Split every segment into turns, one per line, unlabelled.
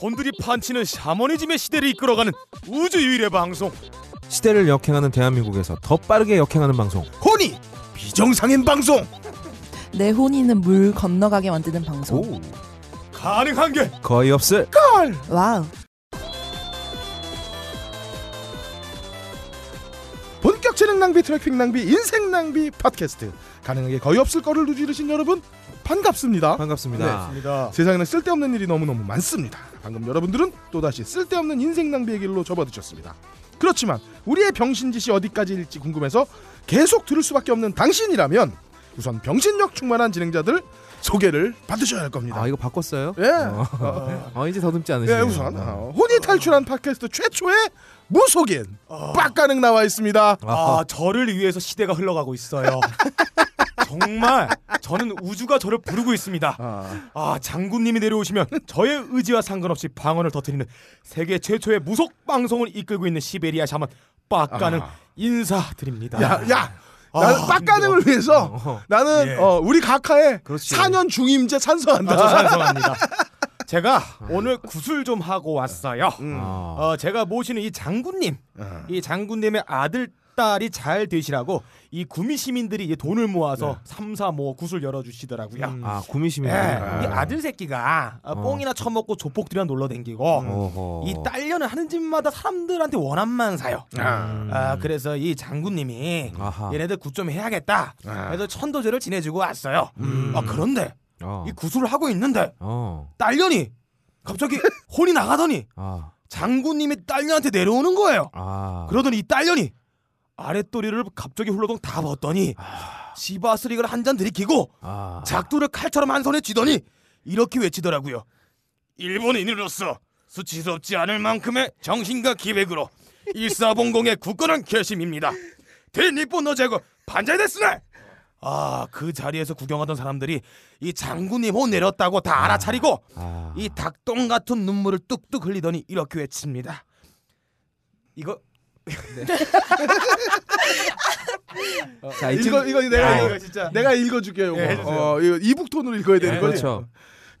혼들이 판치는 샤머니즘의 시대를 이끌어가는 우주 유일의 방송
시대를 역행하는 대한민국에서 더 빠르게 역행하는 방송
혼이 비정상인 방송
내 혼이는 물 건너가게 만드는 방송.
가능한 게
거의 없을
와우.
본격 재능 낭비 트래핑 낭비 인생 낭비 팟캐스트 가능하게 거의 없을 거를 누지르신 여러분 반갑습니다
네,
반갑습니다.
맞습니다.
세상에는 쓸데없는 일이 너무너무 많습니다 방금 여러분들은 또다시 쓸데없는 인생 낭비의 길로 접어드셨습니다 그렇지만 우리의 병신짓이 어디까지일지 궁금해서 계속 들을 수밖에 없는 당신이라면 우선 병신력 충만한 진행자들 소개를 받으셔야 할 겁니다
아 이거 바꿨어요?
예.
어.
어.
아 이제 더듬지 않으시네요.
예, 우선 어, 혼이 탈출한 팟캐스트 최초의 무속인
어.
빡가능 나와 있습니다.
아 저를 위해서 시대가 흘러가고 있어요 정말 저는 우주가 저를 부르고 있습니다
아,
아 장군님이 내려오시면 저의 의지와 상관없이 방언을 터뜨리는 세계 최초의 무속 방송을 이끌고 있는 시베리아 샤먼 빡가는
아.
인사드립니다
야, 야,
아,
나는 빡가능을 위해서
어.
나는
예.
어, 우리 각하의
그렇지.
4년 중임제
아, 저
찬성한다.
찬성합니다 제가 오늘 구슬 좀 하고 왔어요
음.
아,
어, 제가 모시는 이 장군님, 이 장군님의 아들 딸이 잘 되시라고 이 구미 시민들이 이제 돈을
네.
모아서 삼사모 구슬 열어주시더라고요.
아
예,
구미심이.
이 아들 새끼가 아,
어.
뽕이나 처먹고 조폭들이랑 놀러 댕기고
어허.
이 딸녀는 하는 집마다 사람들한테 원한만 사요.
아,
아, 그래서 이 장군님이
음. 아하.
얘네들 굿 좀 해야겠다.
아.
그래서 천도제를 지내주고 왔어요. 아, 그런데
음. 어.
이 구슬을 하고 있는데
어.
딸년이 갑자기 혼이 나가더니
아.
장군님이 딸녀한테 내려오는 거예요.
아.
그러더니 이 딸년이 아랫도리를 갑자기 훌러덩 다 벗더니 시바스릭을 한 잔 들이키고
아.
작두를 칼처럼 한 손에 쥐더니 이렇게 외치더라고요. 일본인으로서 수치스럽지 않을 만큼의 정신과 기백으로 일사봉공의 굳건한 결심입니다. 대일본 노제고 반자이데스네. 아, 그 자리에서 구경하던 사람들이 이 장군님 혼 내렸다고 다 알아차리고
아.
이 닭똥 같은 눈물을 뚝뚝 흘리더니 이렇게 외칩니다. 이거
자 이쯤
이거 이거 내가
아,
이거 진짜 내가 읽어줄게요. 이거.
예, 해주세요.
어, 이거 이북 톤으로 읽어야 되는 거지.
그렇죠.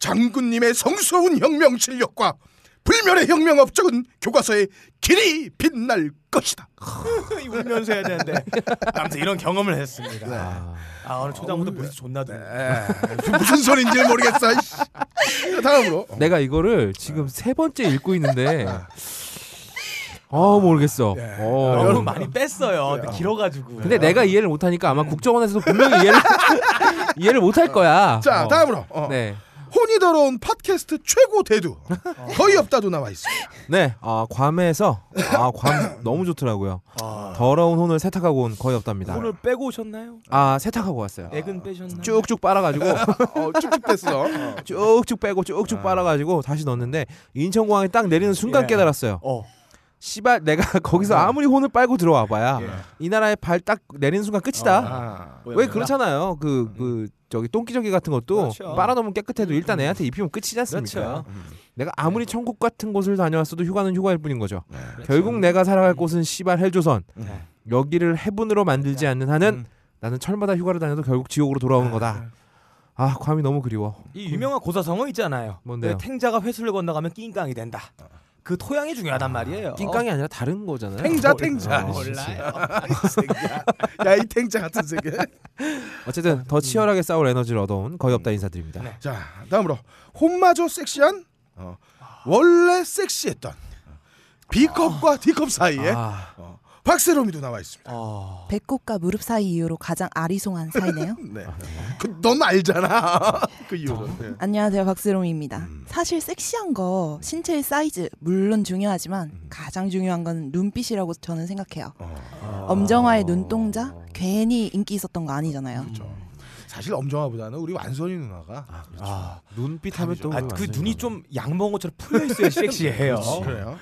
장군님의 성스러운 혁명 실력과 불멸의 혁명 업적은 교과서에 길이 빛날 것이다.
울면서 해야 되는데 아무튼 이런 경험을 했습니다.
아.
아 오늘 네. 초장부터 벌써 존나 돼.
에, 무슨 소린지 모르겠어. 이씨. 다음으로
내가 이거를 지금 세 번째 읽고 있는데 어 모르겠어. 어.
너무 많이 뺐어요. 근데 길어가지고.
근데 내가 이해를 못하니까 아마 국정원에서도 분명히 이해를 이해를 못할 거야.
자
어.
다음으로 어.
네.
혼이 더러운 팟캐스트 최고 대두 거의 없다도 나와 있습니다.
네, 아, 괌에서 아, 괌 너무 좋더라고요.
아.
더러운 혼을 세탁하고 온 거의 없답니다.
오늘 빼고 오셨나요?
아, 세탁하고 왔어요.
액은 빼셨나요?
쭉쭉 빨아가지고
어, 쭉쭉 됐어. 어.
쭉쭉 빼고 쭉쭉 빨아가지고 다시 넣었는데 인천공항에 딱 내리는 순간
예.
깨달았어요.
어.
씨발 내가 거기서 아무리 혼을 빨고 들어와봐야
예.
이 나라에 발 딱 내리는 순간 끝이다.
아.
왜 그렇잖아요. 그 그 저기 똥기저귀 같은 것도
음. 그렇죠. 음.
빨아놓으면 깨끗해도 일단 애한테 입히면 끝이지 않습니까?
그렇죠. 네.
내가 아무리 천국 같은 곳을 다녀왔어도 휴가는 휴가일 뿐인 거죠. 그렇죠. 결국 내가 살아갈 곳은 씨발 헬조선.
네. 음.
여기를 해분으로 만들지 않는 한은 나는 철마다 휴가를 다녀도 결국 지옥으로 돌아오는
네.
거다. 아, 괌이 너무 그리워.
이 유명한 고사성어 있잖아요.
뭔데요?
그 탱자가 회수를 건너가면 낑깡이 된다. 그 토양이 중요하단 말이에요.
어. 낑깡이 아니라 다른 거잖아요.
탱자 탱자.
몰라요.
야이 탱자 같은 새끼.
어쨌든
음.
더 치열하게 싸울 에너지를 얻어온 거의 없다 인사드립니다.
네.
자 다음으로 혼마저 섹시한 어, 원래 섹시했던 어, B컵과 D컵 사이에
아,
어, 박세롬이도 나와 있습니다.
어.
배꼽과 무릎 사이 이후로 가장 아리송한 사이네요.
네. 그, 넌 알잖아. 그 이유로. 네.
안녕하세요 박스롬입니다. 사실 섹시한 거 신체의 사이즈 물론 중요하지만 가장 중요한 건 눈빛이라고 저는 생각해요.
어,
엄정화의 눈동자 괜히 인기 있었던 거 아니잖아요.
음. 그렇죠. 사실 엄정화보다는 우리 완선이 누나가
아,
눈빛 하면 또
아,
우리
그
완전히
눈이 좀 양봉어처럼 풀려 있어야 섹시해요.
그래요.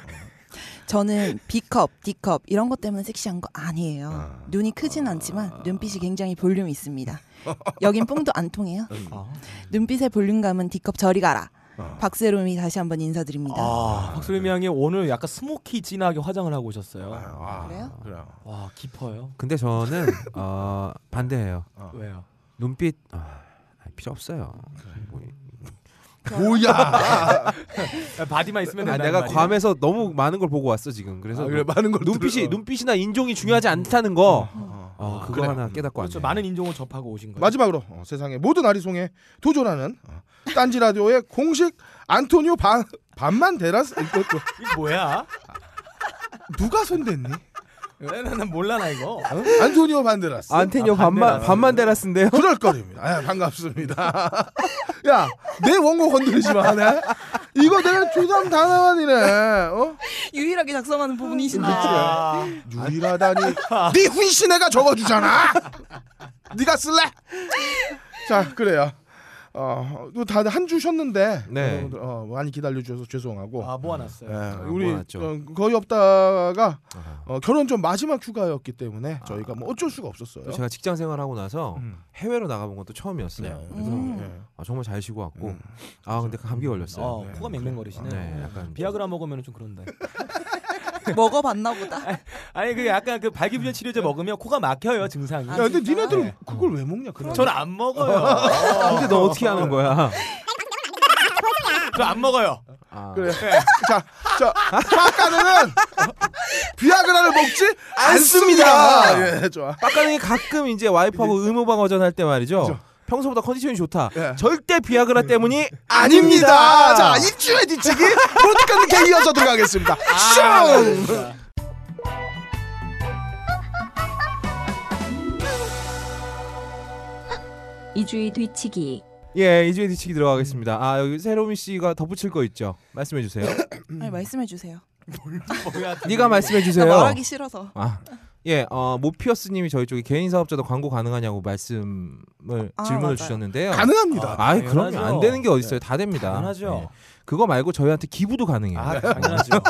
저는 B컵, D컵 이런 것 때문에 섹시한 거 아니에요. 눈이 크진 않지만 눈빛이 굉장히 볼륨이 있습니다. 여긴 뽕도 안 통해요.
음.
그렇죠.
눈빛의 볼륨감은 D컵 저리 가라.
어.
박세롬이 다시 한번 인사드립니다.
아,
네.
박소림 양이 오늘 약간 스모키 진하게 화장을 하고 오셨어요.
아,
그래요?
그래요.
와, 깊어요.
근데 저는 어, 반대해요.
왜요?
눈빛 아, 필요 없어요. 뭐,
뭐야?
바디만 있으면
아,
된다.
내가 괌에서 너무 많은 걸 보고 왔어 지금. 그래서 뭐
아, 그래 많은 걸
눈빛이
들어.
눈빛이나 인종이 중요하지 않다는 거.
어.
어, 그거
그래요.
하나
음.
깨닫고
그렇죠.
왔네.
많은 인종을 접하고 오신 거예요.
마지막으로 어, 세상의 모든 아리송에 도전하는 어, 딴지 라디오의 공식 안토니오 반 반만 데라스 그, 이거 또
이게 뭐야?
누가 손댔니?
나는 몰라 나 이거.
아,
어? 안토니오 반데라스.
안테니오
아,
반만
반대라서.
반만 데라스인데요.
그럴 거입니다. 아, 반갑습니다. 야, 내 원고 건드리지 마. 네? 이거 내가 주담 단아만이네. 어?
유일하게 작성하는 부분이신데.
아,
유일하다니. 네 훈시 내가 적어주잖아. 네가 쓸래? 자, 그래요. 어, 또 다들 한 주 쉬었는데
네.
여러분들 어, 많이 기다려 주셔서 죄송하고.
아 모아놨어요.
예, 우리
모아놨죠.
어, 거의 없다가 어, 결혼 전 마지막 휴가였기 때문에
아.
저희가 뭐 어쩔 수가 없었어요.
또 제가 직장 생활하고 나서
음.
해외로 나가본 것도 처음이었어요.
네,
그래서
음.
아, 정말 잘 쉬고 왔고
음.
아 근데 감기 걸렸어요.
어,
네.
코가 맹맹거리시네.
네, 약간
비아그라 먹으면 좀 그런데.
먹어봤나 보다.
아니 그 약간 그 발기부전 치료제
네.
먹으면 코가 막혀요 증상이.
아,
야, 근데
아, 진짜?
니네들은
네.
그걸 왜 먹냐? 그런
저는 안 먹어요.
네. 아, 근데 너 어떻게 하는 거야?
저 안 먹어요.
아,
그래. 네. 자, 자, 아까는 비아그라를 먹지 않습니다. 예, 좋아.
빡가능이 가끔 이제 와이프하고 의무방어전 할 때 말이죠. 네. 음.
그죠.
평소보다 컨디션이 좋다.
예.
절대 비아그라 때문이 아닙니다.
아닙니다. 자, 입주의 뒤치기 프로트카는 개 이어서 들어가겠습니다.
아,
슝!
이주의 뒤치기
예, 이주의 뒤치기 들어가겠습니다. 아 여기 세로미 씨가 덧붙일 거 있죠. 말씀해 주세요.
네. 아니, 말씀해 주세요.
뭐야,
네가 말씀해
나
주세요.
뭐 말하기 싫어서.
아, 예, 어, 모피어스님이 저희 쪽에 개인 사업자도 광고 가능하냐고 말씀을
아,
질문을
맞아요.
주셨는데요.
가능합니다.
아,
당연하죠. 네,
그럼요. 안 되는 게 어딨어요. 다 됩니다.
당연하죠.
예. 그거 말고 저희한테 기부도 가능해요.
아 당연하죠.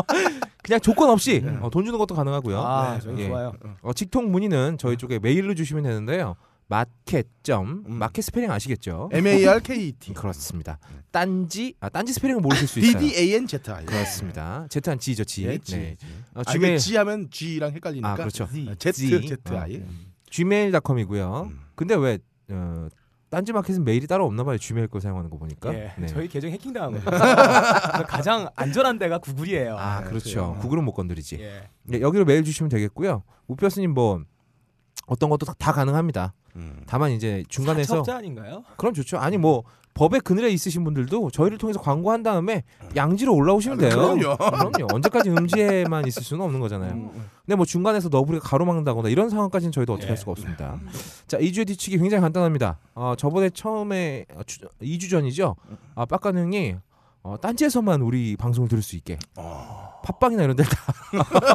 그냥 조건 없이 어, 돈 주는 것도 가능하고요.
아 저희
예.
좋아요. 음.
어, 직통 문의는 저희 쪽에 메일로 주시면 되는데요. 마켓 점 마켓 스페링 아시겠죠?
M A R K E
네.
T
그렇습니다. 딴지 아 딴지 스페링은 모르실 수
D
있어요.
D A N Z I.
그렇습니다. Z한 G죠 G.
예, G.
네. 어,
아, 이게
Gmail
G 하면 G랑 헷갈리니까.
아 그렇죠. 아, 음,
Z
Z.
Z I.
gmail.com이고요.
음.
근데 왜 어, 딴지 마켓은 메일이 따로 없나 봐요. gmail 걸 사용하는 거 보니까.
예,
네.
저희 계정 해킹 당한 거예요. 그래서 가장 안전한 데가 구글이에요.
아 그렇죠. 구글은 못 건드리지.
예.
예, 여기로 메일 주시면 되겠고요. 우표스님 뭐 어떤 것도 다, 다 가능합니다. 다만 이제 중간에서
사업자 아닌가요?
그럼 좋죠. 아니 뭐 법의 그늘에 있으신 분들도 저희를 통해서 광고한 다음에 양지로 올라오시면 돼요.
네. 아, 그럼요.
그럼요. 언제까지 음지에만 있을 수는 없는 거잖아요.
음.
근데 뭐 중간에서 너부리가 가로막는다거나 이런 상황까지는 저희도
예.
어떻게 할 수가 없습니다. 자, 2주의 뒤치기 굉장히 간단합니다. 어, 저번에 처음에 2주 전이죠. 아, 빡간 형이 어, 딴지에서만 우리 방송을 들을 수 있게
아.
팟빵이나 이런 데다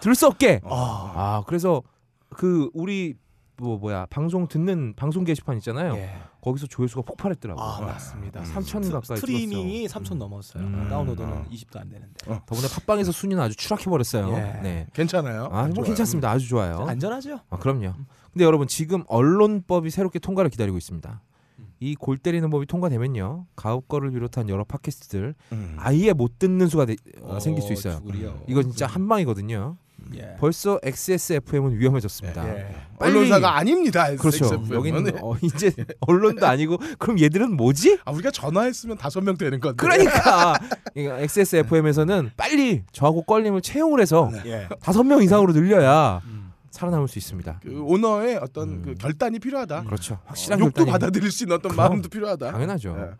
들을 수 없게. 아, 그래서 그 우리 뭐 뭐야 방송 듣는 방송 게시판 있잖아요.
예.
거기서 조회수가 폭발했더라고.
아
요
맞습니다. 음.
3천 가까이
스트리밍이 3천 넘었어요.
음.
다운로드는
아.
20도 안 되는데.
찍었어. 더군다나 팟빵에서 순위는 아주 추락해버렸어요.
예.
네.
괜찮아요.
아, 뭐
어? 좋아요.
괜찮습니다. 아주
어?
좋아요.
안전하죠?
아, 그럼요. 근데 여러분 지금 언론법이 새롭게 통과를 기다리고 있습니다.
음.
이 골 때리는 법이 통과되면요. 가업 거를 비롯한 여러 팟캐스트들
음.
아예 못 듣는 수가 되- 어,
아,
생길 수 있어요.
죽으려.
이거 진짜 한 방이거든요.
예.
벌써 XSFM은 위험해졌습니다.
예.
빨리-
네. 언론사가 아닙니다.
그렇죠.
SXFM 은. 네.
여기는 어, 이제 언론도 아니고 그럼 얘들은 뭐지?
아 우리가 전화했으면 다섯 명 되는 건데.
그러니까 이거 XSFM에서는 빨리 저하고 껄림을 채용을 해서
네.
예.
다섯 명 이상으로 늘려야
음.
살아남을 수 있습니다.
그 오너의 어떤
음.
그 결단이 필요하다.
그렇죠. 확실한
욕도
결단이-
받아들일 수 있는 어떤
그럼.
마음도 필요하다.
당연하죠.
예.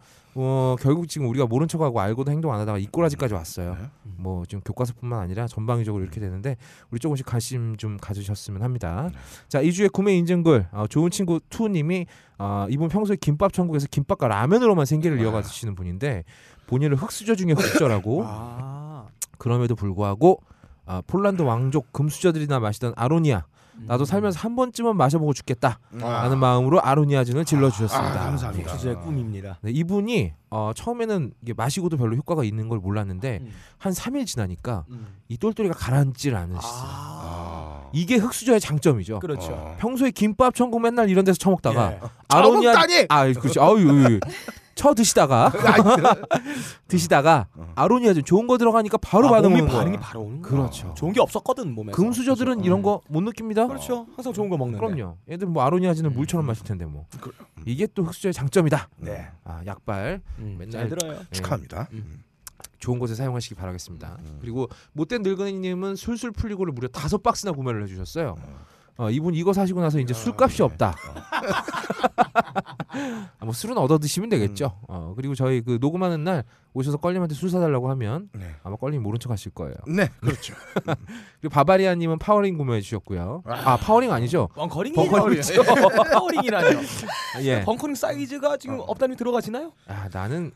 어, 결국 지금 우리가 모른 척하고 알고도 행동 안 하다가 이 꼬라지까지 왔어요.
네.
뭐 지금 교과서뿐만 아니라 전방위적으로
음.
이렇게 되는데 우리 조금씩 관심 좀 가지셨으면 합니다.
네.
자, 이주의 구매 인증글 어, 좋은 친구 투 님이 어, 이분 평소에 김밥 천국에서 김밥과 라면으로만
네.
생계를 이어가 드시는 분인데 본인을 흑수저 중에 흑수저라고
아.
그럼에도 불구하고 아, 폴란드 왕족 금수저들이나 마시던 아로니아 나도
음.
살면서 한 번쯤은 마셔보고 죽겠다
아.
라는 마음으로 아로니아진을
아,
질러주셨습니다.
감사합니다.
독수제의 그 꿈입니다.
네, 이분이 어, 처음에는 이게 마시고도 별로 효과가 있는 걸 몰랐는데
음.
한 3일 지나니까
음.
이 똘똘이가 가라앉질 않으시죠.
아.
아.
이게 흑수저의 장점이죠.
그렇죠.
어.
평소에 김밥 천국 맨날 이런 데서 처먹다가
예.
아로니아
처먹다니!
아 그렇지 아유, 아유, 아유. 쳐 드시다가 드시다가 아로니아 좀 몸이 좋은 거 들어가니까 바로 반응
어, 아, 몸이
오는 거야.
반응이 바로 오는 거야.
그렇죠.
좋은 게 없었거든 몸에.
금수저들은 이런 거 못 느낍니다.
그렇죠. 항상 좋은 거 먹는데. 음.
그럼요. 얘들 뭐 아로니아진은 물처럼 마실 텐데 뭐. 이게 또 흑수저의 장점이다.
네.
아, 약발
음,
맨날
잘 들어요.
예,
축하합니다.
좋은 곳에 사용하시기 바라겠습니다. 그리고 못된 늙은이님은 술술 풀리고를 무려 다섯 박스나 구매를 해주셨어요. 어, 이분 이거 사시고 나서 이제 술값이 없다. 아, 뭐 술은 얻어 드시면 되겠죠. 어, 그리고 저희 그 녹음하는 날 오셔서 껄림한테 술 사달라고 하면
네.
아마 껄림 모른 척 하실 거예요.
네, 그렇죠.
그리고 바바리아님은 파워링 구매해 주셨고요. 아 파워링 아니죠?
벙커링이
벙커링이죠.
벙커링이라뇨.
예.
벙커링 사이즈가 지금 업다님이 네. 들어가시나요?
아 나는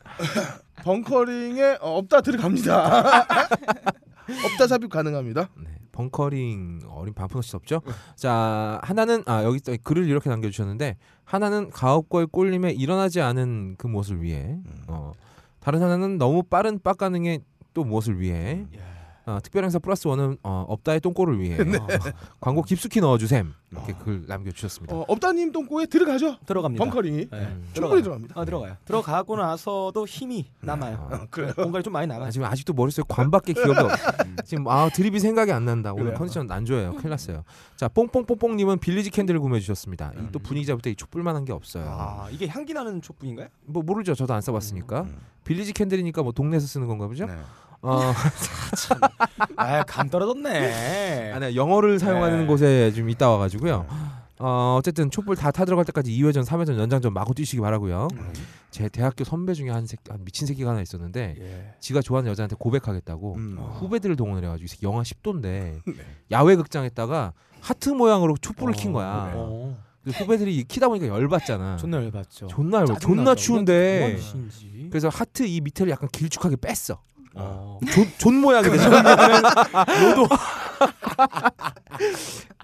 벙커링에 어, 없다 들어갑니다. 없다 삽입 가능합니다.
네, 벙커링 어린 반푼어치 없죠. 자 하나는 아 여기 또 글을 이렇게 남겨주셨는데 하나는 가업과의 꼴림에 일어나지 않은 그 무엇을 위해 어, 다른 하나는 너무 빠른 빡가능의 또 무엇을 위해 어, 특별 행사 플러스 원은 어, 없다의 똥꼬를 위해 어, 광고 깊숙이 넣어주셈 이렇게 글 남겨주셨습니다. 음.
어, 없다님 똥꼬에 들어가죠.
들어갑니다.
벙커링이
네,
충분히
들어가요.
들어갑니다.
아 들어가요. 들어가고 나서도 힘이 남아요.
어.
그래요.
공간이 좀 많이
아,
남아요.
지금 아직도 머릿속에 관밖에 기억이 없. 지금 아 드립이 생각이 안 난다. 오늘
음. 그래요?
컨디션 안 좋아요. 큰일 났어요. 자 뽕뽕뽕뽕님은 빌리지 캔들을 구매해 주셨습니다. 이
음.
또 분위기 잡을 때 이 촛불만한 게 없어요.
아 이게 향기 나는 촛불인가요?
뭐 모르죠. 저도 안 써봤으니까. 빌리지 캔들이니까 뭐 동네에서 쓰는 건가 보죠.
음, 네.
어,
아감 떨어졌네.
아니 영어를 사용하는
네.
곳에 좀 있다
네.
와가지고요. 어, 어쨌든 촛불 다 타 들어갈 때까지 2회전, 3회전, 연장전 마구 뛰시기 바라고요.
음.
제 대학교 선배 중에 한, 새, 한 미친 새끼가 하나 있었는데
예.
지가 좋아하는 여자한테 고백하겠다고
음.
뭐 후배들을 동원을 해가지고 이 새끼 영하 10도인데
네.
야외 극장에다가 하트 모양으로 촛불을
어,
킨 거야.
네. 어,
근데 후배들이 이 키다 보니까 열받잖아.
존나 열받죠.
존나 열받-
짜증나죠.
존나 추운데
이건 무엇인지.
그래서 하트 이 밑에를 약간 길쭉하게 뺐어.
어.
존, 존 모양이 되죠. 로도.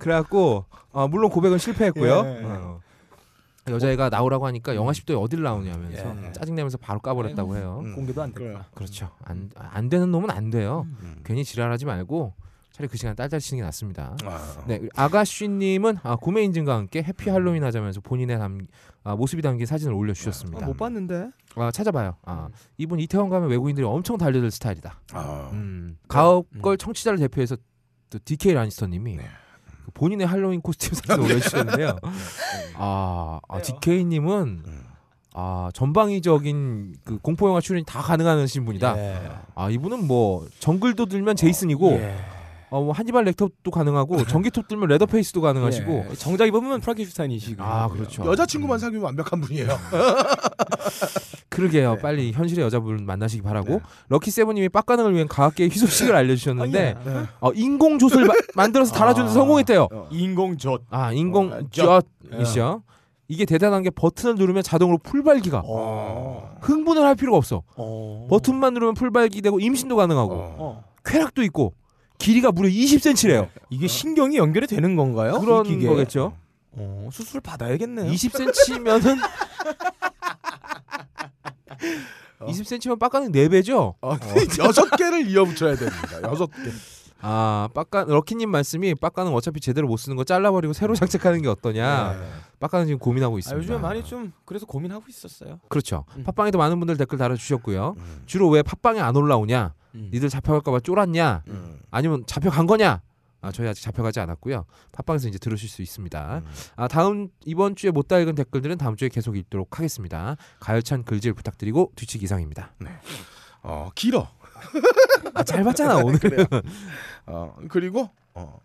그래갖고 어, 물론 고백은 실패했고요.
예.
어. 여자애가 나오라고 하니까 영하 10도에 어딜 나오냐면서
예.
짜증내면서 바로 까버렸다고 해요.
음.
공개도 안 됐구나.
그렇죠. 안, 안 되는 놈은 안 돼요.
음.
괜히 지랄하지 말고 차라리 그 시간 딸딸 치는 게 낫습니다.
아,
네, 아가씨님은 아, 구매 인증과 함께 해피 할로윈 하자면서 본인의 담, 아, 모습이 담긴 사진을 올려주셨습니다.
아,
뭐.
못 봤는데.
아, 찾아봐요. 아, 이분 이태원 가면 외국인들이 엄청 달려들 스타일이다.
아.
음, 가업걸
음.
청취자를 대표해서 또 DK 라니스터님이
네.
그 본인의 할로윈 코스튬 사진 올려주셨는데요. 아, 아
그래요.
DK님은
음.
아 전방위적인 그 공포 영화 출연이 다 가능하신 분이다.
네.
예.
아 이분은 뭐 정글도 들면 제이슨이고
네.
어, 뭐 한니발 렉터도 가능하고 전기톱 들면 레더페이스도 가능하시고
예. 정작 입으면 프라켄슈타인이시고.
아 그렇죠.
여자친구만 사귀면 완벽한 분이에요.
음. 그러게요.
네.
빨리 현실의 여자분 만나시기 바라고
네.
럭키 세븐님이 빡가능을 위한 과학계의 희소식을 알려주셨는데
아,
네.
어, 인공 젖을 마- 만들어서 달아주는 데
아.
성공했대요.
인공젓.
아
어,
인공
젖.
젖이죠. 이게 대단한 게 버튼을 누르면 자동으로 풀발기가
예. 어.
흥분을 할 필요가 없어.
어.
버튼만 누르면 풀발기 되고 임신도 가능하고
어.
쾌락도 있고 길이가 무려 20cm래요.
이게 신경이 연결이 되는 건가요?
그런
이 기계?
거겠죠.
어, 수술 받아야겠네요.
20cm면은
어.
20cm면 빡가는 4배죠?
어, 여섯 개를 이어붙여야 됩니다. 여섯 개.
아, 빡가, 럭키님 말씀이 빡가는 어차피 제대로 못 쓰는 거 잘라버리고 새로 장착하는 게 어떠냐. 빡가는 지금 고민하고
음. 네. 아,
있습니다.
요즘에 많이 좀 그래서 고민하고 있었어요.
그렇죠.
음.
팟빵에도 많은 분들 댓글 달아주셨고요. 주로 왜 팟빵에 안 올라오냐?
음.
니들 잡혀갈까봐 쫄았냐?
음.
아니면 잡혀간 거냐? 아, 저희 아직 잡혀가지 않았고요. 팟빵에서 이제 들으실 수 있습니다. 아, 다음 이번 주에 못 다 읽은 댓글들은 다음 주에 계속 읽도록 하겠습니다. 가열찬 글질 부탁드리고 뒤치기 이상입니다.
어, 길어.
아, 잘 봤잖아 오늘.
네, 그래요. 어, 그리고 어,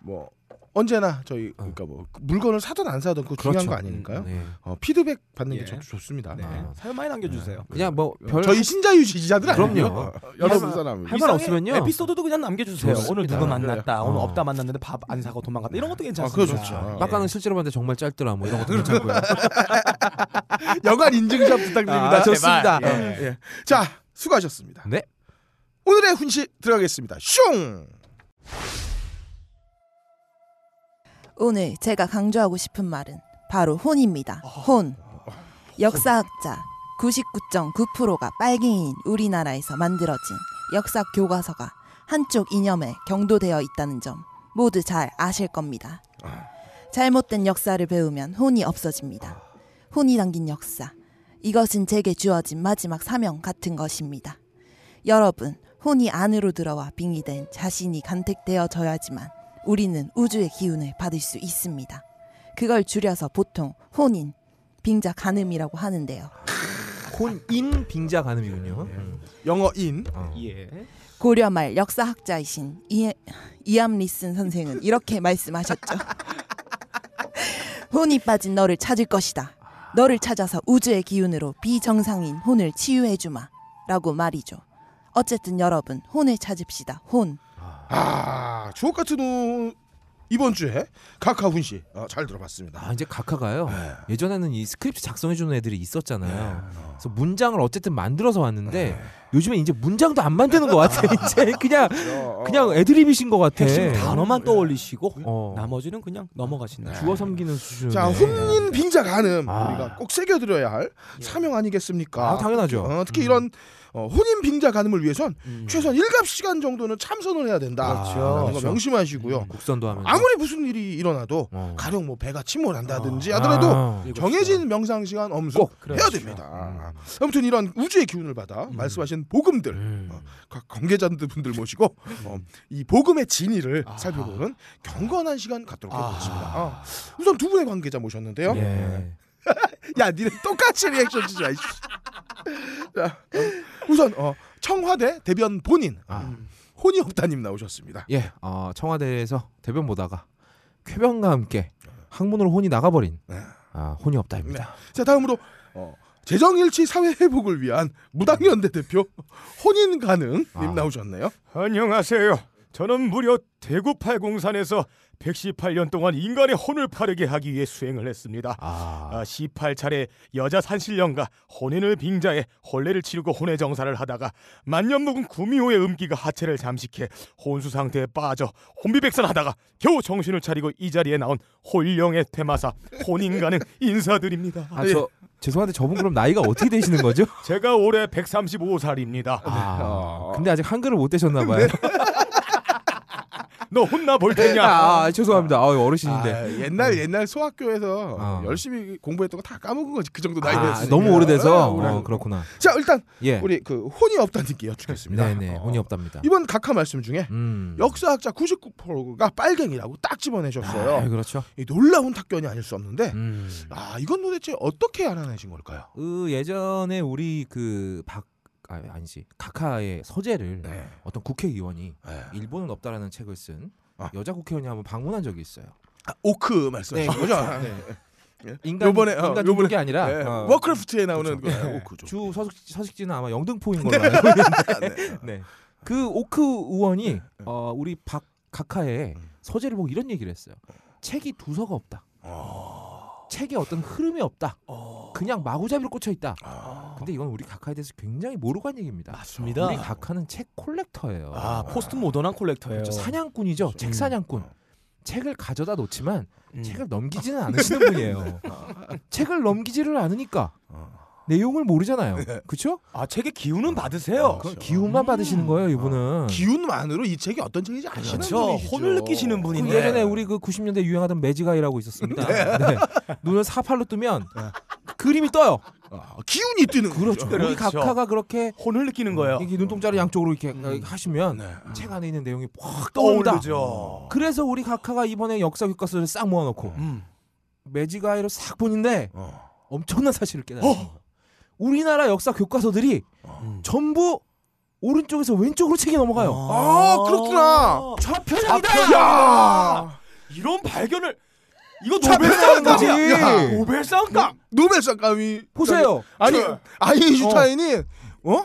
뭐 언제나 저희 그러니까 뭐 물건을 사든 안 사든 그 중요한 거 아니니까요.
어. 네.
어, 피드백 받는 게
예.
참 좋습니다.
네.
아.
사연 많이 남겨주세요.
그냥 뭐별
네. 저희 신자유 지지자들
그럼요.
아니에요. 어, 여러분
할-
사람입니다.
할-
이상의
말 없으면요.
에피소드도 그냥 남겨주세요.
좋습니다.
오늘 누가 만났다. 오늘
어.
없다 만났는데 밥 안 사고 도망갔다. 이런
아,
것도 괜찮습니다. 네.
그거 좋죠. 어.
빡가는 실제로 봤는데 정말 짧더라 뭐 이런 것도
네.
괜찮고요.
여관 인증샷 부탁드립니다.
아, 좋습니다.
예. 예. 자, 수고하셨습니다.
네.
오늘의 훈시 들어가겠습니다. 슝.
오늘 제가 강조하고 싶은 말은 바로 혼입니다. 혼. 역사학자 99.9%가 빨갱이인 우리나라에서 만들어진 역사 교과서가 한쪽 이념에 경도되어 있다는 점 모두 잘 아실 겁니다. 잘못된 역사를 배우면 혼이 없어집니다. 혼이 담긴 역사. 이것은 제게 주어진 마지막 사명 같은 것입니다. 여러분, 혼이 안으로 들어와 빙의된 자신이 간택되어져야지만 우리는 우주의 기운을 받을 수 있습니다. 그걸 줄여서 보통 혼인, 빙자 간음이라고 하는데요.
혼인 빙자 가늠이군요.
네.
음.
영어인
어.
예.
고려 말 역사학자이신 이, 이암 리슨 선생은 이렇게 말씀하셨죠. 혼이 빠진 너를 찾을 것이다. 너를 찾아서 우주의 기운으로 비정상인 혼을 치유해 주마. 라고 말이죠. 어쨌든 여러분 혼을 찾읍시다. 혼.
아 주옥 같은 호 이번 주에 카카훈 씨잘 들어봤습니다.
아 이제 각하가요.
네.
예전에는 이 스크립트 작성해주는 애들이 있었잖아요. 그래서 문장을 어쨌든 만들어서 왔는데
네.
요즘에 이제 문장도 안 만드는 것 같아. 이제 그냥
그렇죠. 어.
그냥 애드립이신 것 같아. 음.
핵심 단어만 떠올리시고
어.
나머지는 그냥 넘어가신다.
주워 섬기는 수준.
네. 자 혼인 빙자 가늠
네. 아.
우리가 꼭 새겨드려야 할 사명 아니겠습니까?
아 당연하죠.
어, 특히 이런 어, 혼인 빙자 가늠을 위해선
음.
최소한 일갑 시간 정도는 참선을 해야 된다.
그렇죠.
라는 거
그렇죠.
명심하시고요.
국선도 하면
아무리 무슨 일이 일어나도
음. 어.
가령 뭐 배가 침몰한다든지 하더라도 음.
아.
일곱 시간.
정해진 명상 시간 엄수
꼭
해야 됩니다. 아무튼 이런 우주의 기운을 받아 말씀하신 복음들 어, 각 관계자분들 분들 모시고
네.
어, 이 복음의 진위를
아.
살펴보는 경건한 시간 갖도록 해보겠습니다. 어. 우선 두 분의 관계자 모셨는데요.
예.
야, 니네 똑같이 리액션 주지 마. 이씨. 자, 어, 우선 어, 청와대 대변 본인
아.
혼이 없다님 나오셨습니다.
예, 어, 청와대에서 대변 보다가 쾌변과 함께 항문으로 혼이 나가버린
네.
아, 혼이 없다입니다.
자, 다음으로 어, 재정일치 사회 회복을 위한 무당연대 대표 혼인 가능님
아.
나오셨네요.
안녕하세요. 저는 무려 대구 팔공산에서 118년 동안 인간의 혼을 파르게 하기 위해 수행을 했습니다.
아,
아, 18차례 여자 산신령과 혼인을 빙자해 혼례를 치르고 혼의 정사를 하다가 만년 묵은 구미호의 음기가 하체를 잠식해 혼수 상태에 빠져 혼비백산하다가 겨우 정신을 차리고 이 자리에 나온 혼령의 테마사 혼인가능 인사드립니다.
아, 저 죄송한데 저분 그럼 나이가 어떻게 되시는 거죠?
네.
제가 올해 135살입니다.
어.
아, 근데 아직 한글을 못 되셨나 봐요.
네,
너 혼나 볼 테냐?
아, 아, 죄송합니다. 아, 음. 어르신인데.
아, 옛날 옛날 소학교에서
어.
열심히 공부했던 거 다 까먹은 거지 그 정도
아,
나이 됐으니까.
너무 오래돼서
아,
어, 그렇구나.
자 일단
예,
우리 그 혼이 없다님께 여쭙겠습니다.
네네,
어,
혼이 없답니다.
이번 각하 말씀 중에
음,
역사학자 99%가 빨갱이라고 딱 집어내셨어요.
아, 그렇죠.
이 놀라운 탁견이 아닐 수 없는데
음.
아 이건 도대체 어떻게 알아내신 걸까요?
그 예전에 우리 그박 아, 아니지 각하의 서재를
네.
어떤 국회의원이
네.
일본은 없다라는 책을 쓴
아.
여자 국회의원이 한번 방문한 적이 있어요.
아, 오크 말씀하신 거죠? 아, 네.
인간
요번에, 어,
인간
요번에,
요번에, 게 아니라
네.
어,
워크래프트에 나오는
그렇죠.
그
네.
오크죠.
주 서식 서식지는 아마 영등포인 걸로 알고 있는데 네. 그 오크 의원이 어, 우리 박 각하의 서재를 보고 이런 얘기를 했어요. 책이 두서가 없다. 책에 어떤 흐름이 없다. 그냥 마구잡이로 꽂혀 있다. 근데 이건 우리 각하에 대해서 굉장히 모르고 한 얘기입니다.
맞습니다.
우리 각하는 책 콜렉터예요.
아 포스트 모던한 콜렉터예요.
그렇죠. 사냥꾼이죠. 책 사냥꾼. 책을 가져다 놓지만
음. 어.
책을 넘기지는 않으시는 분이에요. 책을 넘기지를 않으니까 내용을 모르잖아요. 그렇죠?
아 책의 기운은
아,
받으세요.
그렇죠.
그건
음.
기운만 받으시는 거예요,
어.
이분은.
기운만으로 이 책이 어떤 책인지 아시는
그렇죠.
분이시죠.
혼을 느끼시는
그
분인데.
예전에 우리 그 90년대 유행하던 매직아이라고 있었습니다. 네. 눈을 사팔로 뜨면
네.
그림이 떠요.
아, 기운이 뛰는
그렇죠.
거죠.
우리
그렇죠.
각하가 그렇게
혼을 느끼는 거예요. 음.
이렇게 눈동자를 양쪽으로 이렇게 하시면
네.
책 안에 있는 내용이 확 떠오른다.
떠오르죠.
그래서 우리 각하가 이번에 역사 교과서를 싹 모아놓고
음.
매직아이로 싹 보는데
어.
엄청난 사실을 깨달았습니다.
어.
우리나라 역사 교과서들이
음.
전부 오른쪽에서 왼쪽으로 책이 넘어가요.
아 그렇구나.
좌편향이다.
야
이런 발견을 이거
좌편향이다.
노벨상까지 예. 음,
야.
노벨상까
노벨상감이
그러니까
보세요.
아니 아인슈타인이 어,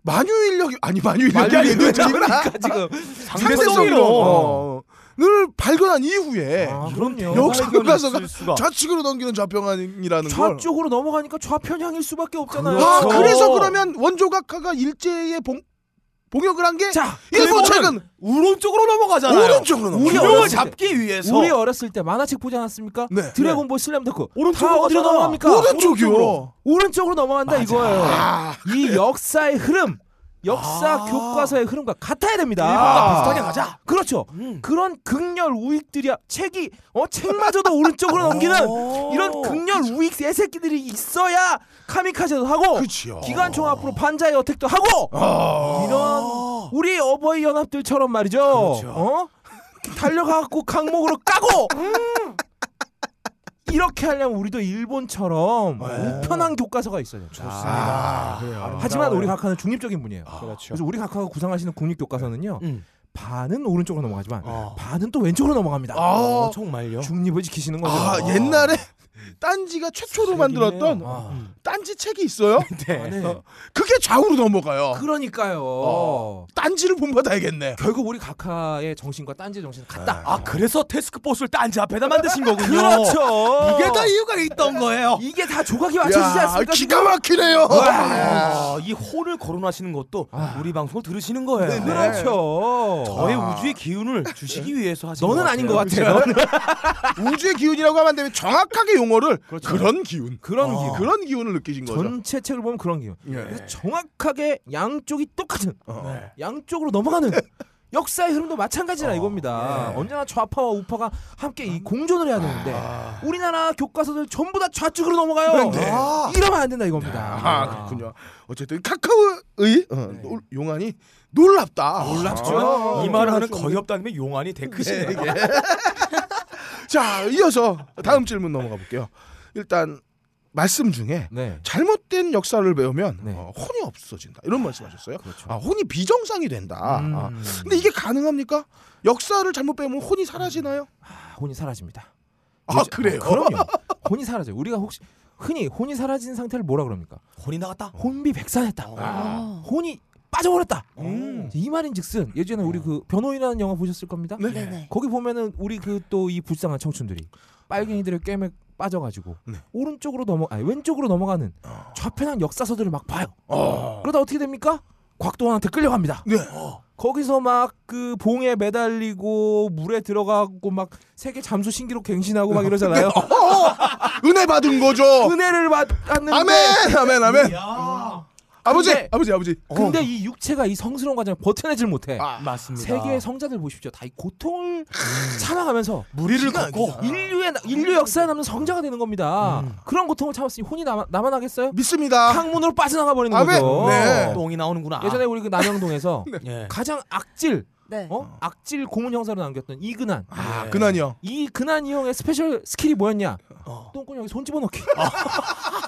만유인력이 아니 만유인력이 아니라
그러니까 지금
상대성으로 어. 늘 발견한 이후에
아,
여-
그럼요.
역사
발견이
교과서가
있을 수가.
좌측으로 넘기는 좌평안이라는 걸.
좌쪽으로 넘어가니까 좌편향일 수밖에 없잖아요.
아
그렇죠.
그래서 그러면 원조각하가 일제에 봉 봉역을 한 게
자,
일본
그거는
책은
우론쪽으로 넘어가잖아요.
오른쪽으로 넘어.
우리
균형을
어렸을
잡기 위해서
우리 어렸을 때 만화책 보지 않았습니까?
네.
드래곤볼 슬램덩크
오른쪽으로
다 어디로
가잖아.
넘어갑니까?
오른쪽이요.
아,
오른쪽으로 넘어간다 이거예요. 이 역사의 흐름, 역사 교과서의 흐름과 같아야 됩니다.
일본과 비슷하게 가자. 음.
그렇죠. 그런 극렬 우익들이야 책이 어 책마저도 오른쪽으로
어.
넘기는 이런 극렬 우익 새새끼들이 있어야 카미카제도 하고
그치요.
기관총 앞으로 반자의 어택도 하고 이런 우리 어버이 연합들처럼 말이죠.
그렇죠.
어? 달려가고 강목으로 까고 음! 이렇게 하려면 우리도 일본처럼 우편한 교과서가 있어야 된다.
아, 그래요.
하지만 우리 각하는 중립적인 분이에요.
그렇죠.
그래서 우리 각하가 구상하시는 국립 교과서는요.
음.
반은 오른쪽으로 넘어가지만
어.
반은 또 왼쪽으로 넘어갑니다.
어, 정말요?
중립을 지키시는 거죠. 어,
아, 옛날에 딴지가 최초로 만들었던
아.
음.
딴지 책이 있어요.
네.
네.
어. 그게 좌우로 넘어가요.
그러니까요.
어. 딴지를 본받아야겠네.
결국 우리 각하의 정신과 딴지 정신은 같다.
아 그래서 테스크포스를 딴지 앞에다 아, 만드신 거군요.
그렇죠.
이게 다 이유가 있던 거예요.
이게 다 조각이 맞춰지지 않습니까?
기가 막히네요. 예.
아, 이 혼을 거론하시는 것도 우리 방송을 들으시는 거예요.
지금? 그렇죠.
저의 우주의 기운을 주시기 위해서 하신
너는
것
아닌 것
아. 같아요. 그렇죠?
같아. 너는
우주의 기운이라고 하면 안 되면 정확하게 용어를 그런 기운.
그렇죠. 그런
아.
기운.
그런 기운을 느끼신 거죠.
전체 책을 보면 그런 기운.
예.
그래서 정확하게 양쪽이 똑같은 어, 양쪽으로 넘어가는 역사의 흐름도 마찬가지라 이겁니다. 언제나 좌파와 우파가 함께 이 공존을 해야 되는데 우리나라 교과서들 전부 다 좌측으로 넘어가요.
네.
아, 이러면 안 된다 이겁니다.
아, 그렇군요. 어쨌든 카카오의 어,
네.
놀- 용안이 놀랍다. 어.
놀랍죠.
아,
이 말을 하는 거의 없다면 용안이 데크시네. 요
자, 이어서 다음 질문 넘어가 볼게요. 일단 말씀 중에
네.
잘못된 역사를 배우면
네. 그렇죠.
어, 혼이 없어진다 이런 말씀하셨어요. 아, 혼이 비정상이 된다.
음.
아, 근데 이게 가능합니까? 역사를 잘못 배우면 혼이 사라지나요?
아, 혼이 사라집니다.
아
요즘-
그래요?
그렇죠. 그럼요. 혼이 사라져요. 우리가 혹시 흔히 혼이 사라진 상태를 뭐라 그럽니까?
혼이 나갔다.
혼비백산했다.
아.
혼이 빠져버렸다.
음.
이 말인즉슨 예전에 우리 그 변호인이라는 영화 보셨을 겁니다.
네네.
거기 보면은 우리 그 또 이 불쌍한 청춘들이 빨갱이들의 게임에 빠져가지고 오른쪽으로 넘어 아니 왼쪽으로 넘어가는 좌편향 역사서들을 막 봐요. 그러다 어떻게 됩니까? 곽도원한테 끌려갑니다.
네.
거기서 막 그 봉에 매달리고 물에 들어가고 막 세계 잠수 신기록 갱신하고 막 이러잖아요.
은혜 받은 거죠.
은혜를 받았는데
아멘, 아멘, 아멘. 아버지,
근데-
아버지, 아버지. 어.
근데 이 육체가 이 성스러운 과정을 버텨내질 못해.
아,
맞습니다.
세계의 성자들 보십시오. 다 이 고통을 참아가면서
무리를 걷고
인류의 인류 역사에 남는 성자가 되는 겁니다. 그런 고통을 참았으니 혼이 남아, 남아나겠어요?
믿습니다.
항문으로 빠져나가 버리는
아멘.
거죠.
네.
똥이 나오는구나.
예전에 우리 그 남영동에서
예.
가장 악질,
네.
어? 악질 고문 형사로 남겼던 이근한.
아, 그난이요.
이 근한 이 형의 스페셜 스킬이 뭐였냐? 똥꾼 형이 손 집어넣기.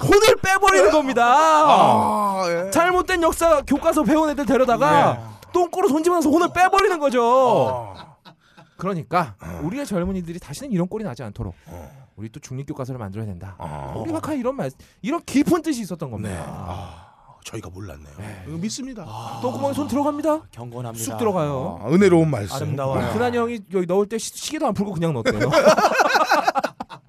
혼을 빼버리는 겁니다.
아, 예.
잘못된 역사 교과서 배운 애들 데려다가 똥꼬로 손 집어넣어서 혼을 빼버리는 거죠. 그러니까 우리의 젊은이들이 다시는 이런 꼴이 나지 않도록 우리 또 중립 교과서를 만들어야 된다. 우리 박하 이런 말 이런 깊은 뜻이 있었던 겁니다.
저희가 몰랐네요. 이거 믿습니다.
똥구멍에 손 들어갑니다.
아,
경건합니다.
쑥 들어가요.
아, 은혜로운 말씀.
아름다워요.
우리 어, 근한 형이 여기 넣을 때 시- 시계도 안 풀고 그냥 넣었대요.
아,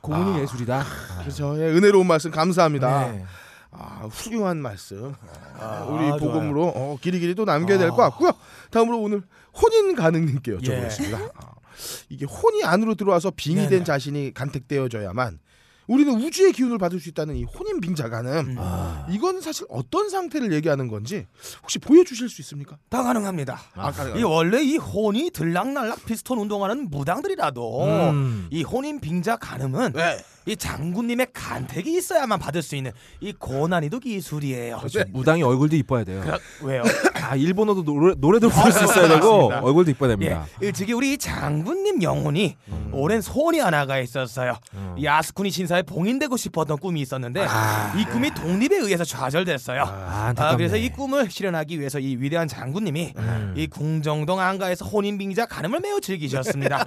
고문이 예술이다.
그렇죠. 예, 은혜로운 말씀 감사합니다.
네.
아, 훌륭한 말씀. 어, 우리 복음으로 어, 길이길이 또 남겨야 될 것 같고요. 다음으로 오늘 혼인 가능님께 여쭤보겠습니다. 아, 이게 혼이 안으로 들어와서 빙이 된 자신이 간택되어져야만 우리는 우주의 기운을 받을 수 있다는 이 혼인 빙자 가능. 이건 사실 어떤 상태를 얘기하는 건지 혹시 보여주실 수 있습니까?
다 가능합니다.
아, 가능합니다.
이 원래 이 혼이 들락날락 피스톤 운동하는 무당들이라도
음.
이 혼인 빙자 가늠은
네.
이 장군님의 간택이 있어야만 받을 수 있는 이 고난이도 기술이에요.
무당이 얼굴도 이뻐야 돼요.
왜요?
아 일본어도 노래, 노래도 부를 수 있어야 되고 얼굴도 이뻐야
예,
됩니다.
일찍이 우리 장군님 영혼이 오랜 소원이 하나가 있었어요. 야스쿠니 신사에 봉인되고 싶었던 꿈이 있었는데 이 꿈이 독립에 의해서 좌절됐어요.
아,
아,
안타깝네.
그래서 이 꿈을 실현하기 위해서 이 위대한 장군님이 이 궁정동 안가에서 혼인빙자 가늠을 매우 즐기셨습니다.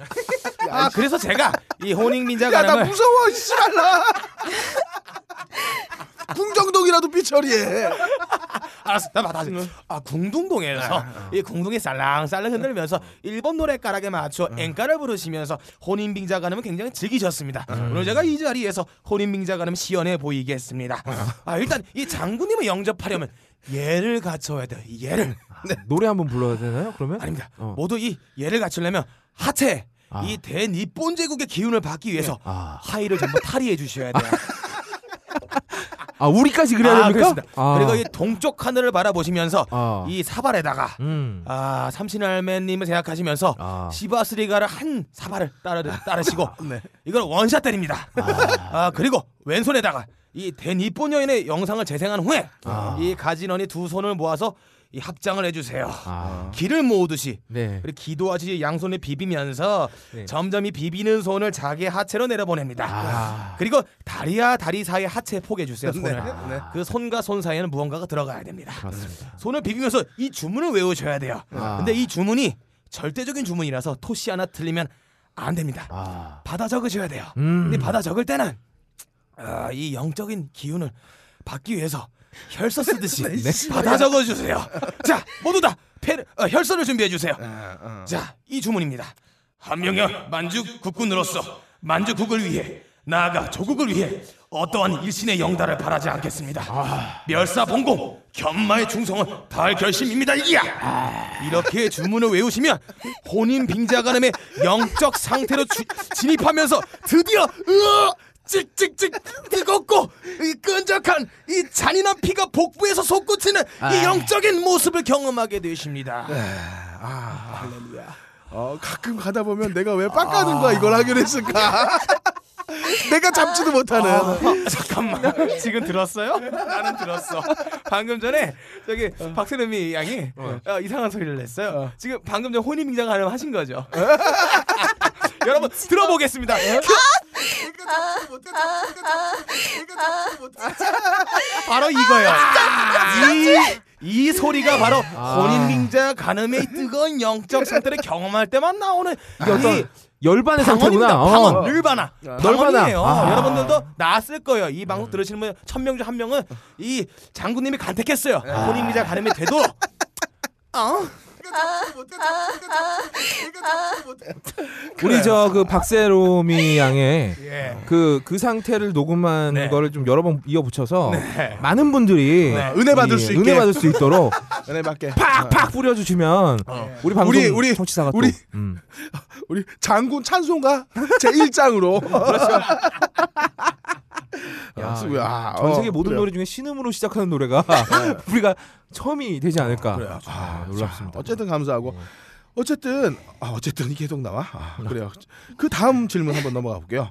아 그래서 제가 이 혼인빙자
야, 나
가늠을
무서워, 씨발라. 궁정동이라도 삐처리해.
알았어, 나 받아. 아 궁둥동에서 이 궁둥이 살랑살랑 흔들면서 일본 노래가락에 맞춰 앵가를 부르시면서 혼인빙자 가늠을 굉장히 즐기셨습니다. 오늘 제가 이 자리에서 혼인빙자 가늠 시연해 보이겠습니다. 아 일단 이 장군님을 영접하려면 예를 갖춰야 돼. 이 예를.
네.
노래 한번 불러야 되나요? 그러면
아닙니다.
어.
뭐-
모두 이 예를 갖추려면 하체
아.
이
예.
대니폰 제국의 기운을 받기 위해서 하의를 전부 탈의해 주셔야 돼요.
아 우리까지
아,
그래야 됩니까?
그렇습니다.
아,
그리고 이 동쪽 하늘을 바라보시면서
아,
이 사발에다가
음,
아 삼신할매님을 생각하시면서
아,
시바스리가를 한 사발을 따르, 따르시고
네.
이걸 원샷 때립니다. 아, 그리고 왼손에다가 이 대니폰 여인의 영상을 재생한 후에
아.
이 가진원이 두 손을 모아서 이 합장을 해주세요.
아,
기를 모으듯이
네.
그리고 기도하듯이 양손을 비비면서
네.
점점 이 비비는 손을 자기 하체로 내려보냅니다.
아.
그리고 다리와 다리 사이 하체 포개해 주세요. 손을.
네, 네.
그 손과 손 사이에는 무언가가 들어가야 됩니다.
그렇습니다.
손을 비비면서 이 주문을 외우셔야 돼요.
아.
근데 이 주문이 절대적인 주문이라서 토시 하나 틀리면 안 됩니다.
아,
받아 적으셔야 돼요.
음,
근데 받아 적을 때는 아, 이 영적인 기운을 받기 위해서 혈서 쓰듯이
네.
받아 적어 주세요. 자, 모두 다 페르, 어, 혈서를 준비해 주세요.
아, 어.
자, 이 주문입니다. 한명여 만주 국군으로서 만주 국을 위해 나아가 조국을 위해 어떠한 일신의 영달을 바라지 않겠습니다. 멸사 봉공 견마의 충성은 다할 결심입니다. 이야. 아. 이렇게 주문을 외우시면 혼인 빙자간음의 영적 상태로 주- 진입하면서 드디어 으어 찍찍찍 뜨겁고 이 끈적한 이 잔인한 피가 복부에서 솟구치는 이 영적인 모습을 경험하게 되십니다.
어, 가끔 가다 보면 내가 왜 빡가는가 이걸 하게 됐을까? 내가 잡지도 못하는.
아,
잠깐만 지금 들었어요? 나는 들었어 방금 전에 저기 박세롬이 양이 어, 이상한 소리를 냈어요 어? 지금 방금 전 혼인 빙장 하려면 하신 거죠 여러분 들어보겠습니다 바로 이거예요 아, 이, 이 소리가 바로 혼인 빙자 간음의 뜨거운 영적 상태를 경험할 때만 나오는 이
열반의 상태구나.
방언입니다. 방언,
어.
늘바나,
널바나.
방언이에요.
아.
어, 여러분들도 나왔을 거예요. 이 방송 들으시는 분천 명 중 한 명은 이 장군님이 간택했어요. 본인 기자 가늠이 되도록. 어?
우리 저 그
네.
박세롬이 양의
예.
그 그 상태를 녹음한
네.
거를 좀 여러 번 이어 붙여서 많은 분들이
네.
네. 은혜 받을 수
예,
있게.
은혜 받을 수 있도록
은혜 받게. 아,
팍팍 뿌려주시면 우리 방송
어. 우리- 우리-
청취자가 또
우리-
음.
우리 장군 찬송가 제 1장으로. 그렇죠.
야,
아,
예. 전 세계
어,
모든
그래요.
노래 중에 신음으로 시작하는 노래가
네.
우리가 처음이 되지 않을까. 아, 놀랍습니다. 예.
어쨌든 감사하고 어쨌든 아, 어쨌든 이게 계속 나와 아,
네.
그래요 그 다음 질문 한번 넘어가 볼게요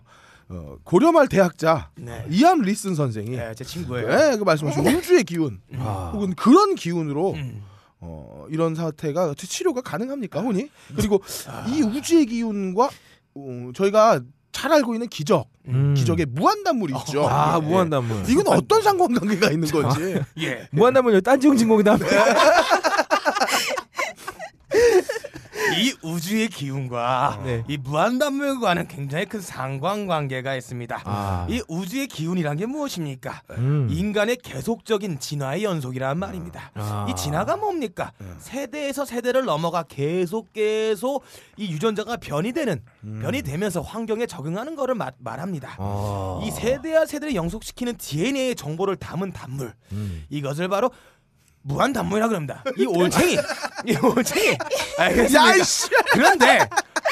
어, 고려말 대학자
네.
이암 리슨
네.
선생이
예, 제 친구예요.
예, 그 말씀하신 음주의 기운
네. 아.
혹은 그런 기운으로
음.
어, 이런 사태가 치료가 가능합니까 혼이
아.
그리고 이 우주의 기운과 어, 저희가 잘 알고 있는 기적
음.
기적의 무한단물 있죠
아
예.
무한담문.
이건 어떤 상관관계가 있는 건지
예.
무한담문 여기 딴지용 진공이다.
네.
이 우주의 기운과
네.
이 무한담물과는 굉장히 큰 상관관계가 있습니다.
아.
이 우주의 기운이란 게 무엇입니까?
음.
인간의 계속적인 진화의 연속이란 말입니다.
아. 네.
이 진화가 뭡니까? 세대에서 세대를 넘어가 계속 계속 이 유전자가 변이 되는 변이 되면서 환경에 적응하는 거를 마- 말합니다.
음. 아.
이 세대와 세대를 영속시키는 DNA의 정보를 담은 단물
음.
이것을 바로 무한 단물이라 그럽니다. 이 올챙이, 이 올챙이. 알겠습니다. 그런데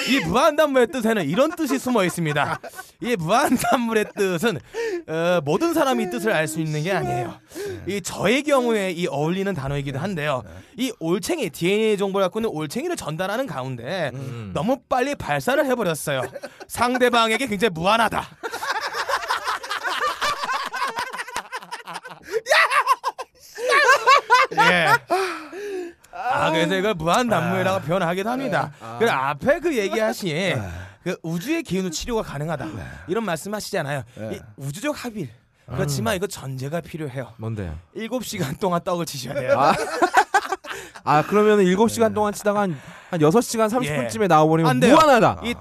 이 무한 단물의 뜻에는 이런 뜻이 숨어 있습니다. 이 무한 단물의 뜻은 어, 모든 사람이 뜻을 알 수 있는 게 아니에요.
네.
이 저의 경우에 이 어울리는 단어이기도 한데요. 이 올챙이 DNA 정보를 갖고 있는 올챙이를 전달하는 가운데
음.
너무 빨리 발사를 해버렸어요. 상대방에게 굉장히 무한하다. 예. 아, 네. 그래서 이걸 무한단무이라고 표현하기도 합니다. 그래 앞에 그 얘기하신 그 우주의 기운으로 치료가 가능하다 이런 말씀하시잖아요. 이 우주적 합일. 그렇지만 이거 전제가 필요해요.
뭔데요?
7시간 동안 떡을 치셔야 돼요.
아 그러면
네.
7시간 동안 치다가 한, 한 6시간
예.
30분쯤에 나와버리면
안 돼요.
무한하다.
이
무한하다고.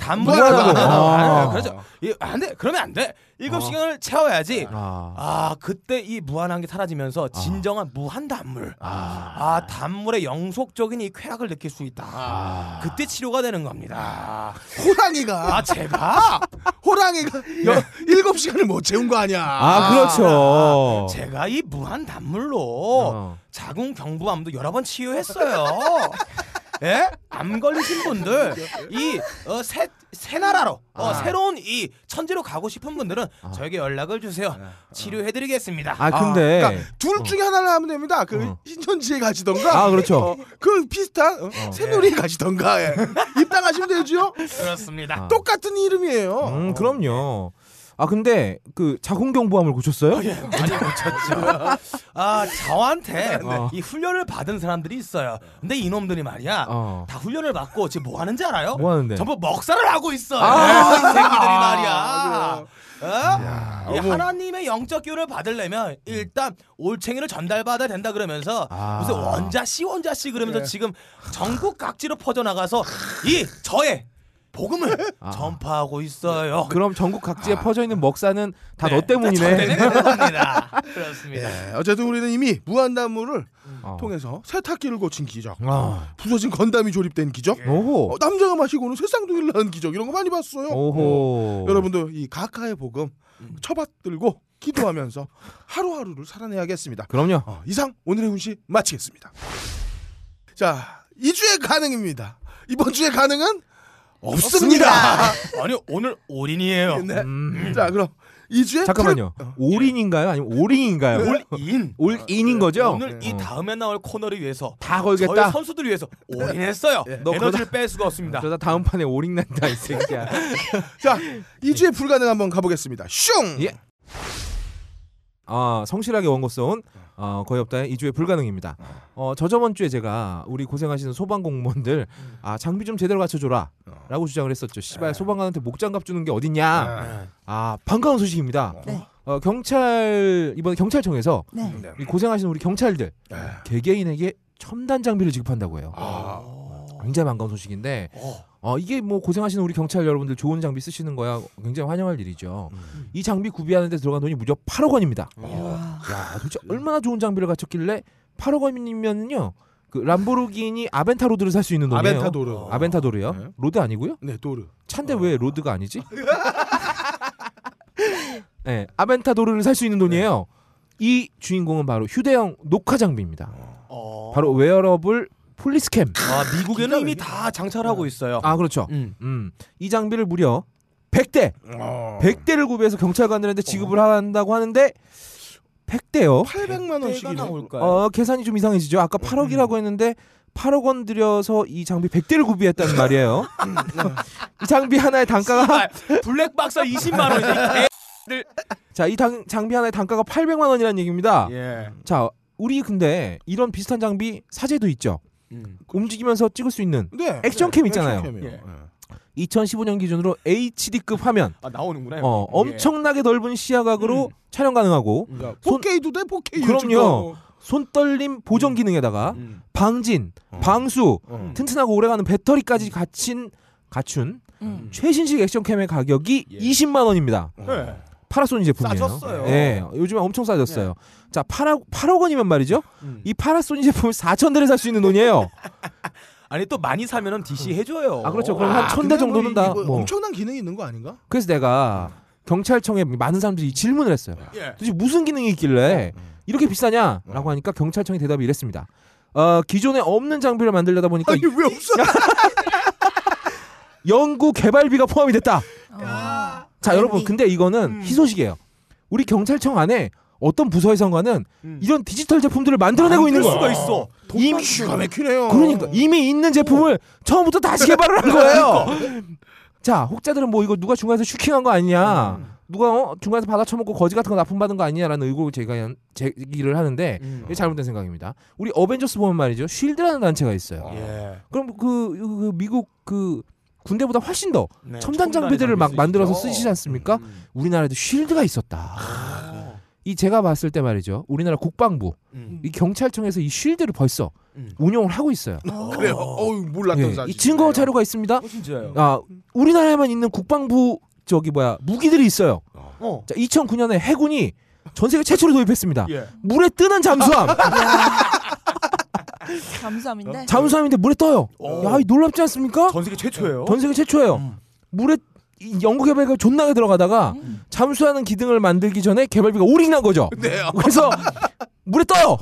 단무라고
아.
아, 그렇죠. 이, 안 돼. 그러면 안 돼. 7시간을 채워야지.
아.
아 그때 이 무한한 게 사라지면서 진정한 무한 단물 아, 단물의 영속적인 이 쾌락을 느낄 수 있다 그때 치료가 되는 겁니다
호랑이가
아 제가
호랑이가
예.
여, 7시간을 못 채운 거 아니야
아 그렇죠.
제가 이 무한 단물로
어.
자궁 경부암도 여러 번 치유했어요
예? 암 걸리신 분들 이새 새 나라로 어, 새로운 이 천지로 가고 싶은 분들은 저에게 연락을 주세요. 치료해드리겠습니다.
아 근데 아,
그러니까 둘 중에 하나를 하면 됩니다. 그
어.
신천지에 가시던가,
그렇죠.
어, 그 비슷한 어, 새누리에 가시던가 예. 입당하시면 되죠.
그렇습니다.
아.
똑같은 이름이에요.
음, 그럼요. 아 근데 그 자궁경부암을 고쳤어요?
많이 고쳤죠. 아 저한테
네.
이 훈련을 받은 사람들이 있어요. 근데 이놈들이 말이야.
어.
다 훈련을 받고 지금 뭐 하는지 알아요?
뭐 하는데?
전부 먹살을 하고 있어.
아.
이 새끼들이 말이야. 아, 어? 이
어머.
하나님의 영적 기운을 받으려면 일단 올챙이를 전달받아야 된다 그러면서
아.
무슨 원자씨 원자씨 그러면서 지금 전국 각지로 퍼져나가서 이 저의 복음을 전파하고 있어요.
그럼 전국 각지에 퍼져 있는 먹사는 다 너
네.
때문이네.
네, 그렇습니다. 그렇습니다.
예, 어쨌든 우리는 이미 무한담물을
어.
통해서 세탁기를 고친 기적,
아. 예.
부서진 건담이 조립된 기적,
오호.
어, 남자가 마시고는 새쌍둥이를 낳은 기적 이런 거 많이 봤어요.
오호.
여러분도 이 가카의 복음 처받들고 기도하면서 하루하루를 살아내야겠습니다.
그럼요.
어, 이상 오늘의 훈시 마치겠습니다. 자, 2주의 가능입니다. 이번 주의 가능은 없습니다.
아니 오늘 올인이에요.
네.
음.
자, 그럼 2주의
잠깐만요. 올인인가요? 아니면 올인인가요?
인.
올인인 거죠?
네. 오늘 이
어.
다음에 나올 코너를 위해서
다
저희
걸겠다. 예.
선수들 위해서 올인했어요.
너
에너지를 뺄 수가 없습니다.
저다 다음 판에 올인 난다 이 새끼야.
자, 2주의 불가능 한번 가보겠습니다. 슝.
예. 아 성실하게 원고 써온 어, 거의 없다의 이주의 불가능입니다. 어, 저저번 주에 제가 우리 고생하시는 소방 공무원들 아 장비 좀 제대로 갖춰줘라라고 주장을 했었죠. 씨발 소방관한테 목장갑 주는 게 어딨냐? 아 반가운 소식입니다.
네.
어, 경찰 이번 경찰청에서
네.
이 고생하시는 우리 경찰들
네.
개개인에게 첨단 장비를 지급한다고 해요.
아.
굉장히 반가운 소식인데 어, 이게 뭐 고생하시는 우리 경찰 여러분들 좋은 장비 쓰시는 거야 굉장히 환영할 일이죠.
음.
이 장비 구비하는 데 들어간 돈이 무려 8억 원입니다.
어.
와.
야, 도대체 얼마나 좋은 장비를 갖췄길래 8억 원이면요. 그 람보르기니 아벤타로드를 살 수 있는 돈이에요.
아벤타도르.
아벤타도르요?
네.
로드 아니고요?
네, 도르.
찬데
어.
왜 로드가 아니지? 네, 아벤타도르를 살 수 있는 돈이에요.
네.
이 주인공은 바로 휴대용 녹화 장비입니다.
어.
바로 웨어러블 폴리스캠.
아, 미국에는 이미 다 장착하고 있어요.
아, 그렇죠.
음.
음. 이 장비를 무려 100대,
어.
아.
100대를 구비해서 경찰관들한테 지급을 한다고 하는데 100대요.
800만
때가
원씩이네.
나올까요?
어, 계산이 좀 이상해지죠. 아까 8억이라고
음.
했는데 8억 원 들여서 이 장비 100대를 구비했다는 말이에요.
음.
이 장비 하나의 단가가
아, 블랙박스 20만 원인데.
자, 이 당- 장비 하나의 단가가 800만 원이라는 얘기입니다.
예.
자, 우리 근데 이런 비슷한 장비 사제도 있죠. 움직이면서 찍을 수 있는
음. 네.
액션캠 있잖아요.
액션캠이요.
예.
2015년 기준으로 HD급 화면.
아,
네.
나오는구나.
어,
예.
엄청나게 넓은 시야각으로 촬영 가능하고
야,
손-
4K도 돼 4K
그럼요.
음. 요즘도.
손떨림 보정 기능에다가
음.
방진,
어.
방수,
어.
튼튼하고 오래가는 배터리까지 갖춘 갖춘
음.
최신식 액션캠의 가격이
예.
20만 원입니다.
네.
예.
파라소니 제품이에요.
싸졌어요.
예, 요즘에 엄청 싸졌어요.
네.
자, 8억, 8억 원이면 말이죠.
음.
이 파라소니 제품을 4천 대를 살 수 있는
어.
돈이에요.
아니 또 많이 사면은 DC 해줘요.
아, 그렇죠. 그럼 한 천 대
근데 뭐
정도는 다.
이거
뭐.
엄청난 음. 기능이 있는 거 아닌가?
그래서 내가 경찰청에 많은 사람들이 질문을 했어요.
예.
도대체 무슨 기능이
네.
있길래 이렇게
음.
비싸냐라고 하니까 경찰청의 대답이 이랬습니다. 어, 기존에 없는 장비를 만들려다 보니까
아니 왜 없어?
연구 개발비가 포함이 됐다.
아.
자 여러분 근데 이거는 희소식이에요. 우리 경찰청 안에 어떤 부서에선가는 이런 디지털 제품들을 음. 만들어내고 있는
그럴 수가
거예요.
있어.
이미
기가 막히네요.
그러니까 이미 있는 제품을 처음부터 다시 개발을 한 거예요. 자 혹자들은 뭐 이거 누가 중간에서 슈킹한 거 아니냐, 누가 어, 중간에서 받아 쳐먹고 거지 같은 거 납품받은 거 아니냐라는 의혹을 제가 제기를 하는데 이게 잘못된 생각입니다. 우리 어벤져스 보면 말이죠, 쉴드라는 단체가 있어요.
예.
그럼 그, 그 미국 그 군대보다 훨씬 더
네,
첨단 장비들을 막 만들어서 쓰시지
음,
않습니까? 우리나라에도 쉴드가 있었다. 이 제가 봤을 때 말이죠. 우리나라 국방부,
아. 음.
이 경찰청에서 이 쉴드를 벌써
음.
운영을 하고 있어요.
그래요. 어우 몰랐던
예,
사실. 네.
이 증거 자료가 있습니다.
어, 진짜요.
아, 우리나라에만 있는 국방부 저기 뭐야 무기들이 있어요.
어.
자, 2009년에 해군이 전 세계 최초로 도입했습니다.
예.
물에 뜨는 잠수함.
감사합니다.
어? 잠수함인데 물에 떠요. 야, 이 놀랍지 않습니까?
어. 전 세계 최초예요. 음.
전 세계 최초예요. 물에 이 연구 개발비가 존나게 들어가다가
음.
잠수하는 기능을 만들기 전에 개발비가
네. 어.
올인한 거죠. 그래서 물에 떠요.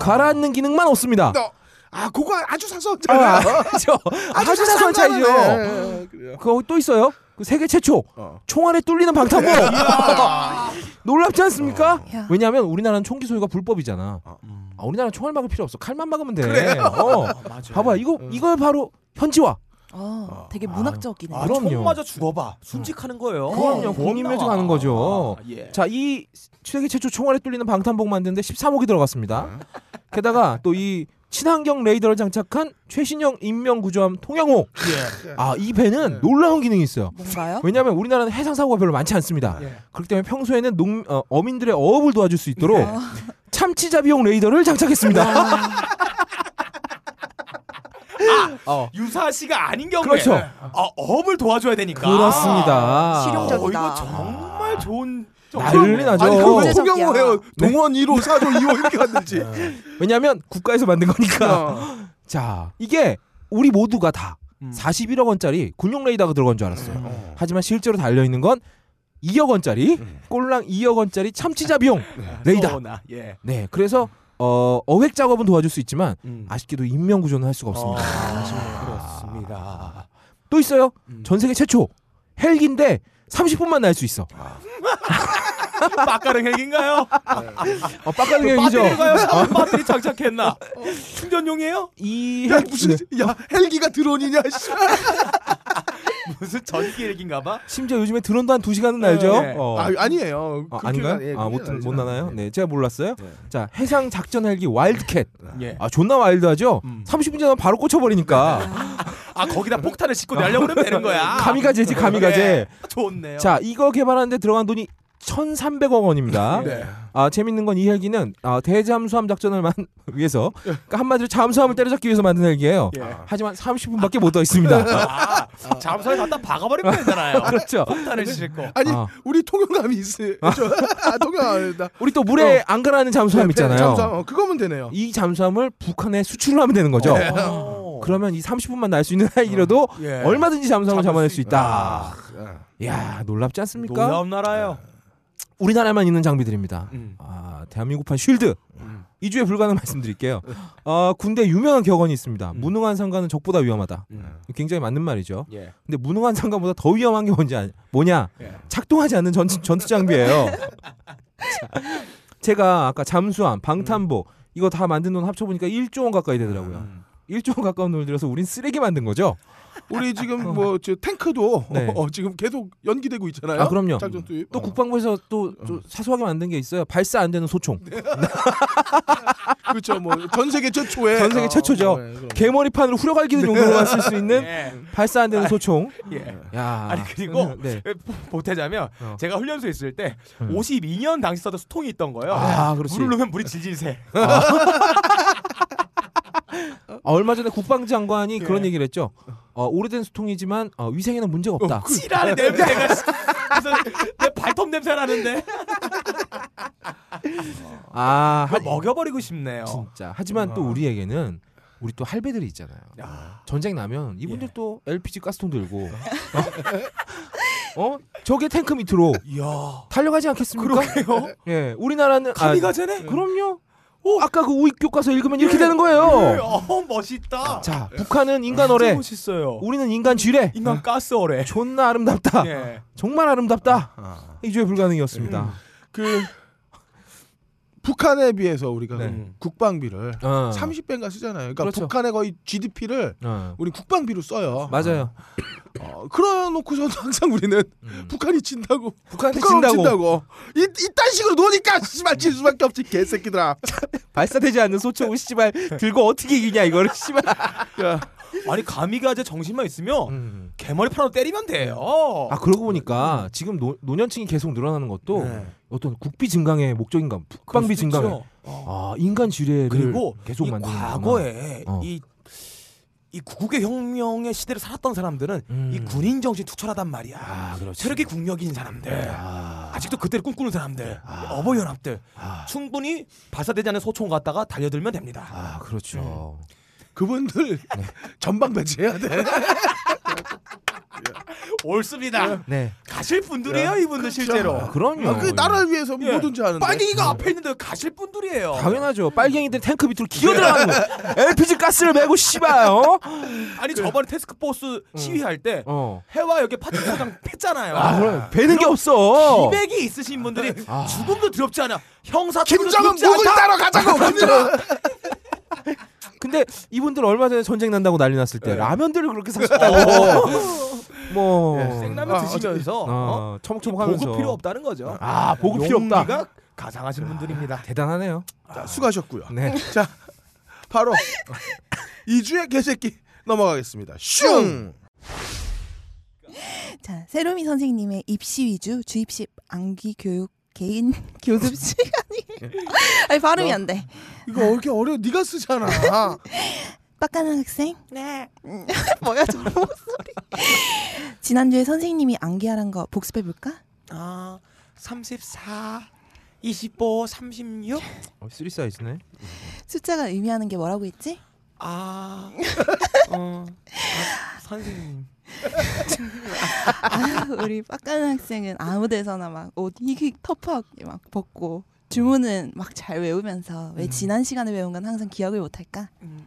가라앉는 기능만 없습니다.
너- 아 그거 아주 사서 잖아
저 아주 사소한 차이죠. 어. 그거 또 있어요. 그 세계 최초
어.
총알에 뚫리는 방탄복. 놀랍지 않습니까?
야.
왜냐하면 우리나라는 총기 소유가 불법이잖아.
어.
아, 우리나라는 총알 막을 필요 없어. 칼만 막으면 돼. 어. 봐봐 이거 이거 바로 현지화.
어, 되게 문학적이네.
아,
그럼요.
총 맞아 죽어봐. 순직하는 거예요.
그럼요. 공인묘지 가는 거죠.
아, 예.
자 이 세계 최초 총알에 뚫리는 방탄복 만드는데 13억이 들어갔습니다. 게다가 또 이 친환경 레이더를 장착한 최신형 인명 구조함 통영호. 아 이 배는 놀라운 기능이 있어요.
뭔가요?
왜냐하면 우리나라는 해상 사고가 별로 많지 않습니다.
예.
그렇기 때문에 평소에는 농, 어, 어민들의 어업을 도와줄 수 있도록 참치잡이용 레이더를 장착했습니다.
유사 씨가 아닌 경우에
그렇죠.
아, 업을 도와줘야 되니까.
그렇습니다.
실용적.
어,
적이다.
이거 정말 좋은
아. 난리 나죠.
아니 그거
경제적이야.
홍영호예요
네.
동원 1호 4조 2호 이렇게 갔는지
왜냐하면 국가에서 만든 거니까. 자 이게 우리 모두가 다 41억 원짜리 군용 레이더가 들어간 줄 알았어요. 하지만 실제로 달려 있는 건 2억 원짜리 꼴랑 2억 원짜리 참치잡이용 레이더.
소나, 예.
네, 그래서 어, 어획 작업은 도와줄 수 있지만
음. 어.
아쉽게도 인명 구조는 할 수가 없습니다.
아, 그렇습니다.
또 있어요.
음.
전 세계 최초 헬기인데 30분만 날 수 있어.
빠까릉 핵인가요?
어, 빡가는 헬기죠. 아. 어.
배터리가요? 사람 배터리 장착했나? 충전용이에요?
이
야
헬기
무슨
네.
야 헬기가 드론이냐 씨.
무슨 전기 핵인가봐?
심지어 요즘에 드론도 한 2시간은 날죠.
네.
어.
아, 아니에요
아,
그렇게
아닌가요?
나- 예,
아, 못,
그렇게
못
나지
나나요?
않아요.
네, 제가 몰랐어요. 자, 해상 작전 헬기 와일드캣.
예.
아, 존나 와일드하죠?
음.
30분 전에 바로 꽂혀버리니까.
아 거기다 폭탄을 싣고 날려고 그러면 되는 거야.
가미가제지, 가미가제.
예. 좋네요.
아. 자, 이거 개발하는데 들어간 돈이 1,300억 원입니다.
네.
아, 재밌는 건 이 헬기는 아, 대잠수함 작전을 만, 위해서, 그러니까 한마디로 잠수함을 때려잡기 위해서 만든 헬기예요
예.
하지만 30분밖에 못 더 있습니다.
아, 잠수함에 갖다 박아버리면 되잖아요.
그렇죠.
폭탄을 싣고.
아니
아.
우리 통영감이 있어요 저- 아 통영감이다
우리 또 물에 안 가라는 어. 네, 잠수함 있잖아요.
잠수함, 어, 그거면 되네요
이 잠수함을 북한에 수출을 하면 되는 거죠.
오.
그러면 이 30분만 날 수 있는 헬기라도
예.
얼마든지 어. 잠수함을
잡을
잡아낼
수
수
있다.
있다. 이야 놀랍지 않습니까?
놀라운 나라예요.
우리나라에만 있는 장비들입니다.
음.
아 대한민국판 쉴드 2주에 불가능 말씀드릴게요. 어, 군대 유명한 격언이 있습니다. 무능한 상관은 적보다 위험하다.
음.
굉장히 맞는 말이죠.
예.
근데 무능한 상관보다 더 위험한 게 뭔지 아, 뭐냐?
예.
작동하지 않는 전, 전투 장비예요. 자, 제가 아까 잠수함, 방탄복 이거 다 만든 돈 합쳐 보니까 1조 원 가까이 되더라고요.
음.
1조 원 가까운 돈을 들여서 우린 쓰레기 만든 거죠.
우리 지금 뭐 저 탱크도
아, 네.
어, 지금 계속 연기되고 있잖아요
아, 그럼요.
작전 투입
또
어.
국방부에서 또좀
음.
사소하게 만든 게 있어요. 발사 안 되는 소총.
그렇죠 뭐 전 세계 최초의
전
아,
세계
어,
최초죠.
네, 그럼.
개머리판으로 후려갈기는 용도로만 쓸 수 있는
네. 예.
발사 안 되는 소총.
예.
야.
아니, 그리고 예,
네.
보- 보태자면
어.
제가 훈련소에 있을 때
음.
52년 당시 써도 수통이 있던 거예요.
아, 그렇지.
물을 넣으면 물이 질질 새. 어?
아, 얼마 전에
예.
국방장관이 그런 얘기를 했죠. 어, 오래된 수통이지만 어, 위생에는 문제가 그 없다.
찌라는 냄새가 그래서 내 발톱 냄새 나는데
아,
그거 먹여버리고 싶네요.
진짜. 하지만 또 우리에게는 우리 또 할배들이 있잖아요.
아. 야. 예.
전쟁 나면 이분들 또 LPG 가스통 들고 어? 어? 적의 탱크 밑으로
이야.
달려가지 않겠습니까?
그러게요.
예, 우리나라는 아,
카미가제네? 예.
그럼요. 아까 그 우익 교과서 읽으면 이렇게 되는 거예요.
어 멋있다.
자, 북한은 인간
진짜
어뢰,
멋있어요.
우리는 인간 지뢰.
인간 가스 어뢰.
존나 아름답다.
예.
정말 아름답다. 음. 이주의 불가능이었습니다.
그 북한에 비해서 우리가
네.
그 국방비를
어.
30배인가 쓰잖아요. 그러니까
그렇죠.
북한의 거의 GDP를
어.
우리 국방비로 써요.
맞아요.
어, 그러 놓고서도 항상 우리는 북한이 진다고
음. 북한한테
북한으로
진다고.
진다고 이 이딴 식으로 노니까 씨발 질 수밖에 없지 개새끼들아.
발사되지 않는 소총을 씨발 들고 어떻게 이기냐 이거를 씨발.
야,
아니 가미가제 정신만 있으면 개머리 판으로 때리면 돼요.
음. 아 그러고 보니까 지금 노, 노년층이 계속 늘어나는 것도
네.
어떤 국비 증강의 목적인가
그럴 수도
국방비 증강.
있죠.
아 인간 지뢰를
그렇죠. 그리고
계속
이
만드는
과거에
어.
이, 이 구국의 혁명의 시대를 살았던 사람들은
음. 아,
이 군인 정신 투철하단 말이야.
그렇죠.
체력이 국력인
네.
사람들. 아. 직도 그때를 꿈꾸는 사람들.
아.
어버이 연합들. 충분히 발사되지 않은 소총 갖다가 달려들면 됩니다.
아 그렇죠.
그분들 전방 배치해야 돼.
옳습니다.
네.
가실 분들이에요
그렇죠.
이분들 실제로.
그럼요.
아, 그 나라를 위해서
예.
뭐든지 하는데.
네.
빨갱이가 앞에 있는데 가실 분들이에요. 음.
당연하죠. 빨갱이들 탱크 밑으로 기어 들어가고 LPG 가스를 메고 씨발 어?
아니 저번에 테스크포스 시위할 때
음. 어.
해와역에 파출소장 팼잖아요.
아, 그럼 아. 배는 게 없어.
기백이 있으신 분들이 죽음도 두렵지 않아. 형사
김정은 목을 따러 가자고. 그렇죠.
근데 이분들 얼마 전에 전쟁 난다고 난리 났을
네.
때 라면들을 그렇게 사셨다고. 뭐
어. 네, 생라면
아,
드시면서 어,
어, 처먹처먹하면서
보급 필요 없다는 거죠.
아, 보급 필요 없다. 아.
용기가 가상하신 분들입니다.
대단하네요.
자, 수고하셨고요.
네.
자, 바로 이주의 개새끼 넘어가겠습니다. 슝.
자, 세로미 선생님의 입시 위주 주입식 암기 교육 개인 교습 시간이 아니 발음이 안 돼.
이거 왜 이렇게 어려워? 네가 쓰잖아.
빡가는 학생? 네. 뭐야 저런 목소리. 지난주에 선생님이 암기하란 거 복습해 볼까?
아, 34, 25, 36.
어, 쓰리 사이즈네.
숫자가 의미하는 게 뭐라고 했지?
아, 어, 아, 선생님.
아, 우리 빡가는 학생은 아무 데서나 막 옷 이게 터프하게 막 벗고 주문은 막 잘 외우면서 왜 지난 시간에 외운 건 항상 기억을 못 할까?
음.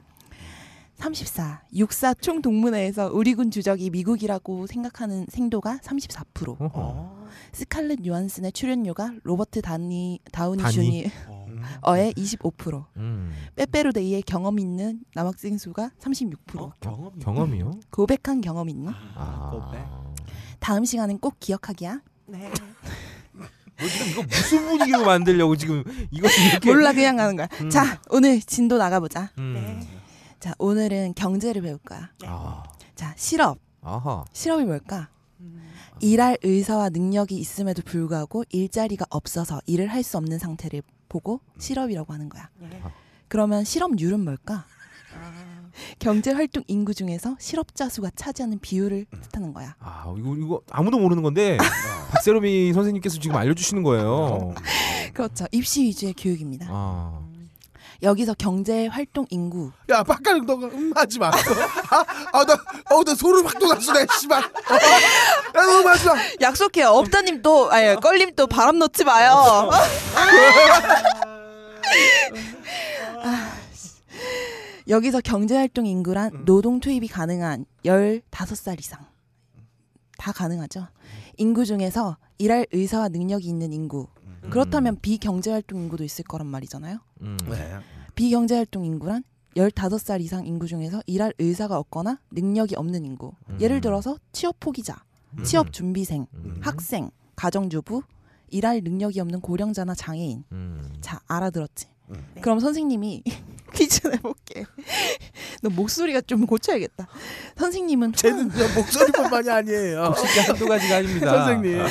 34. 육사 총 동문회에서 우리군 주적이 미국이라고 생각하는 생도가 34%.
어허.
스칼렛 요한슨의 출연료가 로버트 다니, 다우니
다니.
주니어의 25%.
음.
빼빼로데이의 경험 있는 남학생 수가 36%.
어, 경험.
경험이요?
고백한 경험 있는?
아.
다음 시간엔 꼭 기억하기야.
네.
뭐 지금 이거 무슨 분위기로 만들려고 지금 이거 이렇게
몰라 그냥 가는 거야.
음.
자, 오늘 진도 나가보자.
음.
네.
자, 오늘은 경제를 배울 거야.
아.
자, 실업.
아하.
실업이 뭘까? 일할 의사와 능력이 있음에도 불구하고 일자리가 없어서 일을 할 수 없는 상태를 보고 실업이라고 하는 거야. 그러면 실업률은 뭘까? 경제 활동 인구 중에서 실업자 수가 차지하는 비율을 뜻하는 거야.
아, 이거 이거 아무도 모르는 건데 박세롬이 선생님께서 지금 알려 주시는 거예요.
그렇죠. 입시 위주의 교육입니다.
아.
여기서 경제 활동 인구
야, 빡가는 너 음, 하지 마. 아, 나, 어, 나 소름 확 돋았어, 내 씨발. 어, 야, 너무 하지 마.
약속해요. 업다님 또 아니 껄님 또 바람 넣지 마요. 아, 씨. 여기서 경제활동 인구란 노동 투입이 가능한 15살 이상 다 가능하죠. 인구 중에서 일할 의사와 능력이 있는 인구. 그렇다면 비경제활동 인구도 있을 거란 말이잖아요.
음.
비경제활동 인구란 15살 이상 인구 중에서 일할 의사가 없거나 능력이 없는 인구. 예를 들어서 취업 포기자, 취업 준비생,
음.
학생, 가정주부, 일할 능력이 없는 고령자나 장애인.
음. 네.
자, 알아들었지? 그럼 선생님이 퀴즈 내볼게. 너 목소리가 좀 고쳐야겠다. 선생님은
쟤는
후한,
그냥 목소리뿐만이 아니에요.
쉽게 한두 가지가 아닙니다.
선생님.
아,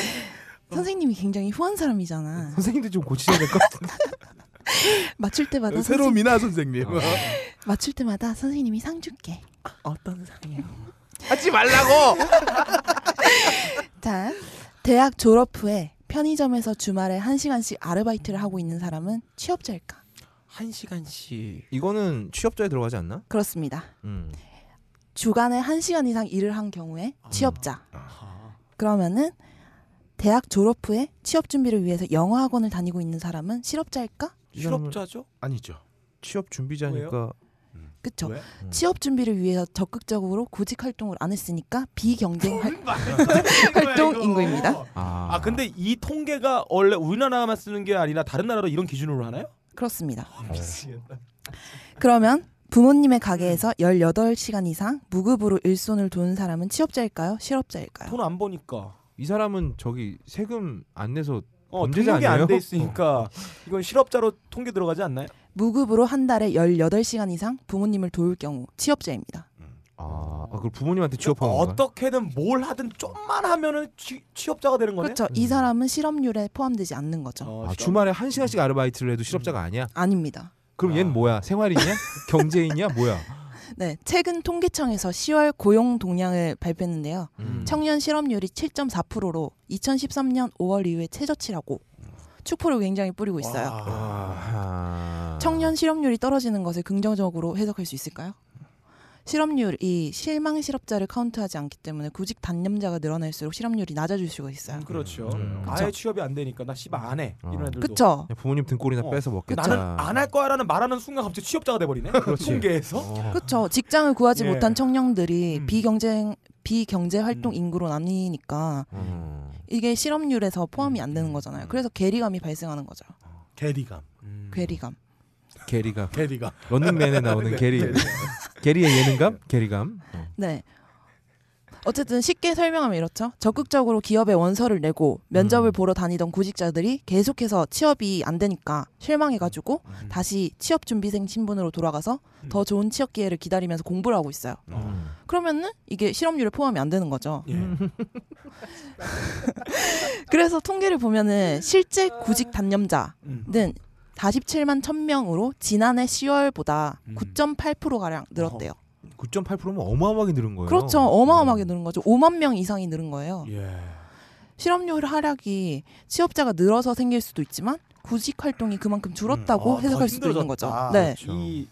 선생님이 굉장히 후한 사람이잖아.
선생님도 좀 고치셔야 될 것 같은데.
맞출 때마다
새로
선생,
미나 선생님.
어.
맞출 때마다 선생님이 상 줄게.
어떤 상이요?
하지 말라고.
자, 대학 졸업 후에 편의점에서 주말에 한 시간씩 아르바이트를 하고 있는 사람은 취업자일까?
한 시간씩.
이거는 취업자에 들어가지 않나?
그렇습니다.
음.
주간에 한 시간 이상 일을 한 경우에 취업자.
아,
그러면은 대학 졸업 후에 취업 준비를 위해서 영어 학원을 다니고 있는 사람은 실업자일까?
이 사람은
실업자죠?
아니죠.
취업 준비자니까
그쵸.
왜?
음.
취업 준비를 위해서 적극적으로 고직 활동을 안 했으니까 비경쟁 활, 활동 인구입니다.
아,
아 근데 이 통계가 원래 우리나라만 쓰는 게 아니라 다른 나라도 이런 기준으로 하나요?
그렇습니다.
아,
그러면 부모님의 가게에서 18시간 이상 무급으로 일손을 도는 사람은 취업자일까요? 실업자일까요?
돈 안 버니까.
이 사람은 저기 세금 안 내서
어,
범죄자
등록이 안
아니에요?
돼 있으니까 이건 실업자로 통계 들어가지 않나요?
무급으로 한 달에 18시간 이상 부모님을 도울 경우 취업자입니다.
아, 아 그럼 부모님한테 취업한 건가?
어떻게든 뭘 하든 좀만 하면은 취, 취업자가 되는 거네.
그렇죠. 이 사람은 실업률에 포함되지 않는 거죠.
음. 어,
아,
실업-
주말에 한 시간씩 아르바이트를 해도 실업자가 아니야?
아닙니다.
그럼 얘는
아.
뭐야? 생활인이야? 경제인이야? 뭐야?
네, 최근 통계청에서 10월 고용 동향을 발표했는데요.
음.
청년 실업률이 7.4%로 2013년 5월 이후에 최저치라고 축포를 굉장히 뿌리고 있어요.
아.
청년 실업률이 떨어지는 것을 긍정적으로 해석할 수 있을까요? 실업률이 실망 실업자를 카운트하지 않기 때문에 구직 단념자가 늘어날수록 실업률이 낮아질 수가 있어요.
그렇죠.
음.
아예 취업이 안 되니까 나 씨발 안 해.
어.
이런 애들도.
그쵸?
그냥 부모님 등골이나
어,
뺏어
그
먹겠다.
나는 안 할 거야라는 말하는 순간 갑자기 취업자가 돼버리네. 통계에서.
어.
그쵸? 직장을 구하지
예.
못한 청년들이
음.
비경쟁 비경제 활동
음.
인구로 나뉘니까
어.
이게 실업률에서 포함이 안
음.
되는 거잖아요. 그래서 괴리감이 발생하는 거죠.
개리감.
음.
괴리감.
게리가
개리감.
런닝맨에 나오는
네.
게리 게리의 예능감 게리감 어.
네. 어쨌든 쉽게 설명하면 이렇죠. 적극적으로 기업에 원서를 내고 면접을
음.
보러 다니던 구직자들이 계속해서 취업이 안 되니까 실망해가지고
음.
다시 취업 준비생 신분으로 돌아가서 더 좋은 취업 기회를 기다리면서 공부를 하고 있어요.
음.
그러면은 이게 실업률에 포함이 안 되는 거죠.
예.
그래서 통계를 보면은 실제 구직 단념자는
음.
47만 1000명으로 지난해 10월보다
음.
9.8% 가량 늘었대요.
9.8%면 어마어마하게 늘은 거예요. 음.
그렇죠. 어마어마하게 늘은 거죠. 5만 명 이상이 늘은 거예요.
예.
실업률 하락이 취업자가 늘어서 생길 수도 있지만 구직 활동이 그만큼 줄었다고
어,
아, 더
해석할 수도 있는 거죠.
힘들어졌다.
네.
그렇죠.
이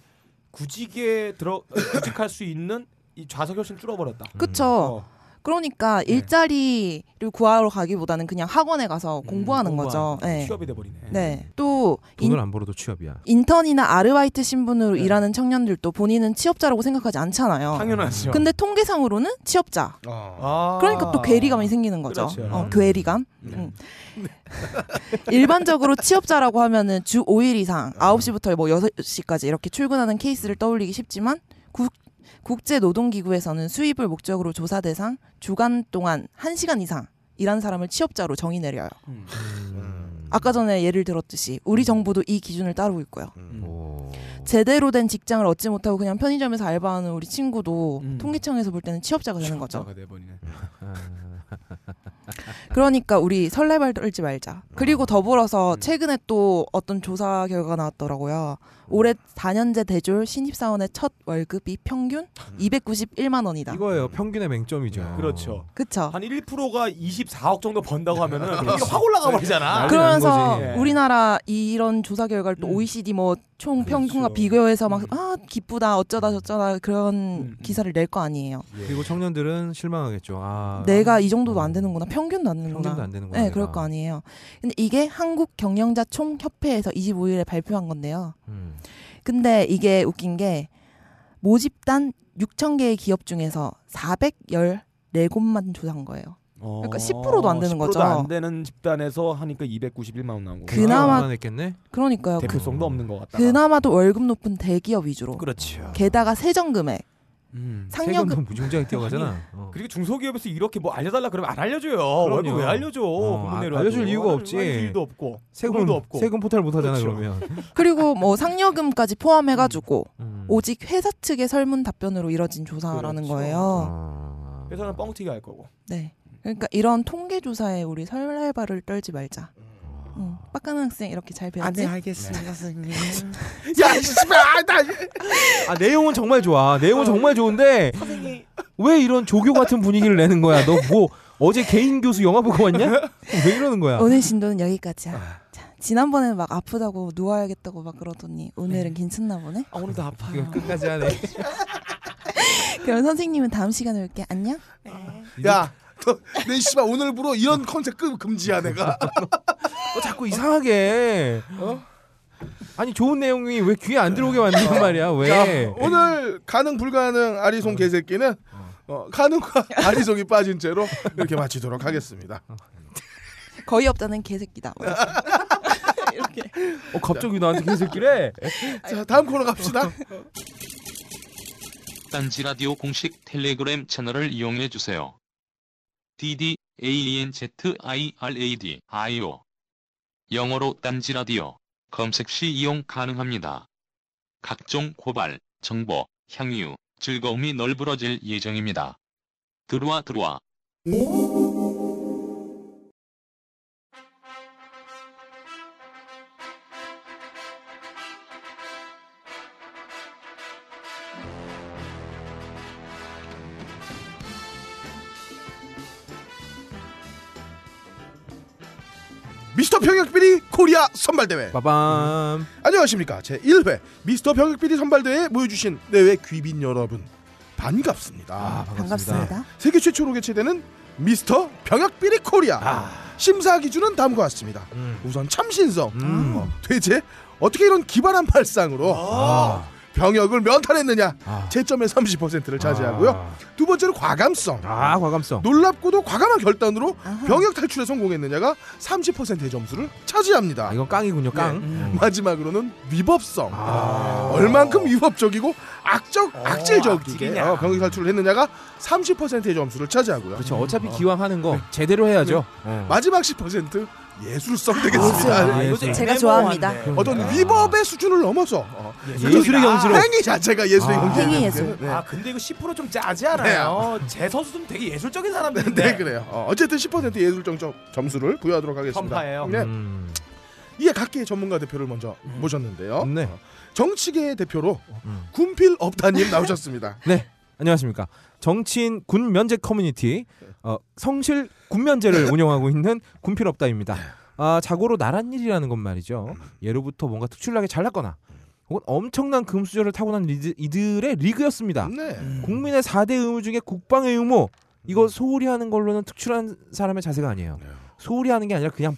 구직에 들어 구직할 수 있는 이 좌석 결심 줄어버렸다.
그쵸.
어.
그러니까 일자리를 구하러 가기보다는 그냥 학원에 가서 공부하는 거죠. 네.
음, 취업이 돼버리네.
네. 또
돈을 안 벌어도 취업이야.
인, 턴이나 아르바이트 신분으로
네.
일하는 청년들도 본인은 취업자라고 생각하지 않잖아요.
당연하죠.
근데 통계상으로는 취업자.
어.
아.
그러니까 또 괴리감이 생기는 거죠.
그렇죠.
어, 괴리감. 음. 일반적으로 취업자라고 하면은 주 5일 이상
아.
9시부터 뭐 6시까지 이렇게 출근하는 케이스를 떠올리기 쉽지만 국, 국제노동기구에서는 수입을 목적으로 조사 대상 주간 동안 1시간 이상 일한 사람을 취업자로 정의 내려요.
음.
아까 전에 예를 들었듯이 우리 정부도 이 기준을 따르고 있고요.
음.
음. 오.
제대로 된 직장을 얻지 못하고 그냥 편의점에서 알바하는 우리 친구도
음.
통계청에서 볼 때는 취업자가 되는 거죠.
취업자가 아, 돼버리네.
그러니까 우리 설레발 떨지 말자.
아.
그리고
음.
더불어서 최근에 또 어떤 조사 결과가 나왔더라고요. 올해 4년제 대졸 신입사원의 첫 월급이 평균 291만 원이다.
음. 이거예요. 평균의 맹점이죠.
그렇죠.
그쵸?
한 1%가 24억 정도 번다고 하면은
아,
이게 확 올라가 버리잖아.
난리 그- 난
그러면서
거지.
우리나라 이런 조사 결과를 또
음.
OECD 뭐 총평균과
그렇죠.
비교해서
음.
막 아 기쁘다
음.
어쩌다 저쩌다 그런 기사를 낼 거 아니에요.
예.
그리고 청년들은 실망하겠죠. 아, 음.
내가 이 정도도 안 되는구나 평균도 안 되는구나.
평균도 안 되는구나.
네,
내가.
그럴 거 아니에요. 근데 이게 한국 경영자 총협회에서 25일에 발표한 건데요.
음.
근데 이게 웃긴 게 모집단 6천 개의 기업 중에서 414곳만 조사한 거예요.
어.
그러니까 10%도 안 되는
10%도
거죠.
안 되는 집단에서 하니까 291만 원 나온 거.
그- 그나마-
아, 냈겠네.
그러니까요. 그,
대표성도 없는 것 같다.
그나마도 월급 높은 대기업 위주로.
그렇죠.
게다가 세전금액,
음.
상여금.
세금도 무지무지하게 뛰어가잖아. 어.
그리고 중소기업에서 이렇게 뭐 알려달라 그러면 안 알려줘요.
그럼요.
월급 왜 알려줘?
어,
공문내로
아- 알려줄
하죠.
이유가 없지.
알려줄 일도 없고
세금
돈도 없고.
세금 포탈 못 하잖아 그
그렇죠.
러면
그리고 뭐 상여금까지 포함해가지고
음.
오직 회사 측의 설문 답변으로 이뤄진 조사라는
그렇죠.
거예요.
아.
회사는 뻥튀기 할 거고.
네. 그러니까 이런 통계 조사에 우리 설날발을 떨지 말자.
음.
응. 빡가는 학생 이렇게 잘 배웠지?
알겠습니다, 선생님.
아, 야, 씨발, 나
아 내용은 정말 좋아. 내용은 정말 좋은데 왜 이런 조교 같은 분위기를 내는 거야? 너 뭐 어제 개인 교수 영화 보고 왔냐? 왜 이러는 거야?
어.
오늘 신도는
아.
여기까지야. 자, 지난번에는 막 아프다고 누워야겠다고 막 그러더니 오늘은 괜찮나 보네.
어.
오늘도 아파요.
끝까지 하네. 어,
그럼 선생님은 다음 시간에 올게. 안녕.
야, 너내 씨발 오늘부로 이런 컨셉 급 금지야 내가.
어, 자꾸 이상하게.
어?
아니 좋은 내용이 왜 귀에 안 들어오게 만드는 말이야? 왜?
오늘 가능 불가능 아리송 개새끼는 네. 어, 가능과 아리송이 빠진 채로 이렇게 마치도록 하겠습니다.
거의 없다는 개새끼다. 뭐 이렇게.
어, 갑자기 나한테 개새끼래.
자, 다음 코너 갑시다.
딴지 라디오 공식 텔레그램 채널을 이용해 주세요. DD ANZIRAD IO 영어로 딴지 라디오 검색 시 이용 가능합니다. 각종 고발, 정보, 향유, 즐거움이 널브러질 예정입니다. 들어와 들어와.
미스터 병역비리 코리아 선발대회.
빠밤.
안녕하십니까 제 1회 미스터 병역비리 선발대회에 모여주신 내외 귀빈 여러분 아, 반갑습니다.
반갑습니다.
세계 최초로 개최되는 미스터 병역 비리 코리아 심사 기준은 다음과 같습니다. 우선 참신성, 어, 퇴재, 어떻게 이런 기발한 발상으로 아. 병역을 면탈했느냐 채점의 30%를 차지하고요. 두 번째로 과감성,
아 과감성.
놀랍고도 과감한 결단으로
아하.
병역 탈출에 성공했느냐가 30%의 점수를 차지합니다.
아, 이건 깡이군요 깡.
네.
음.
마지막으로는 위법성.
아.
얼만큼 위법적이고
어,
악적 악질적이게
악질이냐.
어, 병역 탈출을 했느냐가 30%의 점수를 차지하고요. 네.
그렇죠. 어차피 기왕 하는 거 제대로 해야죠. 어.
마지막 10% 예술성
예술.
되겠습니다.
아,
이거
예술.
좀
제가
애매모호한데. 네.
좋아합니다.
어떤 위법의 수준을 넘어서 어,
예술의 경지로.
행위 자체가 예술의
아.
경지
행위
네.
예술.
아 근데 이거 10%좀 짜지 않아요? 제 선수 좀 되게 예술적인 사람들인데
네 그래요. 어, 어쨌든 10% 예술적 점- 점수를 부여하도록 하겠습니다.
편파예요.
네,
음.
이에 각계의 전문가 대표를 먼저 모셨는데요.
네.
정치계의 대표로
음.
군필 업다님 나오셨습니다.
네. 안녕하십니까. 정치인 군 면제 커뮤니티 어, 성실 군 면제를 운영하고 있는 군필업다입니다. 아, 자고로 나란 일이라는 건 말이죠. 예로부터 뭔가 특출나게 잘났거나 혹은 엄청난 금수저를 타고난 리드, 이들의 리그였습니다.
네.
국민의 4대 의무 중에 국방의 의무 이거 소홀히 하는 걸로는 특출한 사람의 자세가 아니에요. 소홀히 하는 게 아니라 그냥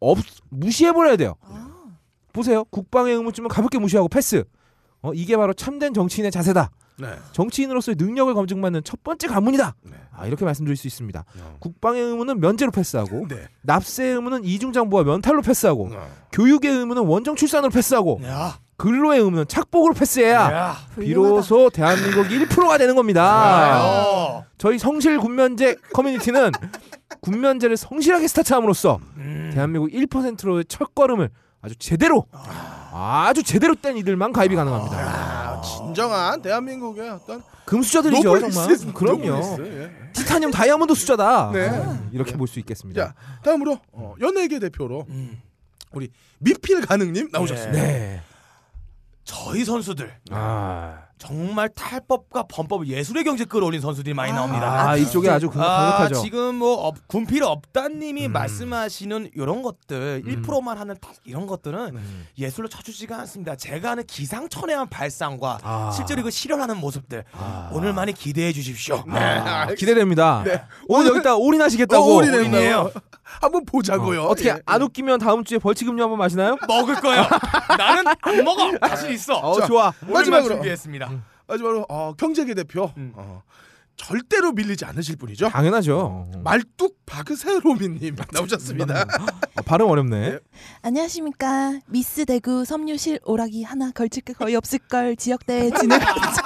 없 무시해 버려야 돼요.
아,
보세요. 국방의 의무쯤은 가볍게 무시하고 패스. 어, 이게 바로 참된 정치인의 자세다.
네.
정치인으로서의 능력을 검증받는 첫 번째 관문이다.
네.
아, 이렇게 말씀드릴 수 있습니다.
어.
국방의 의무는 면제로 패스하고
네.
납세의 의무는 이중장부와 면탈로 패스하고 교육의 의무는 원정 출산으로
네.
패스하고
야,
근로의 의무는 착복으로 패스해야
야,
훌륭하다.
비로소 대한민국 1%가 되는
아. 네.
겁니다.
어,
저희 성실 군면제 커뮤니티는 군면제를 성실하게 스타트함으로써
음.
대한민국 1%로의 첫걸음을 아주 제대로 아주 제대로 뗀 이들만 가입이 가능합니다.
아, 진정한 대한민국의 어떤
금수저들이죠 정말.
노블리스,
그럼요.
노블리스, 예.
티타늄 다이아몬드 수저다.
네.
아, 이렇게 볼 수 있겠습니다.
자, 다음으로 어, 연예계 대표로 우리 미필 가능님 나오셨습니다.
네.
저희 선수들
아,
정말 탈법과 범법 예술의 경제 끌어올린 선수들이 많이 나옵니다.
아, 이쪽에 아주 강- 강력하죠.
지금 뭐 업, 군필 업다님이 말씀하시는 이런 것들 1%만 하는 딱 이런 것들은 예술로 쳐주지가 않습니다. 제가 아는 기상천외한 발상과
아.
실제로 이거 실현하는 모습들 오늘 많이 기대해 주십시오.
네.
아, 기대됩니다. 오늘 여기다
어,
올인하시겠다고.
올인했나요? 한번 보자고요.
어떻게
예.
안 웃기면 다음 주에 벌칙 음료 한번 마시나요?
먹을 거야. 나는 안 먹어. 자신 있어.
어, 좋아.
마지막으로.
마지막으로 준비했습니다.
마지막으로 어, 경제계 대표 어, 절대로 밀리지 않으실 분이죠.
당연하죠.
말뚝 바그세로미님 나오셨습니다.
아, 발음 어렵네.
안녕하십니까 미스 대구 섬유실 오락이 하나 걸칠 게 거의 없을 걸 지역대회 진행하죠.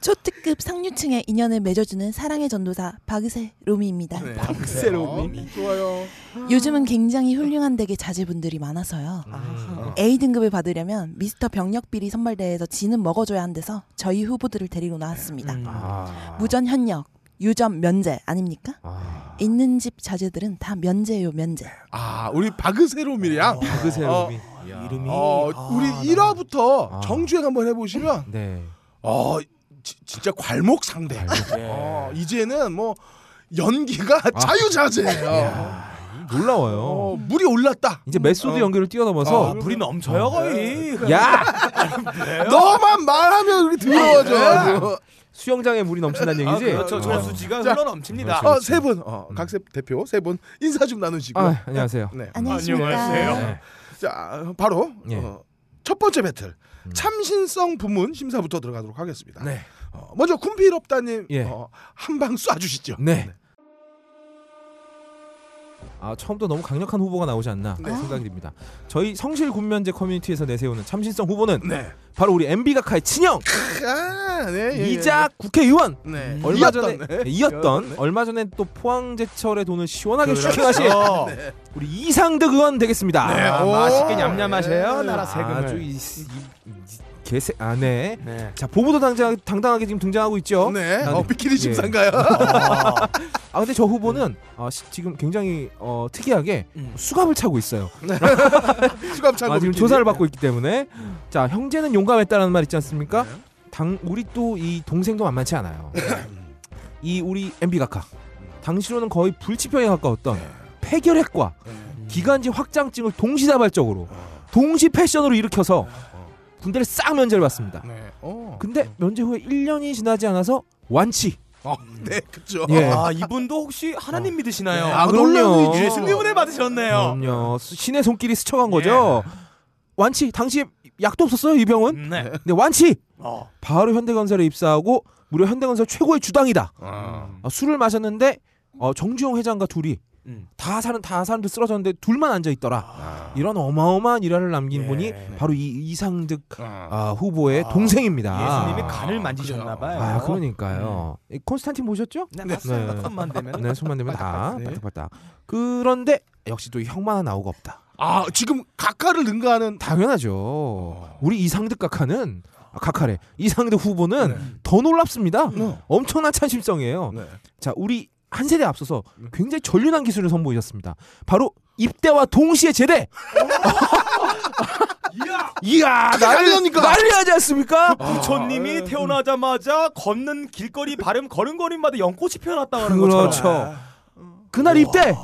초특급 상류층의 인연을 맺어주는 사랑의 전도사 박으세 로미입니다.
네. 바그세로미 어, 좋아요.
요즘은 굉장히 훌륭한 댁의 자제분들이 음. 많아서요. A 등급을 받으려면 미스터 병력 비리 선발대회에서 지는 먹어줘야 한대서 저희 후보들을 데리고 나왔습니다.
아.
무전 현역, 유전 면제 아. 아닙니까? 있는 집 자제들은 다 면제요 면제.
아 우리 바그세로미랑
아. 박으세요미.
이름이
어,
아,
우리
나-
1화부터
아.
정주행 한번 해보시면
네.
어 지- 진짜 괄목 상대. 어, 이제는 뭐 연기가 자유자재예요.
놀라워요.
어, 물이 올랐다.
이제 메소드
어.
연기를 뛰어넘어서
아, 물이 넘쳐요 거의.
야
너만 말하면 어, 이렇게 더러워져. 아주.
수영장에 물이 넘친다는
아,
얘기지.
그렇죠.
어.
저수지가 흘러 넘칩니다.
어, 세 분, 어, 각세 대표 세 분 인사 좀 나누시고.
아, 안녕하세요. 네.
네.
안녕하십니까.
자, 바로
예.
어, 첫 번째 배틀 참신성 부문 심사부터 들어가도록 하겠습니다.
네.
어, 먼저 군필업다님
예.
어, 한방 쏴주시죠.
네. 아 처음부터 너무 강력한 후보가 나오지 않나 생각이 듭니다. 저희 성실 군면제 커뮤니티에서 내세우는 참신성 후보는
네.
바로 우리 MB 각하의 친형
아, 네. 예, 예.
이자 국회의원
네.
얼마 전에
이었던,
네,
네.
이었던 얼마 전에 또 포항제철의 돈을 시원하게 슈킹하신
어.
우리 이상득 의원 되겠습니다.
네.
아,
오.
맛있게 냠냠하세요
네.
나라
아주
세금을.
이, 이, 이 개새 아네.
네.
자 보보도 당장 당당하게 지금 등장하고 있죠.
네. 어,
나는-
비키니
예.
심사인가요?
아 근데 저 후보는 어, 시- 지금 굉장히 어, 특이하게
음.
수갑을 차고 있어요.
수감창고
아, 지금
비키니.
조사를 받고 있기 때문에 자 형제는 용감했다라는 말 있지 않습니까?
네.
당 우리 또 이 동생도 만만치 않아요. 이 우리 MB 각하 당시로는 거의 불치병에 가까웠던
네.
폐결핵과 기관지 확장증을 동시다발적으로 동시 패션으로 일으켜서 군대를 싹 면제를 받습니다.
네. 어.
근데 면제 후에 1년이 지나지 않아서 완치.
어, 네, 그죠.
예.
아 이분도 혹시 하나님 믿으시나요?
아, 어.
놀라운
그럼요.
예수님 은혜 받으셨네요. 예.
그럼요. 수- 신의 손길이 스쳐간 거죠. 완치. 당시에 약도 없었어요 이 병은.
네.
근데 완치.
어.
바로 현대건설에 입사하고 무려 현대건설 최고의 주당이다.
음.
아.
아, 술을 마셨는데 어, 정주영 회장과 둘이
음.
다 사는 다 사람들 쓰러졌는데 둘만 앉아 있더라.
아.
이런 어마어마한 일화를 남긴
예.
분이 바로 이 이상득
아.
아, 후보의
아,
동생입니다.
예수님이 간을 만지셨나 봐요. 음.
아, 그러니까요. 이 콘스탄틴 보셨죠?
네, 맞습니다.
네.
만 되면.
네, 손만 대면 다
네.
바닥바닥. 그런데 역시 또 형만한 나오가 없다.
아, 지금 각하를 능가하는
당연하죠. 우리 이상득 각하는 아, 각하래. 이상득 후보는
네.
더 놀랍습니다.
네.
엄청난 찬심성이에요.
네.
자, 우리 한 세대 앞서서 굉장히 전륜한 기술을 선보이셨습니다. 바로 입대와 동시에 제대. 이야,
크게 달려니까.
난리하지 않습니까?
아,
아, 음.
부처님이 태어나자마자 걷는 길거리 발음 걸음걸이마다 연꽃이 피어났다 하는 것처럼.
그렇죠. 그날 입대,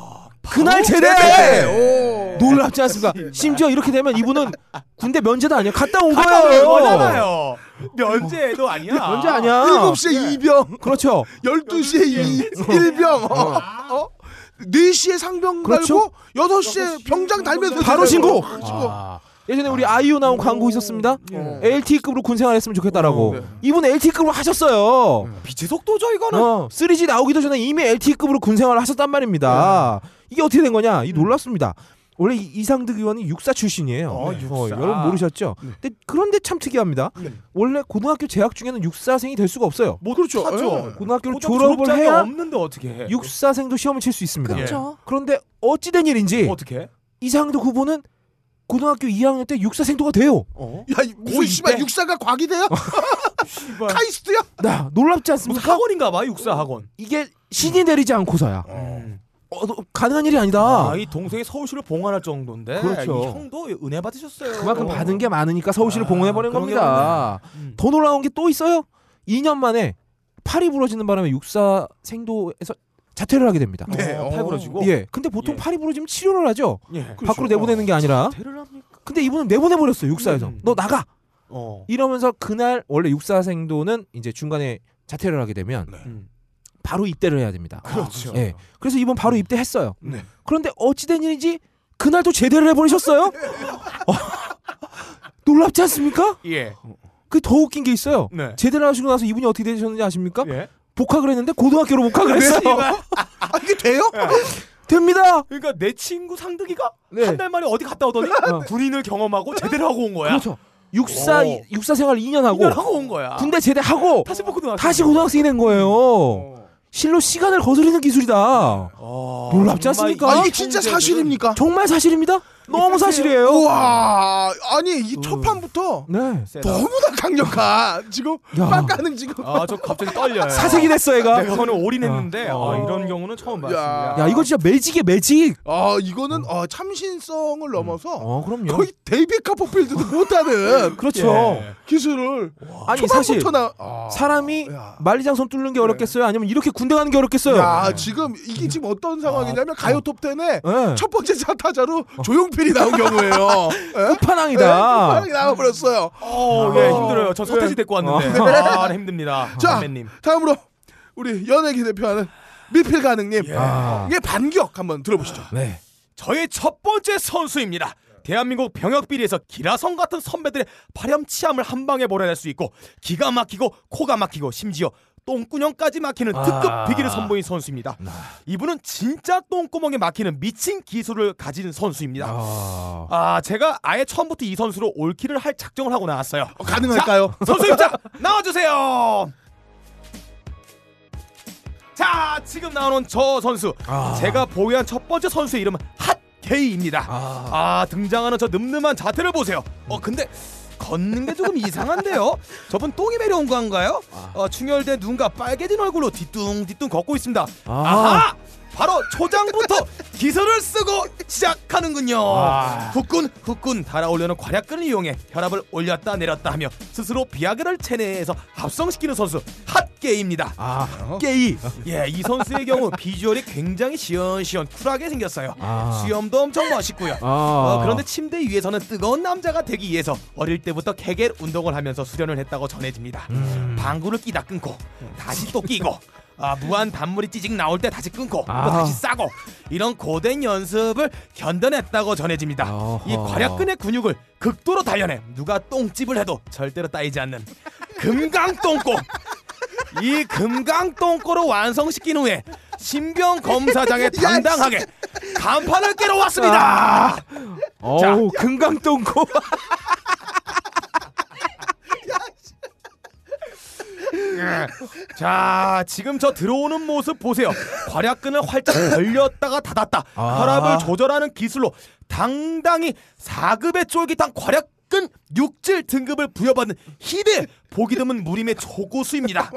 그날 아, 제대. 아, 놀랍지 않습니까? 심지어 이렇게 되면 이분은 군대 면제도 아니야. 갔다 온 거예요.
거잖아요. 면제도 아니야.
면제 아니야.
7시에 이병
그렇죠.
12시에 이병 네. 어. 어? 4시에 상병
그렇죠.
달고 6시에 병장 달면서
바로 신고.
신고.
예전에 우리 아이유 나온 광고 있었습니다.
예.
예. LTE급으로 군생활했으면 좋겠다라고. 이분 LTE급으로 하셨어요.
빛의 속도죠 예. 이거는.
어, 3G 나오기도 전에 이미 LTE급으로 군생활을 하셨단 말입니다.
예.
이게 어떻게 된 거냐?
음.
이 놀랍습니다. 원래 이- 이상득 의원이 육사 출신이에요.
어,
네.
육사. 네.
여러분 모르셨죠? 근데 그런데 참 특이합니다. 원래 고등학교 재학 중에는 육사생이 될 수가 없어요.
못 그렇죠. 하죠.
고등학교를
고등
예. 졸업을
졸업장이
해야
없는데 어떻게 해?
육사생도 시험을 칠 수 있습니다.
그렇죠.
그런데 어찌된 일인지
어떻게? 해?
이상득 후보는 고등학교 2학년 때 육사생도가 돼요.
어?
야, 이 무슨 씨발 육사가 과기돼요? 카이스트야?
나 놀랍지
무슨
않습니까?
학원인가 봐 육사 학원.
이게 신이 내리지 않고서야
음.
어, 너- 가능한 일이 아니다.
아, 이 동생이 서울시를 봉안할 정도인데
그렇죠.
이 형도 은혜 받으셨어요. 아,
그만큼 받은 게 많으니까 서울시를 봉헌해 버린
그런 게
겁니다.
음.
더 놀라운 게 또 있어요. 2년 만에 팔이 부러지는 바람에 육사 생도에서 자퇴를 하게 됩니다.
네.
어, 팔 부러지고.
예. 근데 보통
예.
팔이 부러지면 치료를 하죠.
예.
그렇죠.
밖으로 내보내는 게 아니라.
대를 합니까?
근데 이분은 내보내 버렸어요. 육사에서.
음.
너 나가.
어.
이러면서 그날 원래 육사 생도는 이제 중간에 자퇴를 하게 되면
네.
음.
바로 입대를 해야 됩니다.
아,
그렇죠.
예. 그래서 이번 바로 입대했어요.
네.
그런데 어찌된 일인지 그날 또 제대를 해버리셨어요. 어, 놀랍지 않습니까?
예.
그 더 웃긴 게 있어요.
네.
제대를 하시고 나서 이분이 어떻게 되셨는지 아십니까?
예. 네,
복학을 했는데 고등학교로 복학을 했어요.
아, 이게 돼요?
됩니다.
그러니까 내 친구 상득이가
네.
한 달 만에 어디 갔다 오더니
어.
군인을 경험하고 제대로 하고 온 거야.
그렇죠. 육사
오.
육사 생활 2년 하고
군인을 하고 온 거야.
군대 제대하고
다시 복고등학교.
다시 고등학생이 된 거예요. 실로 시간을 거스르는 기술이다.
어,
놀랍지
정말
않습니까?
아,
이
이게 진짜
형제들은
사실입니까?
정말 사실입니다. 너무 사실이에요.
우와, 아니 이 첫 판부터
네.
세다.
너무나 강력한 지금
야.
빡가는 지금.
아, 저 갑자기 떨려요.
사색이 됐어 얘가.
내가 오늘 올인했는데
어.
아, 이런 경우는 처음
야.
봤습니다.
야 이거 진짜 매직이야 매직.
아, 이거는 어, 참신성을 넘어서
어 그럼요.
거의 데이비 카퍼필드도 못하는
그렇죠.
예.
기술을
아니 사실
초반부터 나. 아,
사람이
야. 예.
만리장 손 뚫는 게 어렵겠어요? 아니면 이렇게 군대 가는 게 어렵겠어요? 네.
야, 지금 이게 지금 어떤 상황이냐면 가요 톱 10에
예.
첫 번째 자- 타자로 조용필이 나온 경우예요. 예?
첫판왕이다.
예? 나와버렸어요.
어, 예, 힘들어요. 저 서태지 데리고 왔는데.
어.
아, 힘듭니다.
자.
선배님.
다음으로 우리 연예계 대표하는 미필 가능님
아.
이게 반격 한번 들어보시죠.
네.
저의 첫 번째 선수입니다. 대한민국 병역 비리에서 기라성 같은 선배들의 파렴치함을 한 방에 몰아낼 수 있고 기가 막히고 코가 막히고 심지어 똥구녕까지 막히는 특급 비기를 선보인 선수입니다. 이분은 진짜 똥구멍에 막히는 미친 기술을 가진 선수입니다.
아.
아, 제가 아예 처음부터 이 선수로 올킬을 할 작정을 하고 나왔어요.
어, 가능할까요?
선수 입장 나와주세요. 자, 지금 나오는 저 선수.
아.
제가 보유한 첫 번째 선수의 이름은 핫케이입니다.
아.
아 등장하는 저 늠름한 자태를 보세요. 어 근데 걷는 게 조금 이상한데요. 저분 똥이 매려온 건가요? 어, 충혈된 눈과 빨개진 얼굴로 뒤뚱뒤뚱 걷고 있습니다.
아.
아. 하 바로 초장부터 기술을 쓰고 시작하는군요.
아.
후끈 후끈 달아올려는 괄약근을 이용해 혈압을 올렸다 내렸다 하며 스스로 비아그라를 체내에서 합성시키는 선수 핫게이입니다.
아.
게이. 예, 이 선수의 경우 비주얼이 굉장히 시원시원 쿨하게 생겼어요.
아.
수염도 엄청 멋있고요.
아.
어, 그런데 침대 위에서는 뜨거운 남자가 되기 위해서 어릴 때부터 개겔 운동을 하면서 수련을 했다고 전해집니다.
음.
방구를 끼다 끊고 다시 또 끼고 아, 무한 단물이 찌직 나올 때 다시 끊고
아.
또 다시 싸고 이런 고된 연습을 견뎌냈다고 전해집니다.
어허.
이 괄약근의 근육을 극도로 단련해 누가 똥집을 해도 절대로 따이지 않는 금강똥꼬 이 금강똥꼬로 완성시킨 후에 신병 검사장에 당당하게 간판을 깨러
아.
왔습니다.
어우
아,
금강똥고. 아,
자, 지금 저 들어오는 모습 보세요. 괄약근을 활짝 벌렸다가 닫았다.
아.
혈압을 조절하는 기술로 당당히 4급의 쫄깃한 괄약근 육질 등급을 부여받는 희대 보기 드문 무림의 초고수입니다.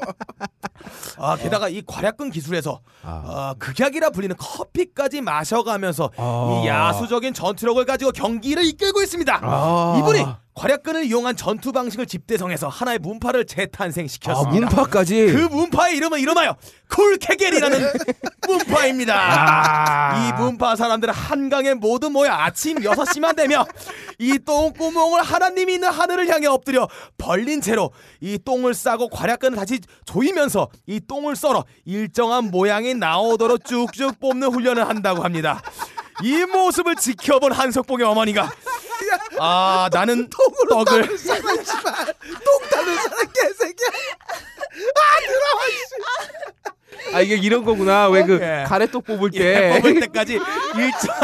아, 게다가 이 괄약근 기술에서 어, 극약이라 불리는 커피까지 마셔가면서
아.
이 야수적인 전투력을 가지고 경기를 이끌고 있습니다.
아.
이분이 괄약근을 이용한 전투 방식을 집대성해서 하나의 문파를 재탄생시켰습니다.
아 문파까지. 아,
그 문파의 이름은 이름하여 쿨케겔이라는 문파입니다. 이 문파 사람들은 한강에 모두 모여 아침 6시만 되면 이 똥구멍을 하나님이 있는 하늘을 향해 엎드려 벌린 채로 이 똥을 싸고 괄약근을 다시 조이면서 이 똥을 썰어 일정한 모양이 나오도록 쭉쭉 뽑는 훈련을 한다고 합니다. 이 모습을 지켜본 한석봉의 어머니가 아 나는 떡을
아 이게 이런 거구나. 왜 그
예.
가래떡 뽑을 때.
예, 뽑을 때까지 일정.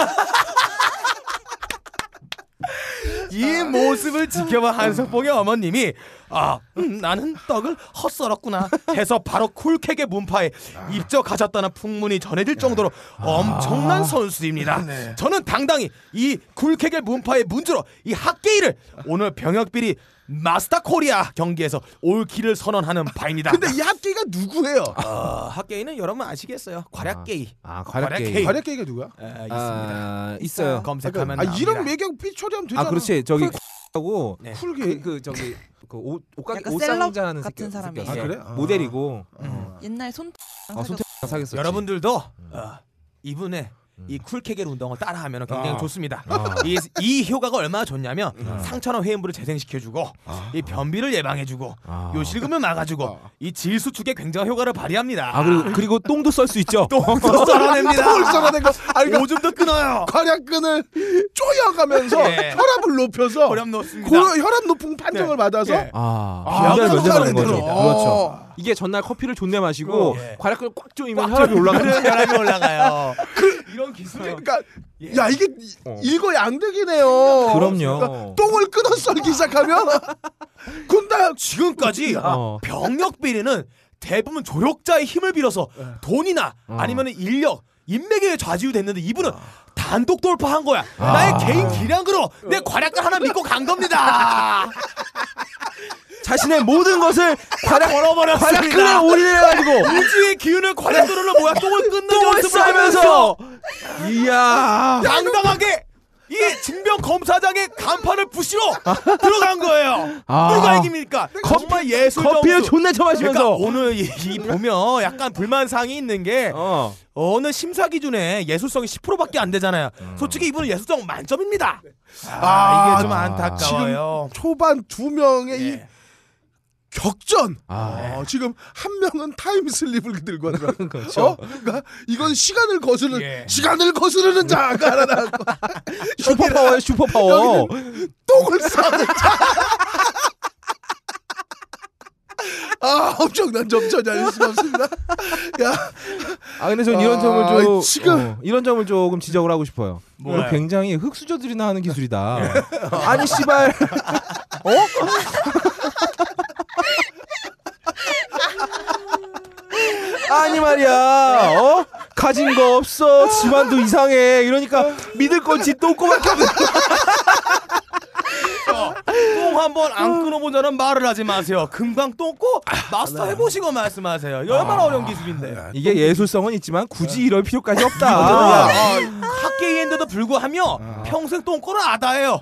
이 모습을 지켜본 한석봉의 어머님이 아 음, 나는 떡을 헛썰었구나 해서 바로 쿨캑의 문파에 입적하셨다는 풍문이 전해질 정도로
아.
엄청난 선수입니다.
네.
저는 당당히 이 쿨캑의 문파의 문주로 이 학계일을 오늘 병역비리 마스터 코리아 경기에서 올킬을 선언하는 바입니다.
근데 이 학계가 누구예요?
어, 학계일은 여러분 아시겠어요? 과략계일.
아 과략게이.
과략게이.
발약계가 누구야?
아, 있습니다.
아, 있어요.
검색하면
아 이런
나옵니다.
매경 삐처리하면 되잖아.
아 그렇지 저기 하고
네.
그,
쿨게.
그 저기 그 옷, 옷가
약간
옷상자 하는
셀럽 같은 사람이.
새끼, 예.
아, 그래? 아.
모델이고
옛날 예. 손
아, 손톱 사겠어.
여러분들도 어, 이분의 이 쿨케겔 운동을 따라하면 굉장히
아.
좋습니다. 이, 이 효과가 얼마나 좋냐면 상처나 회음부를 재생시켜주고 이 변비를 예방해주고
아.
요실금을 막아주고 이 질수축에 굉장한 효과를 발휘합니다.
아 그리고 그리고 똥도 썰 수 있죠.
똥도 썰어냅니다.
뭘 썰어낸 거? 아 이거
오줌도 끊어요.
과략근을 쪼여가면서
예.
혈압을 높여서
고렴 놓습니다.
고, 혈압 높은 판정을
네.
받아서
예.
아,
아,
아
그런
면접하는 거죠.
사람들은.
그렇죠.
어.
이게 전날 커피를 존내 마시고
예.
과략근을 어, 꽉 조이면 혈압이 올라가는
혈압이 올라가요. 이런 기술.
그러니까 야 이게 읽어야 안 되긴 해요. 그러니까
그럼요.
똥을 끊어 썰기 시작하면 군다
지금까지
어.
병력 비리는 대부분 조력자의 힘을 빌어서
예.
돈이나 아니면 인력 인맥에 좌지우됐는데 이분은
아.
단독 돌파한 거야. 나의 개인 기량으로
어.
내 과략을 하나 믿고 간 겁니다.
자신의 모든 것을 과략 과략근에
걸어버렸습니다.
올려가지고
우주의 기운을 과략으로 모아 똥을 끊는 연습을
싸면서
하면서
이야.
당당하게 아, 이
네.
증명 검사장의 간판을 부시러 들어간 거예요.
아.
누가 이깁니까? 정말 예술
커피에
점수.
존나
그러니까
처마시면서
오늘 이, 이 보면 약간 불만사항이 있는 게
어.
어느 심사 기준에 예술성이 10%밖에 안 되잖아요. 솔직히 이분은 예술성 만점입니다. 아,
아,
이게 좀
음. 네. 아,
안타까워요.
초반 두 명의 이
예.
격전.
아.
어, 지금 한 명은 타임슬립을 들고 하더라.
그렇죠.
어? 그러니까 이건 시간을 거스르는
예.
시간을 거스르는 자가 하나 나왔고
슈퍼 파워예요, 슈퍼 파워.
똥을 싸는 자. 아 엄청난 점전이 아닐 수가 없습니다. 야
아 근데 전 이런
아,
점을 좀
지금.
어, 이런 점을 조금 지적을 하고 싶어요.
뭐요? 예.
이거 굉장히 흙수저들이나 하는 기술이다. 아니 씨발 어? 아니 말이야 어 가진 거 없어 집안도 이상해 이러니까 믿을 건지 똥꼬밖에 없어
똥 한번 한번
음.
안 끊어본 자는 말을 하지 마세요. 금방 또 꼭
아,
마스터 해보시고 말씀하세요. 이거 얼마나 어려운 기술인데.
이게 예술성은 있지만 굳이 이럴 필요까지
아,
없다.
학계인데도 불구하며
아.
평생 똥꼬를 아다해요.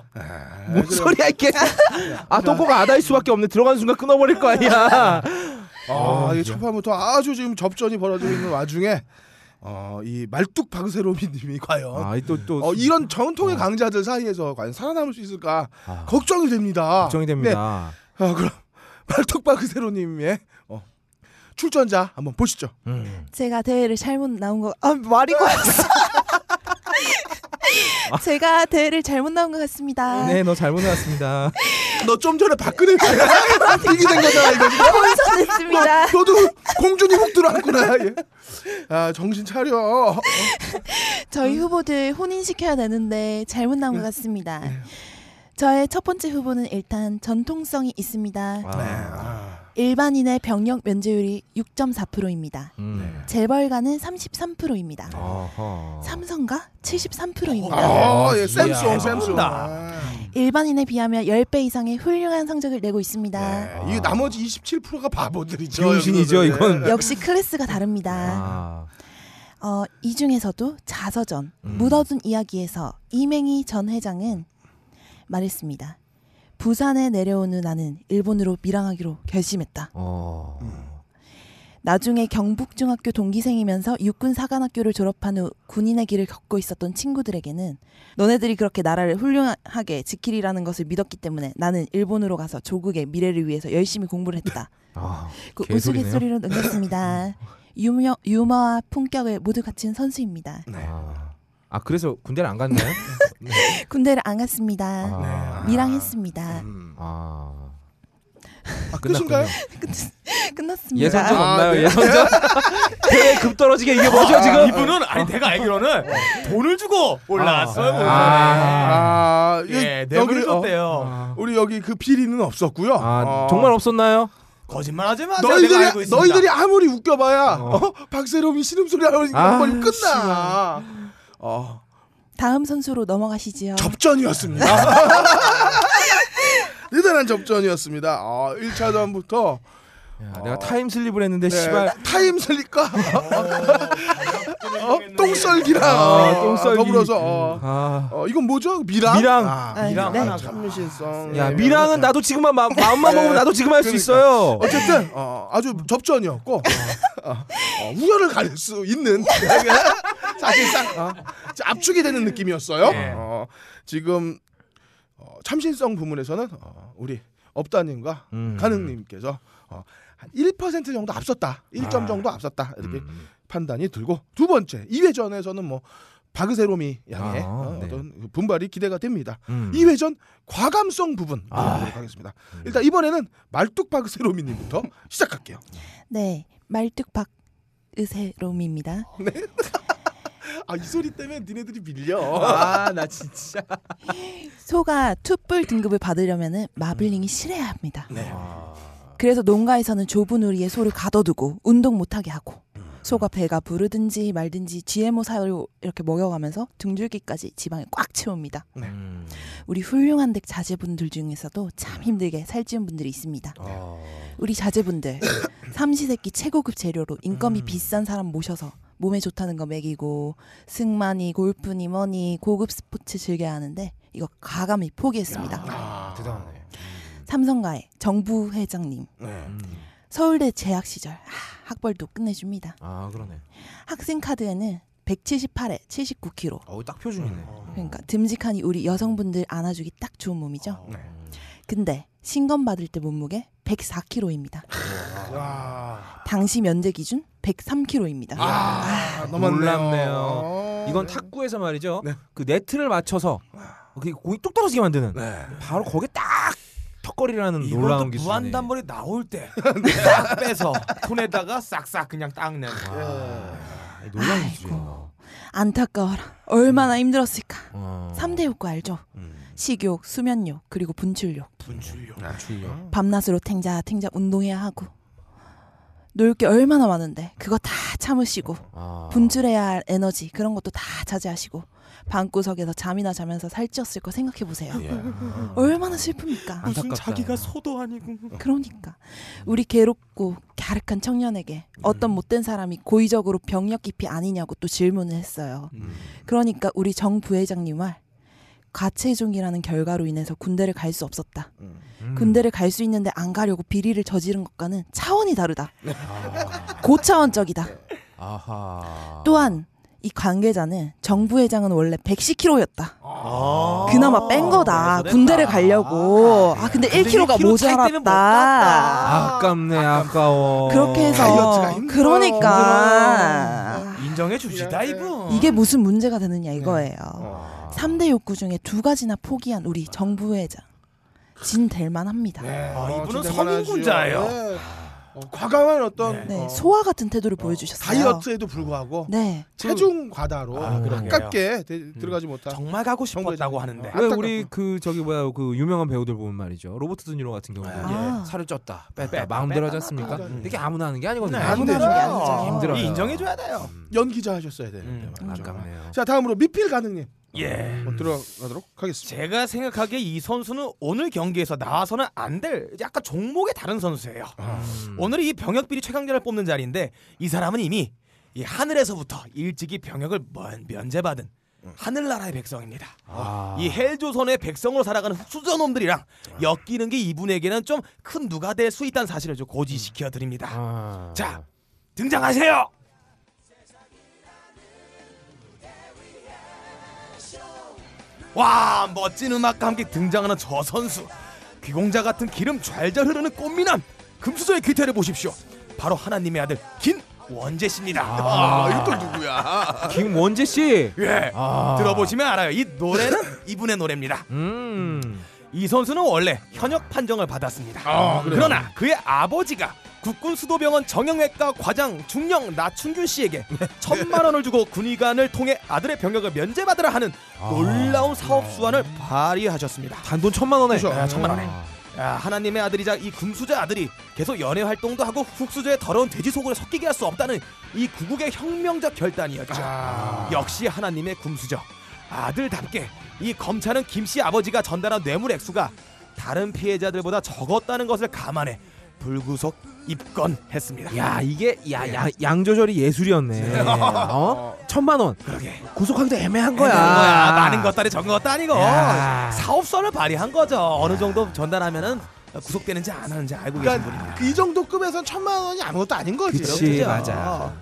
뭔 소리야 이게? 아 똥꼬가 아다일 수밖에 없네. 들어가는 순간 끊어버릴 거 아니야. 그렇죠.
아, 이게 첫판부터 아주 지금 접전이 벌어지고 있는 와중에 어, 이 말뚝 박세로미님이 과연
아또또
어, 이런 전통의 강자들 사이에서 과연 살아남을 수 있을까 걱정이 됩니다.
걱정이 됩니다.
네. 아, 그럼 말뚝 박세로님의 어, 출전자 한번 보시죠.
네. 음.
제가 대회를 잘못 나온 거, 아, 말이 걸렸어. 제가 대회를 잘못 나온 것 같습니다.
네, 너 잘못 나왔습니다.
너 좀 전에 박근혜
아,
이기 된 거잖아 이거 지금.
혼선했습니다.
너, 너도 공준이 훅 들어왔구나. 예. 아 정신 차려. 어,
저희 후보들 혼인시켜야 되는데 잘못 나온 것 같습니다. 저의 첫 번째 후보는 일단 전통성이 있습니다.
아, 네.
아,
일반인의 병역 면제율이 6.4%입니다.
음.
재벌가는 33%입니다.
네. 아. 어허.
삼성가 73%입니다.
아, 예,
이야.
샘송 샘송. 아.
일반인에 비하며 10배 이상의 훌륭한 성적을 내고 있습니다.
네, 이 나머지 27%가 바보들이죠.
비용신이죠 이건.
역시 클래스가 다릅니다.
아,
어, 이 중에서도 자서전
음.
묻어둔 이야기에서 이맹희 전 회장은 말했습니다. 부산에 내려온 후 나는 일본으로 밀항하기로 결심했다.
어.
나중에 경북중학교 동기생이면서 육군 사관학교를 졸업한 후 군인의 길을 겪고 있었던 친구들에게는 너네들이 그렇게 나라를 훌륭하게 지키리라는 것을 믿었기 때문에 나는 일본으로 가서 조국의 미래를 위해서 열심히 공부를 했다.
아,
그
개소리네요.
우스갯소리로 넘겼습니다. 유머, 유머와 품격을 모두 갖춘 선수입니다.
아. 아, 그래서 군대를 안 갔나요?
군대를 안 갔습니다.
아.
밀항했습니다.
아.
아, 끝인가요?
끝났습니다.
예선전
아,
없나요?
네.
예선전? 대회 급 떨어지게 이게 뭐죠 지금?
이분은
어.
아니 내가 알기로는 돈을 주고 올라왔어요.
아. 네
아,
예. 아,
예,
여- 여기
내버려
어,
줬대요.
우리 여기 그 비리는 없었고요.
아,
어.
정말 없었나요?
거짓말하지 마세요. 아, 내가 알고
너희들이
있습니다.
너희들이 아무리 웃겨봐야 어. 박세롬이 신음소리 하려니까
아,
한번 끝나. 어,
다음 선수로 넘어가시지요.
접전이었습니다. 대단한 접전이었습니다. 아, 1차전부터
야, 내가 타임 슬립을 했는데
네,
씨발
타임 슬립과 어? 똥썰기랑
아,
어,
똥썰기.
더불어서 어.
아.
어, 이건 뭐죠? 미랑?
미랑.
아,
아,
미랑
네.
하나
참 신성.
야
네,
미랑은 나도 지금만 마, 음만 먹으면 나도 지금 할 수
그러니까.
있어요.
어쨌든 어, 아주 접전이었고 어, 어, 우열을 가릴 수 있는 사실상 어, 압축이 되는 느낌이었어요. 어, 지금 어, 참신성 부문에서는 어, 우리 업다님과
음.
가능님께서 어, 한1% 정도 앞섰다, 1점 정도 앞섰다 이렇게 판단이 들고 두 번째 2회전에서는 뭐 바그세로미 양의
아,
어,
네.
어떤 분발이 기대가 됩니다.
음.
이 2회전 과감성 부분 보도록 하겠습니다. 일단 이번에는 말뚝박 세로미님부터 시작할게요.
네, 말뚝박 의세롬입니다.
아 이 소리 때문에 니네들이 밀려.
아나 진짜.
소가 투뿔 등급을 받으려면
음.
마블링이 실해야 합니다.
네.
그래서 농가에서는 좁은 우리에 소를 가둬두고 운동 못하게 하고
음.
소가 배가 부르든지 말든지 GMO 사료 이렇게 먹여가면서 등줄기까지 지방에 꽉 채웁니다.
음.
우리 훌륭한 댁 자제분들 중에서도 참 힘들게 살찌운 분들이 있습니다.
아.
우리 자제분들 삼시세끼 최고급 재료로 인건비
음.
비싼 사람 모셔서 몸에 좋다는 거 먹이고 승마니 골프니 뭐니 고급 스포츠 즐겨야 하는데 이거 가감히 포기했습니다.
대단하네. 음.
삼성가의 정부 회장님
네.
서울대 재학 시절 아, 학벌도 끝내줍니다.
아 그러네.
학생 카드에는 178에 79kg
어우 딱 표준이네.
그러니까 듬직하니 우리 여성분들 안아주기 딱 좋은 몸이죠. 근데 신검 받을 때 몸무게 104kg입니다. 당시 면제 기준 103kg입니다.
아, 넘었네요.
놀랍네요.
어,
이건
네.
탁구에서 말이죠. 그 네트를 맞춰서 그 공이 뚝 떨어지게 만드는
네.
바로 거기에 딱 턱걸이라는
이것도
놀라운 기술이네.
무한단물이 나올 때 네. 싹 빼서 손에다가 싹싹 그냥 아, 닦는
아, 놀라운 기술이야.
안타까워라. 얼마나 힘들었을까.
음. 어. 음.
삼 3대 효과 알죠? 식욕, 수면욕, 그리고 분출욕.
아, 출력.
밤낮으로 탱자탱자 운동해야 하고 놀 게 얼마나 많은데 그거 다 참으시고
아.
분출해야 할 에너지 그런 것도 다 자제하시고 방구석에서 잠이나 자면서 살찌었을 거 생각해 보세요.
예.
얼마나 슬픕니까?
안타깝다.
소도 아니고
그러니까 우리 괴롭고 갸륵한 청년에게 어떤 못된 사람이 고의적으로 병력 기피 아니냐고 또 질문을 했어요. 그러니까 우리 정 부회장님 말 과체중이라는 결과로 인해서 군대를 갈 수 없었다.
음.
군대를 갈 수 있는데 안 가려고 비리를 저지른 것과는 차원이 다르다. 고차원적이다.
아하.
또한 이 관계자는 정 부회장은 원래 110kg였다.
아.
그나마 뺀
네,
거다. 군대를 가려고. 아, 근데 1kg가 모자랐다.
아깝네 아까워.
그렇게
다이어트가
해서
힘들어요.
그러니까
인정해 줍시다 이분
이게 무슨 문제가 되느냐 이거예요.
어.
삼 3대 욕구 중에 두 가지나 포기한 우리 정부회장 진 될만 합니다. 네.
아,
이분은
진짜
서민군자예요.
화나지요. 네. 어, 과감한 어떤
네.
어,
소화 같은 태도를 보여주셨어요.
다이어트에도 불구하고
네.
체중 과다로
아, 그러게요.
아깝게 대- 들어가지 못한
정말 가고 싶었다고
정도지.
하는데
아,
왜
안타깝고.
우리 그 저기 뭐야 그 유명한 배우들 보면 말이죠 로버트 드니로 같은 경우도
아.
살을 쪘다 뺐다 마음대로 하지 않습니까?
뺐다.
이게 아무나 하는 게 아니거든요.
네,
아무나 하는 게 아니죠.
힘들어요.
이 인정해줘야 돼요
연기자 하셨어야 돼요.
음,
아깝네요.
자 다음으로 미필 가능님
예
어, 들어가도록 하겠습니다.
제가 생각하기에 이 선수는 오늘 경기에서 나와서는 안 될 약간 종목의 다른 선수예요.
아.
오늘이 이 병역비리 최강자를 뽑는 자리인데 이 사람은 이미 이 하늘에서부터 일찍이 병역을 면, 면제받은
음.
하늘나라의 백성입니다.
아.
이 헬조선의 백성으로 살아가는 흑수저놈들이랑
아.
엮이는 게 이분에게는 좀 큰 누가 될 수 있다는 사실을 좀 고지시켜 드립니다.
아.
자 등장하세요. 와 멋진 음악과 함께 등장하는 저 선수 귀공자 같은 기름 잘잘 흐르는 꽃미남 금수저의 귀태를 보십시오 바로 하나님의 아들 긴 원재 씨입니다
아.
이또 누구야
김원재 씨.
예
아.
들어보시면 알아요 이 노래는 이분의 노래입니다
음.
이 선수는 원래 현역 판정을 받았습니다.
아, 그래요?
그러나 그의 아버지가 국군 수도병원 정형외과 과장 중령 나춘균 씨에게
네.
천만 원을 주고 군의관을 통해 아들의 병역을 면제받으라 하는 놀라운 사업 수완을 발휘하셨습니다.
아. 단돈 천만 원에.
그죠.
아, 천만 원에. 야, 하나님의 아들이자 이 금수저 아들이 계속 연애 활동도 하고 흑수저의 더러운 돼지 속을 섞이게 할 수 없다는 이 구국의 혁명적 결단이었죠.
아.
역시 하나님의 금수저 아들답게 이 검찰은 김씨 아버지가 전달한 뇌물 액수가 다른 피해자들보다 적었다는 것을 감안해 불구속 입건했습니다.
야 아, 이게 야, 야 양조절이 예술이었네. 어? 천만 원.
그러게
구속하기도 애매한 거야.
거야. 거야. 많은 것도 아니 적은 것도 아니고
야.
사업선을 발휘한 거죠. 어느 정도 전달하면은 구속되는지 안 하는지 알고 계신 분입니다.
그러니까 이 정도 급에선 천만 원이 아무것도 아닌 거지.
그치.
그죠?
맞아.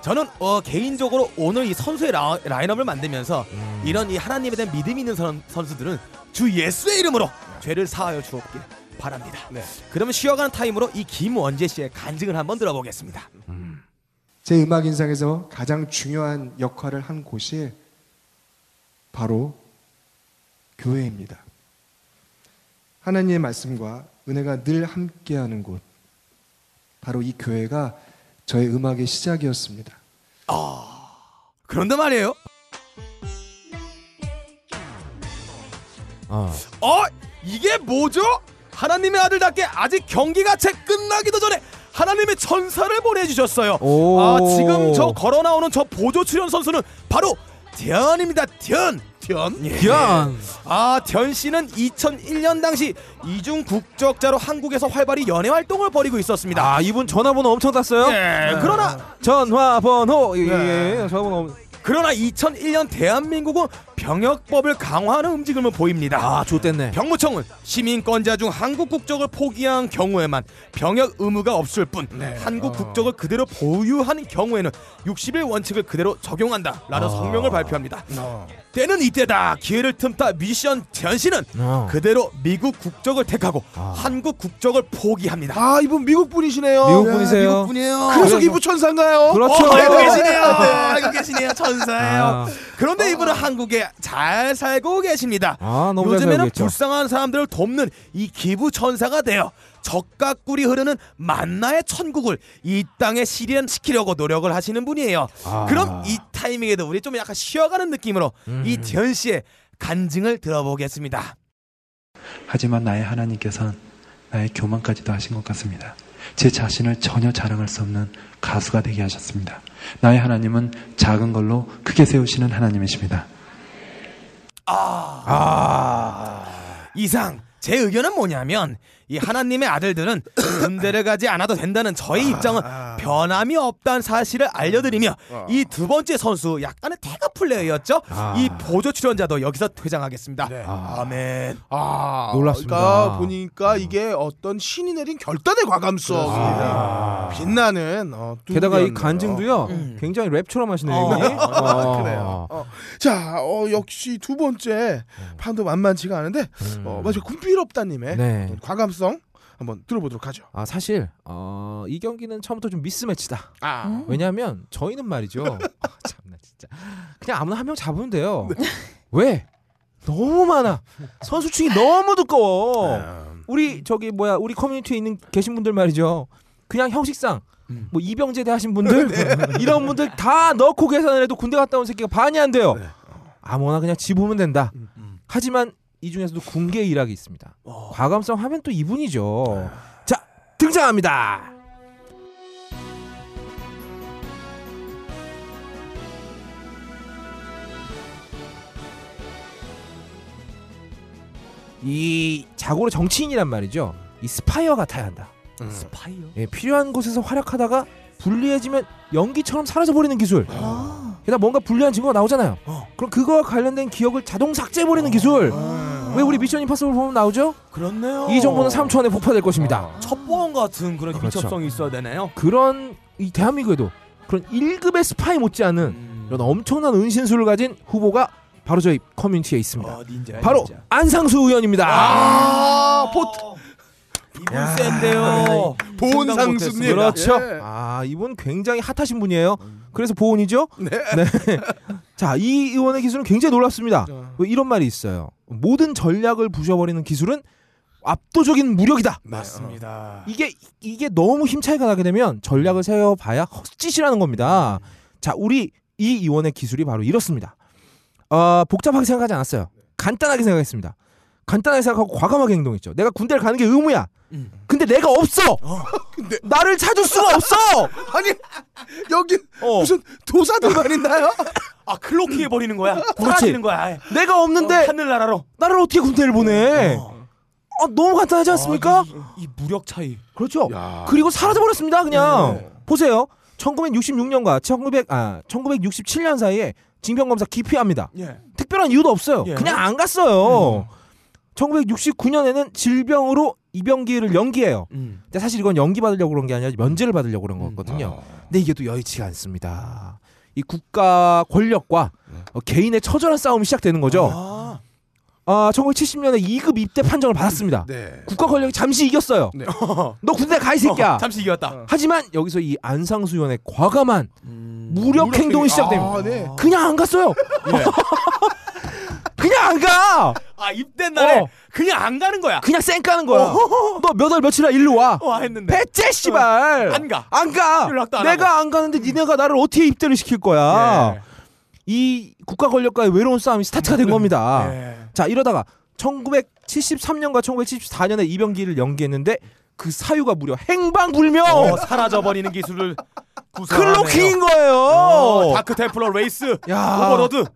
저는 어, 개인적으로 오늘 이 선수의 라, 라인업을 만들면서 이런 이 하나님에 대한 믿음이 있는 선, 선수들은 주 예수의 이름으로 죄를 사하여 주옵길 바랍니다. 그러면 쉬어가는 타임으로 이 김원재 씨의 간증을 한번 들어보겠습니다.
제 음악 인상에서 가장 중요한 역할을 한 곳이 바로 교회입니다. 하나님의 말씀과 은혜가 늘 함께하는 곳, 바로 이 교회가 저의 음악의 시작이었습니다.
그런데 말이에요.
어.
어 이게 뭐죠? 하나님의 아들답게 아직 경기가 채 끝나기도 전에 하나님의 천사를 보내주셨어요.
오.
아 지금 저 걸어 나오는 저 보조 출연 선수는 바로 련입니다. 련. 련. 예.
기왕.
아, 련 씨는 2001년 당시 이중 국적자로 한국에서 활발히 연애 활동을 벌이고 있었습니다.
아 이분 전화번호 엄청 땄어요. 네.
예. 그러나
전화번호. 예, 예. 전화번호. 엄-
그러나 2001년 대한민국은 병역법을 강화하는 움직임을 보입니다.
아 좋댔네.
병무청은 시민권자 중 한국 국적을 포기한 경우에만 병역 의무가 없을 뿐
네.
한국
아.
국적을 그대로 보유한 경우에는 60일 원칙을 그대로 적용한다라는
아.
성명을 발표합니다. 때는 이때다. 기회를 틈타 미션 전시는
어.
그대로 미국 국적을 택하고
아.
한국 국적을 포기합니다.
아 이분 미국 분이시네요.
미국 분이세요?
미국 분이에요. 그래서
그래서-
이부 천사인가요?
그렇죠.
어, 알고 계시네요. 알고 계시네요. 천사예요.
아.
그런데 이분은 한국에 잘 살고 계십니다.
아 너무 잘
요즘에는
배우겠죠.
불쌍한 사람들을 돕는 이 기부 천사가 되어 적과 꿀이 흐르는 만나의 천국을 이 땅에 실현시키려고 노력을 하시는 분이에요.
아.
그럼 이 타이밍에도 우리 좀 약간 쉬어가는 느낌으로
음.
이 지현 씨의 간증을 들어보겠습니다.
하지만 나의 하나님께서는 나의 교만까지도 하신 것 같습니다. 제 자신을 전혀 자랑할 수 없는 가수가 되게 하셨습니다. 나의 하나님은 작은 걸로 크게 세우시는 하나님이십니다.
이상 제 의견은 뭐냐면 이 하나님의 아들들은 군대를 가지 않아도 된다는 저의 입장은
아.
변함이 없다는 사실을 알려드리며
음. 어.
이 두 번째 선수 약간의 태그 플레이였죠.
아.
이 보조 출연자도 여기서 퇴장하겠습니다.
네.
아멘.
아,
놀랍습니다.
그러니까 보니까 이게 어떤 신이 내린 결단의 과감성이 빛나는 어,
게다가 이
뚜둥이었네요.
간증도요
음.
굉장히 랩처럼 하시네요.
어.
형님. 어.
그래요. 어. 자, 어, 역시 두 번째 판도 만만치가 않은데
음.
어, 맞아 군필없다님의
네.
과감성 한번 들어보도록 하죠.
아 사실 어, 이 경기는 처음부터 좀 미스매치다.
아,
음?
왜냐하면 저희는 말이죠. 아, 참나 진짜 그냥 아무나 한 명 잡으면 돼요. 왜? 너무 많아. 선수층이 너무 두꺼워.
네. 음.
우리 저기 뭐야 우리 커뮤니티에 있는 계신 분들 말이죠. 그냥 형식상 뭐 이병제대 하신 분들 이런 분들 다 넣고 계산을 해도 군대 갔다 온 새끼가 반이 안 돼요. 아무나 그냥 집으면 된다. 하지만 이 중에서도 군계 일학이 있습니다. 과감성 하면 또 이분이죠. 자 등장합니다. 이 자고로 정치인이란 말이죠. 이 스파이어 같아야 한다.
음. 스파이어.
예, 필요한 곳에서 활약하다가 불리해지면 연기처럼 사라져버리는 기술.
아.
게다가 뭔가 불리한 증거가 나오잖아요.
어.
그럼 그거와 관련된 기억을 자동 삭제해버리는 기술.
아.
왜 우리 미션 임파서블 보면 나오죠?
그렇네요.
이 정보는 3초 안에 폭파될 것입니다.
아. 첩보원 같은 그런
그렇죠.
민첩성이 있어야 되네요.
그런 이 대한민국에도 그런 1급의 스파이 못지않은
음.
이런 엄청난 은신술을 가진 후보가 바로 저희 커뮤니티에 있습니다.
어, 닌자야,
네. 바로
닌자.
안상수 의원입니다.
아, 포트. 이분 센데요.
보은
생각
상수님.
못했습니다.
그렇죠.
예.
아 이분 굉장히 핫하신 분이에요. 그래서 보온이죠. 네. 자 이 의원의 기술은 굉장히 놀랍습니다. 왜 이런 말이 있어요. 모든 전략을 부셔버리는 기술은 압도적인 무력이다.
어.
맞습니다.
아. 이게 이게 너무 힘 차이가 나게 되면 전략을 세워봐야 헛짓이라는 겁니다. 자 우리 이 의원의 기술이 바로 이렇습니다. 어, 복잡하게 생각하지 않았어요. 간단하게 생각했습니다. 간단하게 생각하고 과감하게 행동했죠. 내가 군대를 가는 게 의무야.
음.
근데 내가 없어. 나를 찾을 수가 없어.
아니 여기
어.
무슨 도사들만 있나요?
아, 클로킹 해버리는 거야.
그렇지. 네.
사라지는 거야. 아예.
내가 없는데
어, 하늘나라로.
나를 어떻게 군대를 보내? 아, 너무 간단하지 않습니까?
이, 이 무력 차이.
그렇죠.
야.
그리고 사라져 버렸습니다. 그냥 보세요. 1966년과 1900, 아, 1967년 사이에 징병 검사 기피합니다.
예.
특별한 이유도 없어요.
예.
그냥 안 갔어요. 1969년에는 질병으로 입영기를 연기해요.
음.
근데 사실 이건 연기 받으려고 그런 게 아니라 면제를 받으려고 음. 그런
음,
거거든요. 근데 이게 또 여의치가 않습니다. 이 국가 권력과 어, 개인의 처절한 싸움이 시작되는 거죠.
아,
아, 1970년에 2급 입대 판정을 받았습니다.
네.
국가 권력이 잠시 이겼어요.
네.
너 군대 가 이 새끼야. 어.
잠시 이겼다.
하지만 여기서 이 안상수 의원의 과감한
음.
무력
무력
행동이
행위.
시작됩니다.
아, 네.
그냥 안 갔어요.
예.
그냥 안 가.
아, 입대 날에
어.
그냥 안 가는 거야.
그냥 쌩 까는 거야.
어.
너 몇 월 며칠 날 일로 와.
와 했는데.
배째 씨발.
어. 네. 안 가.
안 가.
연락도 안
내가 안 가는데 니네가 나를 어떻게 입대를 시킬 거야.
예.
이 국가 권력과의 외로운 싸움이 스타트가 된 겁니다.
예.
자 이러다가 1973년과 1974년에 이병기를 연기했는데 그 사유가 무려 행방불명
어, 사라져 버리는 기술을 구사하네요.
클로킹인 거예요.
어, 다크 템플러 레이스.
야.
오버로드. 어, 네.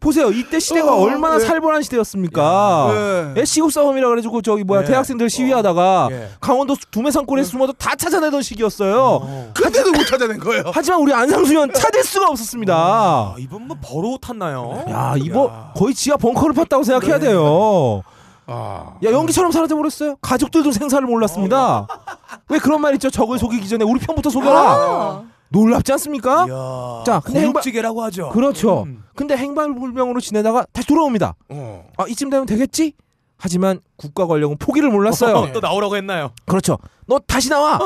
보세요 이때 시대가 얼마나 살벌한 시대였습니까? 예, 시국 싸움이라 그래가지고 저기 뭐야
예.
대학생들 시위하다가
네. 예. 네.
강원도 두메산골에 숨어도 다 찾아내던 시기였어요.
근데도 못 찾아낸 거예요.
하지만 우리 안상수 의원 찾을 수가 없었습니다.
아, 이분 뭐 버릇 탔나요? 네.
야 이거 거의 지하 벙커를 팠다고 생각해야 돼요.
아,
야 연기처럼 사라져 버렸어요. 가족들도 생사를
어.
몰랐습니다. 왜 그런 말 있죠? 적을 속이기 전에 우리 편부터 속여라.
어.
놀랍지 않습니까?
아. 이야.
자, 근데 행방-
고육지게라고 하죠.
그렇죠.
음.
근데 행방불명으로 지내다가 다시 돌아옵니다.
어.
아 이쯤 되면 되겠지? 하지만 국가 권력은 포기를 몰랐어요.
또 나오라고 했나요?
그렇죠. 너 다시 나와.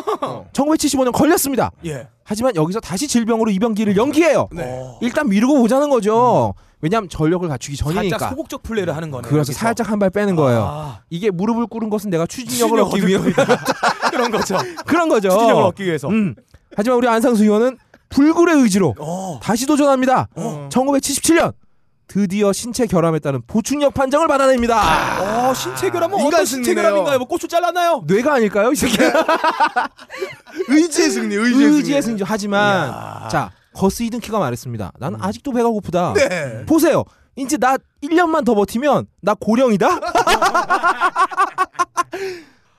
1975년 걸렸습니다.
어. 예.
하지만 여기서 다시 질병으로 입원기를 연기해요.
어.
일단 미루고 보자는 거죠. 왜냐하면 전력을 갖추기 전이니까.
음. 살짝 소극적 플레이를 하는 거네요.
그러니까. 그래서
여기서.
살짝 한 발 빼는 거예요.
아,
이게 무릎을 꿇은 것은 내가 추진력을 얻기 위해
그런 거죠.
그런 거죠.
추진력을 얻기 위해서.
음. 하지만 우리 안상수 의원은 불굴의 의지로
어.
다시 도전합니다. 1977년 드디어 신체 결함에 따른 보충력 판정을 받아냅니다.
어, 신체 결함은
인간
어떤 신체
승리네요.
결함인가요? 뭐 고추 잘랐나요? 네,
뇌가 아닐까요, 이 새끼?
의지의 승리, 의지의,
의지의
승리.
승리. 하지만 자 거스 이든키가 말했습니다.
음.
나는 아직도 배가 고프다.
네.
보세요. 이제 나 1년만 더 버티면 나 고령이다.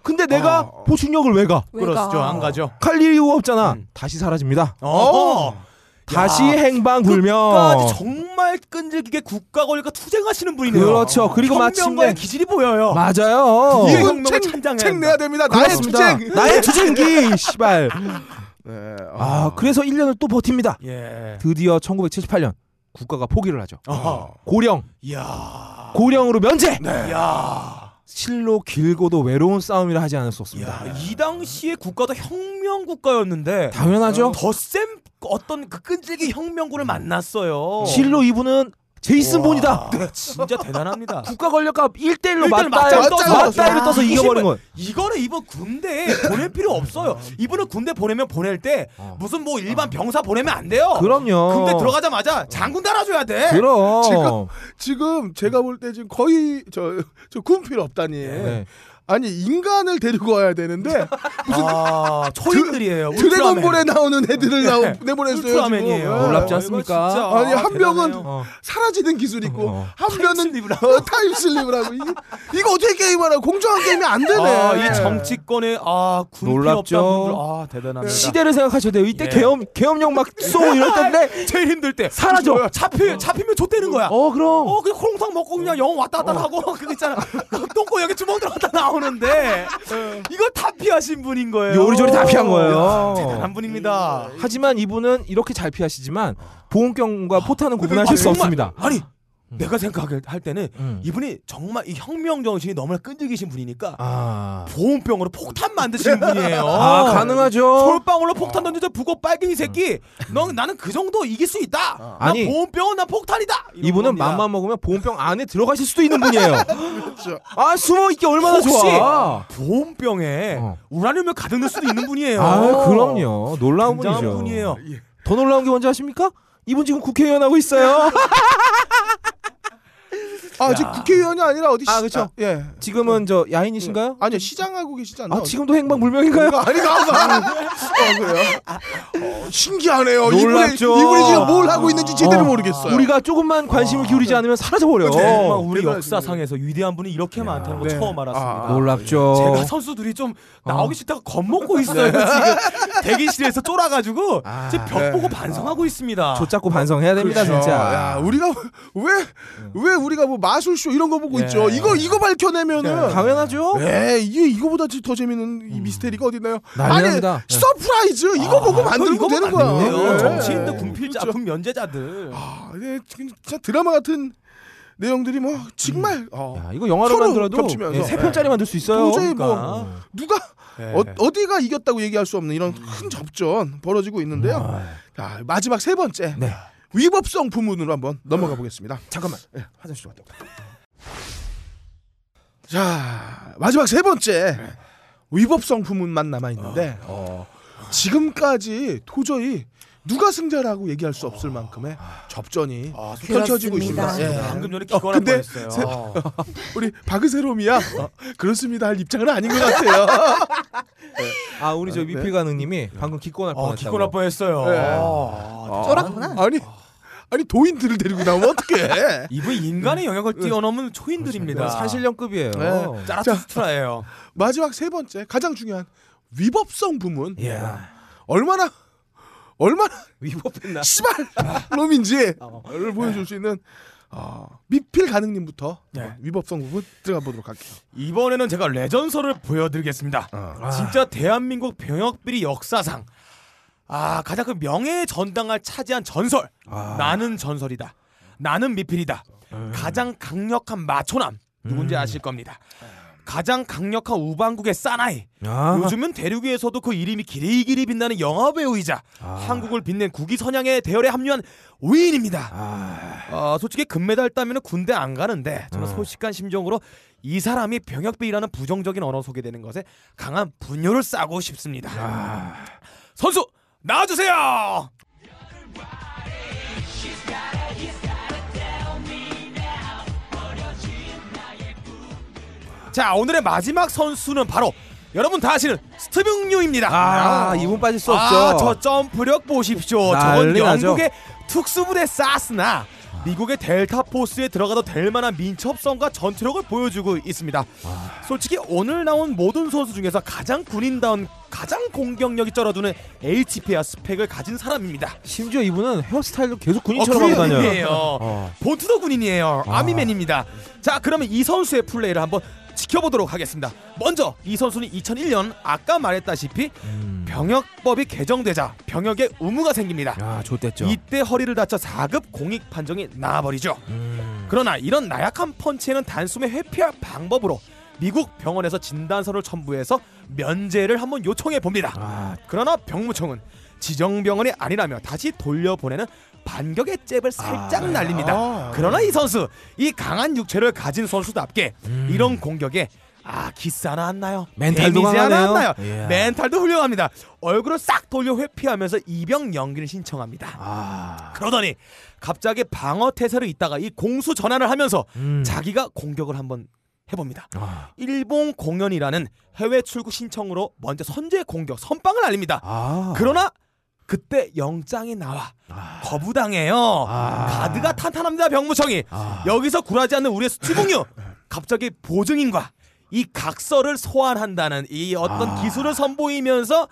근데 내가
어.
보충력을 왜 가?
왜 가?
그렇죠, 안 가죠.
갈 일이 없잖아. 다시 사라집니다.
음. 어.
다시 행방
끝까지
굴면
정말 끈질기게 국가 권력과 투쟁하시는 분이네요.
그렇죠. 그리고
혁명가의
마침내
기질이 보여요.
맞아요.
이게
어.
그
이분
혁명을
책-
찬장해야
책
한다.
내야 됩니다.
그렇습니다.
나의 투쟁.
나의 투쟁기 씨발.
네.
아 그래서 1년을 또 버팁니다.
예.
드디어 1978년 국가가 포기를 하죠.
어.
고령.
이야.
고령으로 면제.
이야.
실로 길고도 외로운 싸움이라 하지 않을 수 없습니다.
이야. 이 당시에 국가도 혁명 국가였는데
당연하죠.
더 센 어떤 그 끈질기 혁명군을 만났어요.
실로 이분은 제이슨 본이다.
와, 아, 진짜 대단합니다.
국가 권력과 1대1로 맞다이로
일대일 맞짱을
떠서
떠서.
맞다이로 떠서
야,
이겨버린 건.
이거는 이번 군대에 보낼 필요 없어요. 이분은 군대 보내면 보낼 때 무슨 뭐 일반 병사 보내면 안 돼요.
그럼요.
군대 뭐, 들어가자마자 장군 달아줘야 돼.
그럼.
지금- 지금 제가 볼 때 지금 거의 저 저군 필요 없다니.
네.
아니 인간을 데리고 와야 되는데
아, 초인들이에요.
그- 드래곤볼에 나오는 애들을 나오 내보냈어요. 지금.
울트라맨이에요.
네.
놀랍지 않습니까?
아니, 한 병은
어.
사라지는 기술 있고
어.
한 면은
타임슬립을
타임슬립이라고 이게, 이거 어떻게 게임하라 공정한 게임이 안 되네.
아이 정치권의 아군 필요 없다
놀랍죠.
분들 아 대단합니다.
시대를 생각하셔야 돼요. 이때
예.
계엄 계엄령 막쏘 이럴 때인데
제일 힘들 때
사라져.
잡히 잡히면 좆되는 거야.
어 그럼.
어, 그 호롱탕 먹고 그냥 영어 왔다 갔다 하고 그거 있잖아. 똥꼬 여기 주먹 들어갔다 나오는데 이걸 다 피하신 분인 거예요.
어. 요리조리 다 피한 거예요. 음.
이야, 대단한 분입니다.
하지만 이분은 이렇게 잘 피하시지만 보온경과 포탄은 구분하실 수
정말,
없습니다.
아니 내가 생각할 할 때는
음.
이분이 정말 이 혁명 정신이 너무나 끈질기신 분이니까
아,
보온병으로 폭탄 만드시는 분이에요.
아 가능하죠. 아.
솔방울로 폭탄 던져서 북어 빨갱이 새끼. 넌 나는 그 정도 이길 수 있다. 나
음. 아니.
보온병은 나 폭탄이다. 이런
이분은
겁니다.
맘만 먹으면 보온병 안에 들어가실 수도 있는 분이에요. 아 숨어 있기 얼마나
혹시
좋아.
보온병에
어.
우라늄을 가득 넣을 수도 있는 분이에요. 예.
아 그럼요. 놀라운
굉장한
분이죠.
분이에요.
더 놀라운 게 뭔지 아십니까? 이분 지금 국회의원 하고 있어요.
아 지금 국회의원이 아니라 어디
아,
시-
그쵸.
예.
지금은 저 야인이신가요?
아니요 시장하고 계시지 않나요?
아 지금도 행방불명인가요?
이거 아닌가 봐. 어, 그래요? 어, 신기하네요. 이분이,
놀랍죠.
이분이 지금 뭘 하고 있는지 제대로
어.
모르겠어요.
우리가 조금만 관심을 기울이지 않으면 사라져 버려.
그렇죠. 정말 우리
대단하십니다.
역사상에서 위대한 분이 이렇게 많다는 거
네.
처음 알았습니다.
아,
놀랍죠.
제가 선수들이 좀 나오기 싫다고 겁먹고 있어요. 지금 대기실에서 쫄아가지고
아,
지금 벽 보고 반성하고 있습니다.
조잡고 반성해야 됩니다
그렇죠. 야,
진짜. 음.
우리가 왜 왜 우리가 뭐 마술쇼 이런 거 보고
예.
있죠. 이거 이거 밝혀내면은
당연하죠. 음.
예, 이게 이거보다 더 재밌는 이 미스테리가 어디 있나요?
난리납니다. 아,
아니,
네.
서프라이즈 이거 보고
아,
만들면 되는 거야.
요
예.
정치인들 군필자 군 면제자들.
아, 예, 진짜 드라마 같은 내용들이 뭐 정말 어,
야, 이거 영화로
서로
만들어도
겹치면서.
예, 세 편짜리 만들 수 있어요.
도저히 뭐
그러니까.
누가 어, 디가 이겼다고 얘기할 수 없는 이런 큰 접전 벌어지고 있는데요. 자, 마지막 세 번째
네.
위법성 부문으로 한번 넘어가 보겠습니다. 예.
잠깐만.
화장실 좀 갔다 올게요. 자 마지막 세 번째 위법성 부문만 남아 있는데 지금까지 도저히 누가 승자라고 얘기할 수 없을 만큼의 접전이 펼쳐지고
그렇습니다.
있습니다. 예.
네. 방금 전에 기권한
근데
뻔했어요.
세- 우리 바그세롬이야 어, 그렇습니다 할 입장은 아닌 것 같아요.
아 우리 저 미필가능님이 방금 기권할
아,
뻔했다고.
기권할 뻔했어요.
예.
네. 아,
쫄았구나.
아니 아니 도인들을 데리고 나오면 어떡해?
이분 인간의 영역을 뛰어넘은 초인들입니다.
산신령급이에요.
네.
짜라투스트라예요.
마지막 세 번째 가장 중요한 위법성 부문
예.
얼마나 얼마나
위법했나?
씨발 놈인지를
어.
보여줄 수 있는 어, 미필 가능님부터
네.
위법성 부분 들어가 보도록 할게요.
이번에는 제가 레전설을 보여드리겠습니다. 진짜 대한민국 병역비리 역사상 아 가장 큰 명예의 전당을 차지한 전설 나는 전설이다 나는 미필이다 가장 강력한 마초남 누군지 아실 겁니다 가장 강력한 우방국의 사나이
아,
요즘은 대륙에서도 그 이름이 기리기리 빛나는 영화 배우이자 한국을 빛낸 국위 선양의 대열에 합류한 위인입니다. 어, 솔직히 금메달 따면 군대 안 가는데
음.
저는 소식한 심정으로 이 사람이 병역비라는 부정적인 언어 소개되는 것에 강한 분열을 싸고 싶습니다.
아.
선수 나와주세요.
She's gotta, he's gotta tell me
자 오늘의 마지막 선수는 바로 여러분 다 아시는 스트병류입니다.
아, 이분 빠질 수 없죠.
아, 저 점프력 보십시오. 저건
난리 나죠.
영국의 특수부대 사스나 미국의 델타 포스에 들어가도 될 만한 민첩성과 전투력을 보여주고 있습니다.
아.
솔직히 오늘 나온 모든 선수 중에서 가장 군인다운 가장 공격력이 쩔어두는 HP와 스펙을 가진 사람입니다.
심지어 이분은 헤어스타일도 계속 군인처럼 하고 다녀요.
군인이에요.
어.
본투도 군인이에요.
아.
아미맨입니다. 자, 그러면 이 선수의 플레이를 한번 지켜보도록 하겠습니다. 먼저 이 선수는 2001년 아까 말했다시피
음.
병역법이 개정되자 병역의 의무가 생깁니다.
야, 아, 좋댔죠.
이때 허리를 다쳐 4급 공익 판정이 나와버리죠. 그러나 이런 나약한 펀치에는 단숨에 회피할 방법으로 미국 병원에서 진단서를 첨부해서 면제를 한번 요청해 봅니다. 그러나 병무청은 지정 병원이 아니라며 다시 돌려보내는 반격의 잽을
아,
살짝
네.
날립니다. 그러나 이 선수 이 강한 육체를 가진 선수답게 이런 공격에 아 기스 하나 안 나요.
음. 멘탈도
데미지 하나 안
강하네요.
나요.
예.
멘탈도 훌륭합니다. 얼굴을 싹 돌려 회피하면서 이병 연기를 신청합니다.
아.
그러더니 갑자기 방어 태세로 있다가 이 공수 전환을 하면서
음.
자기가 공격을 한번 해봅니다.
아.
일본 공연이라는 해외 출국 신청으로 먼저 선제 공격 선빵을 날립니다.
아.
그러나 그때 영장이 나와 거부당해요. 가드가 탄탄합니다. 병무청이 여기서 굴하지 않는 우리의 스티봉유 갑자기 보증인과 이 각서를 소환한다는 이 어떤 기술을 선보이면서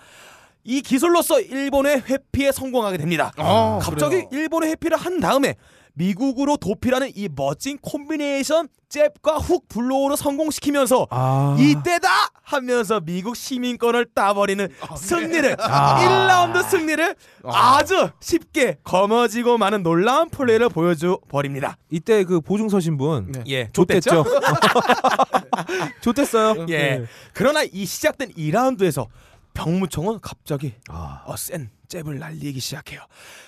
이 기술로서 일본의 회피에 성공하게 됩니다.
어.
아,
아,
갑자기 일본의 회피를 한 다음에 미국으로 도피라는 이 멋진 콤비네이션 잽과 훅 블로우로 성공시키면서
아.
이때다 하면서 미국 시민권을 따버리는 승리를 1라운드 승리를 아주 쉽게 거머쥐고 마는 놀라운 플레이를 보여주 버립니다.
이때 그 보증 서신 분
예,
좋댔죠.
좋댔죠.
좋댔어요.
예. 그러나 이 시작된 2라운드에서 병무청은 갑자기
아.
어, 센 잽을 날리기 시작해요.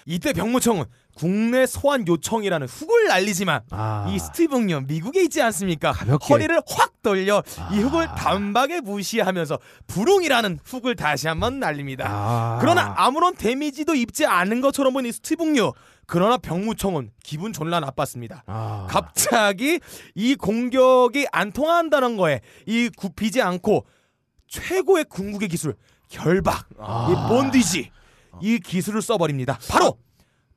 이때 병무청은 국내 소환 요청이라는 훅을 날리지만
아.
이 스티븐요 미국에 있지 않습니까?
가볍게. 아.
허리를 확 돌려 이 훅을 단박에 무시하면서 부릉이라는 훅을 다시 한번 날립니다.
아.
그러나 아무런 데미지도 입지 않은 것처럼 보니 스티븐요 그러나 병무청은 기분 졸라 나빴습니다.
아.
갑자기 이 공격이 안 통한다는 거에 이 굽히지 않고 최고의 궁극의 기술 결박
아.
이 본디지 이 기술을 써버립니다. 바로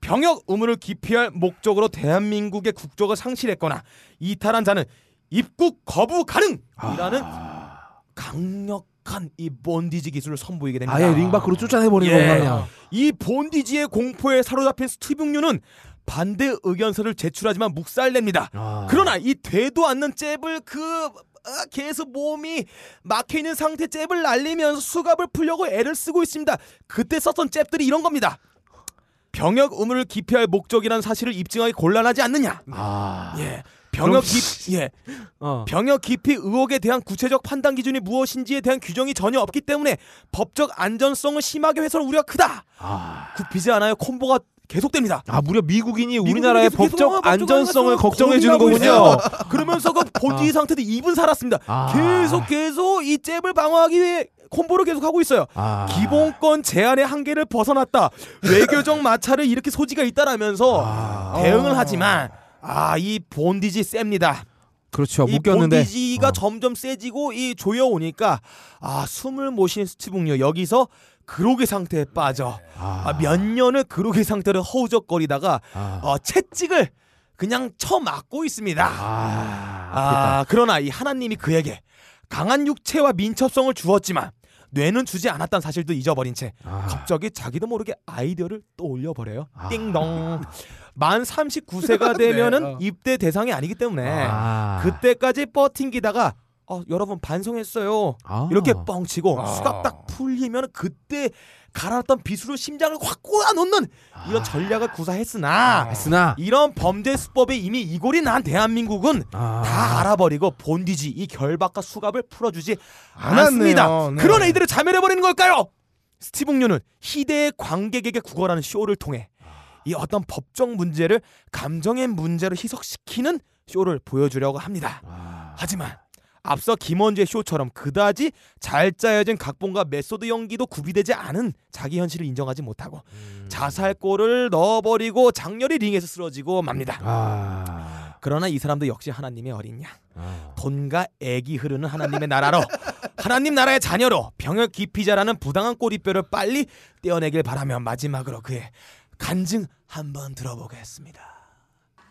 병역 의무를 기피할 목적으로 대한민국의 국적을 상실했거나 이탈한 자는 입국 거부
아.
가능이라는 강력한 이 본디지 기술을 선보이게 됩니다.
아예 링 밖으로 쫓아내버리는
예.
거구나.
이 본디지의 공포에 사로잡힌 스티븐류는 반대 의견서를 제출하지만 묵살냅니다.
아.
그러나 이 되도 않는 잽을 그 아, 계속 몸이 막혀 있는 상태 잽을 날리면서 수갑을 풀려고 애를 쓰고 있습니다. 그때 썼던 잽들이 이런 겁니다. 병역 의무를 기피할 목적이라는 사실을 입증하기 곤란하지 않느냐?
아.
예. 병역 기 예.
어.
병역 기피 의혹에 대한 구체적 판단 기준이 무엇인지에 대한 규정이 전혀 없기 때문에 법적 안전성을 심하게 훼손할 우려가 크다. 굽히지 그 않아요. 콤보가 계속됩니다.
아 무려 미국인이
미국이
우리나라의
계속 계속
법적
법적
안전성을
안전성을
걱정해 주는
거론하고
거군요.
있어요. 그러면서 그 본디 상태도 2분 살았습니다.
아.
계속 계속 이 잽을 방어하기 위해 콤보를 계속 하고 있어요.
아.
기본권 제한의 한계를 벗어났다. 외교적 마찰을 일으킬 소지가 있다라면서
아. 어.
대응을 하지만 아 이 본디지 셉니다.
그렇죠.
이
묶였는데. 어.
본디지가 점점 세지고 이 조여오니까 아 숨을 못 쉬는 스티븐요 여기서 그로기 상태에 빠져 아, 몇 년을 그로기 상태를 허우적거리다가 어, 채찍을 그냥 쳐맞고 있습니다.
아.
아, 그러나 이 하나님이 그에게 강한 육체와 민첩성을 주었지만 뇌는 주지 않았다는 사실도 잊어버린 채
아.
갑자기 자기도 모르게 아이디어를 떠올려 버려요. 띵동. 만 39세가 되면은 입대 대상이 아니기 때문에
네. 어. 아.
그때까지 버팅기다가 어, 여러분 반성했어요.
아.
이렇게 뻥치고 수갑 딱 풀리면 그때 갈아놨던 비수로 심장을 확 꼬아놓는 이런 전략을 구사했으나
했으나
이런 범죄 수법에 이미 이골이 난 대한민국은
아.
다 알아버리고 본디지 이 결박과 수갑을 풀어주지
않았네요.
않습니다.
네.
그런 애들을 자멸해버리는 걸까요? 스티븐류는 희대의 관객에게 구걸하는 쇼를 통해 이 어떤 법적 문제를 감정의 문제로 희석시키는 쇼를 보여주려고 합니다.
아.
하지만 앞서 김원주의 쇼처럼 그다지 잘 짜여진 각본과 메소드 연기도 구비되지 않은 자기 현실을 인정하지 못하고
음.
자살골을 넣어버리고 장렬히 링에서 쓰러지고 맙니다.
아.
그러나 이 사람도 역시 하나님의 어린 양.
아.
돈과 애기 흐르는 하나님의 나라로 하나님 나라의 자녀로 병역 깊이 자라는 부당한 꼬리뼈를 빨리 떼어내길 바라며 마지막으로 그의 간증 한번 들어보겠습니다.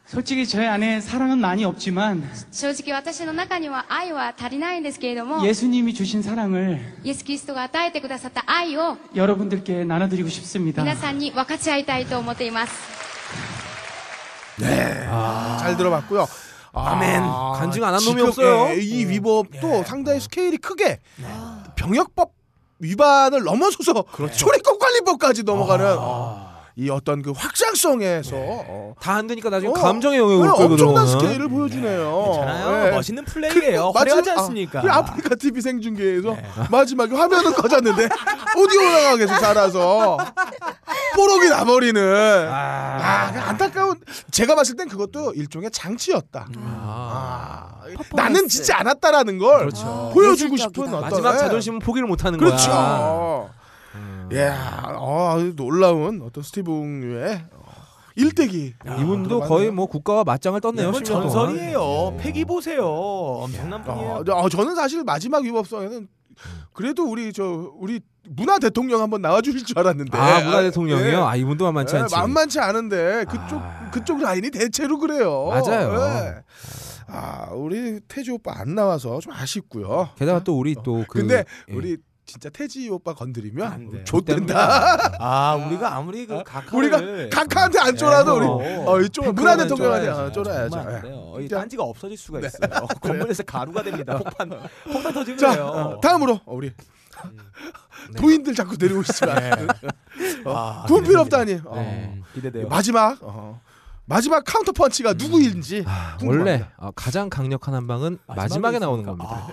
솔직히 저희 안에 사랑은 많이 없지만
正直私の中には愛は足りないんですけれども、
예수님이 주신 사랑을
イエス・キリストが与えてくださった愛を
여러분들께 나눠드리고 싶습니다.
皆さんに分かち合いたいと思っています。
잘 들어봤고요. 아,
아멘.
간증 안 한 놈이
지금,
없어요. 네.
예, 이 위법도 상당히 스케일이 크게 병역법 위반을 넘어서서
그렇죠.
초리법관리법까지 넘어가는 어, 이 어떤 그 확장성에서 어,
아. 네. 다 안 되니까 나중에
어,
감정의
어,
영역을 끌고
엄청난
들어오는.
스케일을 보여주네요.
괜찮아요.
예.
멋있는 플레이예요.
마지막-
화려하지
아,
않습니까? 네.
그래, 아프리카 TV 생중계에서 마지막에 화면은 꺼졌는데 오디오가 계속 살아서 뽀록이 나버리는 아, 그 안타까운 제가 봤을 땐 그것도 일종의 장치였다.
음.
아, 나는 지지 않았다라는 걸
그렇죠.
보여주고 싶은
예술적이다.
어떤
마지막
예.
자존심은 포기를 못하는
그렇죠.
거야.
음.
예, 아, 아주 놀라운 어떤 스티븐의 어, 일대기.
이분도
아,
거의 뭐 국가와 맞짱을 떴네요. 그렇죠.
이건
10년 동안.
전설이에요. 패기 보세요. 엄청난 분이에요.
아, 아, 저는 사실 마지막 위법성에는 그래도 우리 저 우리 문화 대통령 한번 나와주실 줄 알았는데
아 문화 대통령이요.
예.
아 이분도 만만치
예,
않지.
만만치 않은데 그쪽
아.
그쪽 라인이 대체로 그래요.
맞아요.
예. 아 우리 태주 오빠 안 나와서 좀 아쉽고요.
게다가 또 우리 또 그.
근데
예. 그
우리 진짜 태지 오빠 건드리면
안 돼.
좆된다.
아, 우리가 아무리 그 각하를
네.
우리가 각하한테 안 쫄아도 우리 어, 이쪽 문화
팩트로는
대통령한테 안
쫄아야죠.
쫄아야죠.
정말 안
예.
돼요. 이
진짜.
딴지가 네, 없어질 수가 있어요. 건물에서 가루가 됩니다. 폭탄 폭탄 터지면
자
돼요.
어, 다음으로 어, 우리
네.
도인들 자꾸 데려오시지 마.
아,
구분 필요
기대됩니다.
없다니. 어.
예.
네, 기대돼요.
마지막 어, 마지막 카운터
음.
펀치가 누구인지
아,
궁금합니다.
원래 어, 가장 강력한 한 방은 마지막에
있으니까.
나오는 겁니다.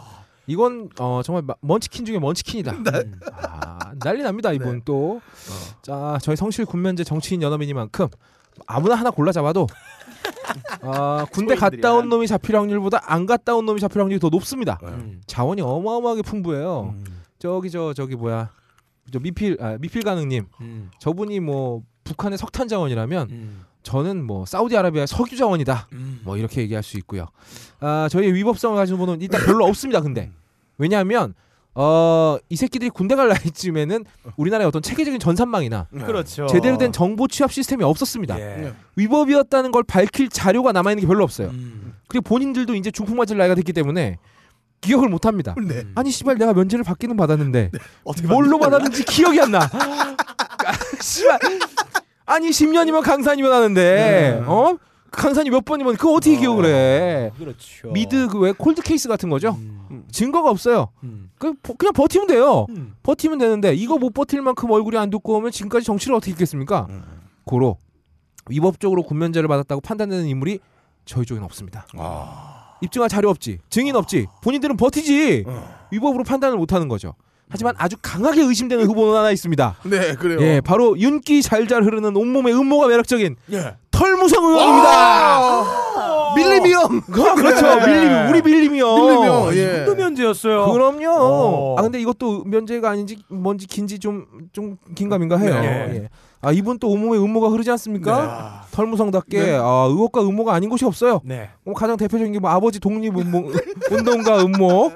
이건 어, 정말 마- 먼치킨 중에 먼치킨이다. 음. 아, 난리 납니다 이분 또. 자 저희 성실 군면제 정치인 연어민이만큼 아무나 하나 골라 잡아도 아, 군대 갔다 온 놈이 잡힐 확률보다 안 갔다 온 놈이 잡힐 확률이 더 높습니다.
네.
음.
자원이 어마어마하게 풍부해요. 저기 저 저기 뭐야 저 미필 아, 미필 가능님
음.
저분이 뭐 북한의 석탄 자원이라면
음.
저는 뭐 사우디아라비아의 석유 자원이다.
음.
뭐 이렇게 얘기할 수 있고요. 아, 저희의 위법성을 가진 분은 일단 별로 없습니다. 근데 왜냐하면 어, 이 새끼들이 군대 갈 나이쯤에는 우리나라의 어떤 체계적인 전산망이나
네.
그렇죠.
제대로 된 정보 취합 시스템이 없었습니다.
예.
위법이었다는 걸 밝힐 자료가 남아 있는 게 별로 없어요.
음.
그리고 본인들도 이제 중풍 맞을 나이가 됐기 때문에 기억을 못 합니다.
음.
네.
음.
음.
아니 씨발 내가 면제를 받기는 받았는데
어떻게
뭘로 받았는지 기억이 안 나. 아, 씨발. 아니 10년이면 강산이면
네.
하는데 어? 강산이 몇 번이면 그거 어떻게 기억을 해?
그렇죠.
미드 그 왜 콜드 케이스 같은 거죠?
음.
증거가 없어요.
음.
그 버- 그냥 버티면 돼요.
음.
버티면 되는데 이거 못 버틸 만큼 얼굴이 안 두꺼우면 지금까지 정치를 어떻게 했겠습니까?
음.
고로 위법적으로 군면제를 받았다고 판단되는 인물이 저희 쪽엔 없습니다.
아.
입증할 자료 없지, 증인 없지, 본인들은 버티지
어.
위법으로 판단을 못하는 거죠. 하지만 아주 강하게 의심되는 후보는 하나 있습니다.
네 그래요.
예, 바로 윤기 잘잘 흐르는 온몸의 음모가 매력적인
예.
털무성 의원입니다.
아! 밀리미엄
아! 그렇죠, 밀림, 우리 밀림이요.
네. 밀리미엄 예.
또 면제였어요.
그럼요.
어.
아 근데 이것도 면제가 아닌지 뭔지 긴지 좀 좀 긴가민가 해요.
네.
예. 아 이분 또 온몸에 음모가 흐르지 않습니까? 털무성답게 아, 의혹과 음모가 아닌 곳이 없어요.
네.
뭐 가장 대표적인 게 뭐 아버지 독립 운동 운동가 음모.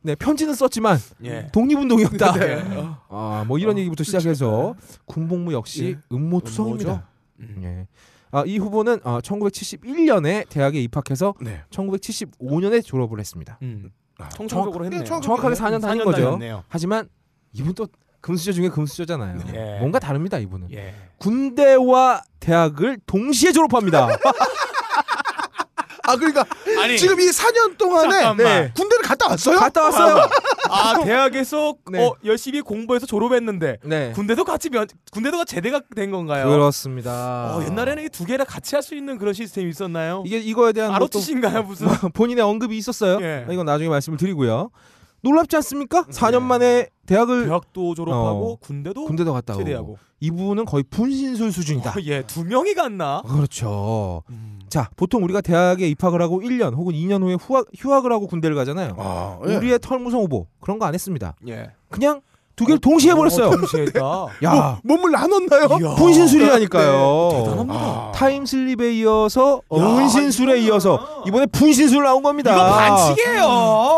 네 편지는 썼지만
예. 네. 어, 그렇죠.
독립 운동이었다. 아뭐 이런 얘기부터 시작해서 군복무 역시 음모 투성입니다.
음.
예. 아이 후보는 아, 1971년에 대학에 입학해서
네.
1975년에 졸업을 했습니다.
음. 청소적으로 했네요.
청소-
정확하게 4년 다닌
4년
거죠.
다녔네요.
하지만 이분 또 금수저 중에 금수저잖아요.
네.
뭔가 다릅니다 이분은.
예.
군대와 대학을 동시에 졸업합니다.
아 그러니까
아니
지금 이 4년 동안에
잠깐만.
네, 군대를 갔다 왔어요?
갔다 왔어요.
아 대학에서
네.
어, 열심히 공부해서 졸업했는데
네.
군대도 같이 면, 군대도 제대가 된 건가요?
그렇습니다.
어, 옛날에는 이 두 개를 같이 할 수 있는 그런 시스템이 있었나요?
이게 이거에 대한 뭐 또
아로치신가요 무슨?
본인의 언급이 있었어요. 아,
예. 네.
이건 나중에 말씀을 드리고요. 놀랍지 않습니까? 4년 만에 대학을
대학도 졸업하고
어.
군대도
군대도 갔다 오고
제대하고.
이분은 거의 분신술 수준이다.
어, 예, 두 명이 갔나?
그렇죠.
음.
자, 보통 우리가 대학에 입학을 하고 1년 혹은 2년 후에 후학, 휴학을 하고 군대를 가잖아요.
아, 예.
우리의 털무성 후보 그런 거 안 했습니다.
예.
그냥 두 개를 동시에 버렸어요.
동시에 어, 했다.
야,
뭐 몸을 나눴나요?
어.
분신술이라니까요.
대단합니다.
아. 타임슬립에 이어서 은신술에 이어서 이번에 분신술 나온 겁니다.
이거 반칙이에요.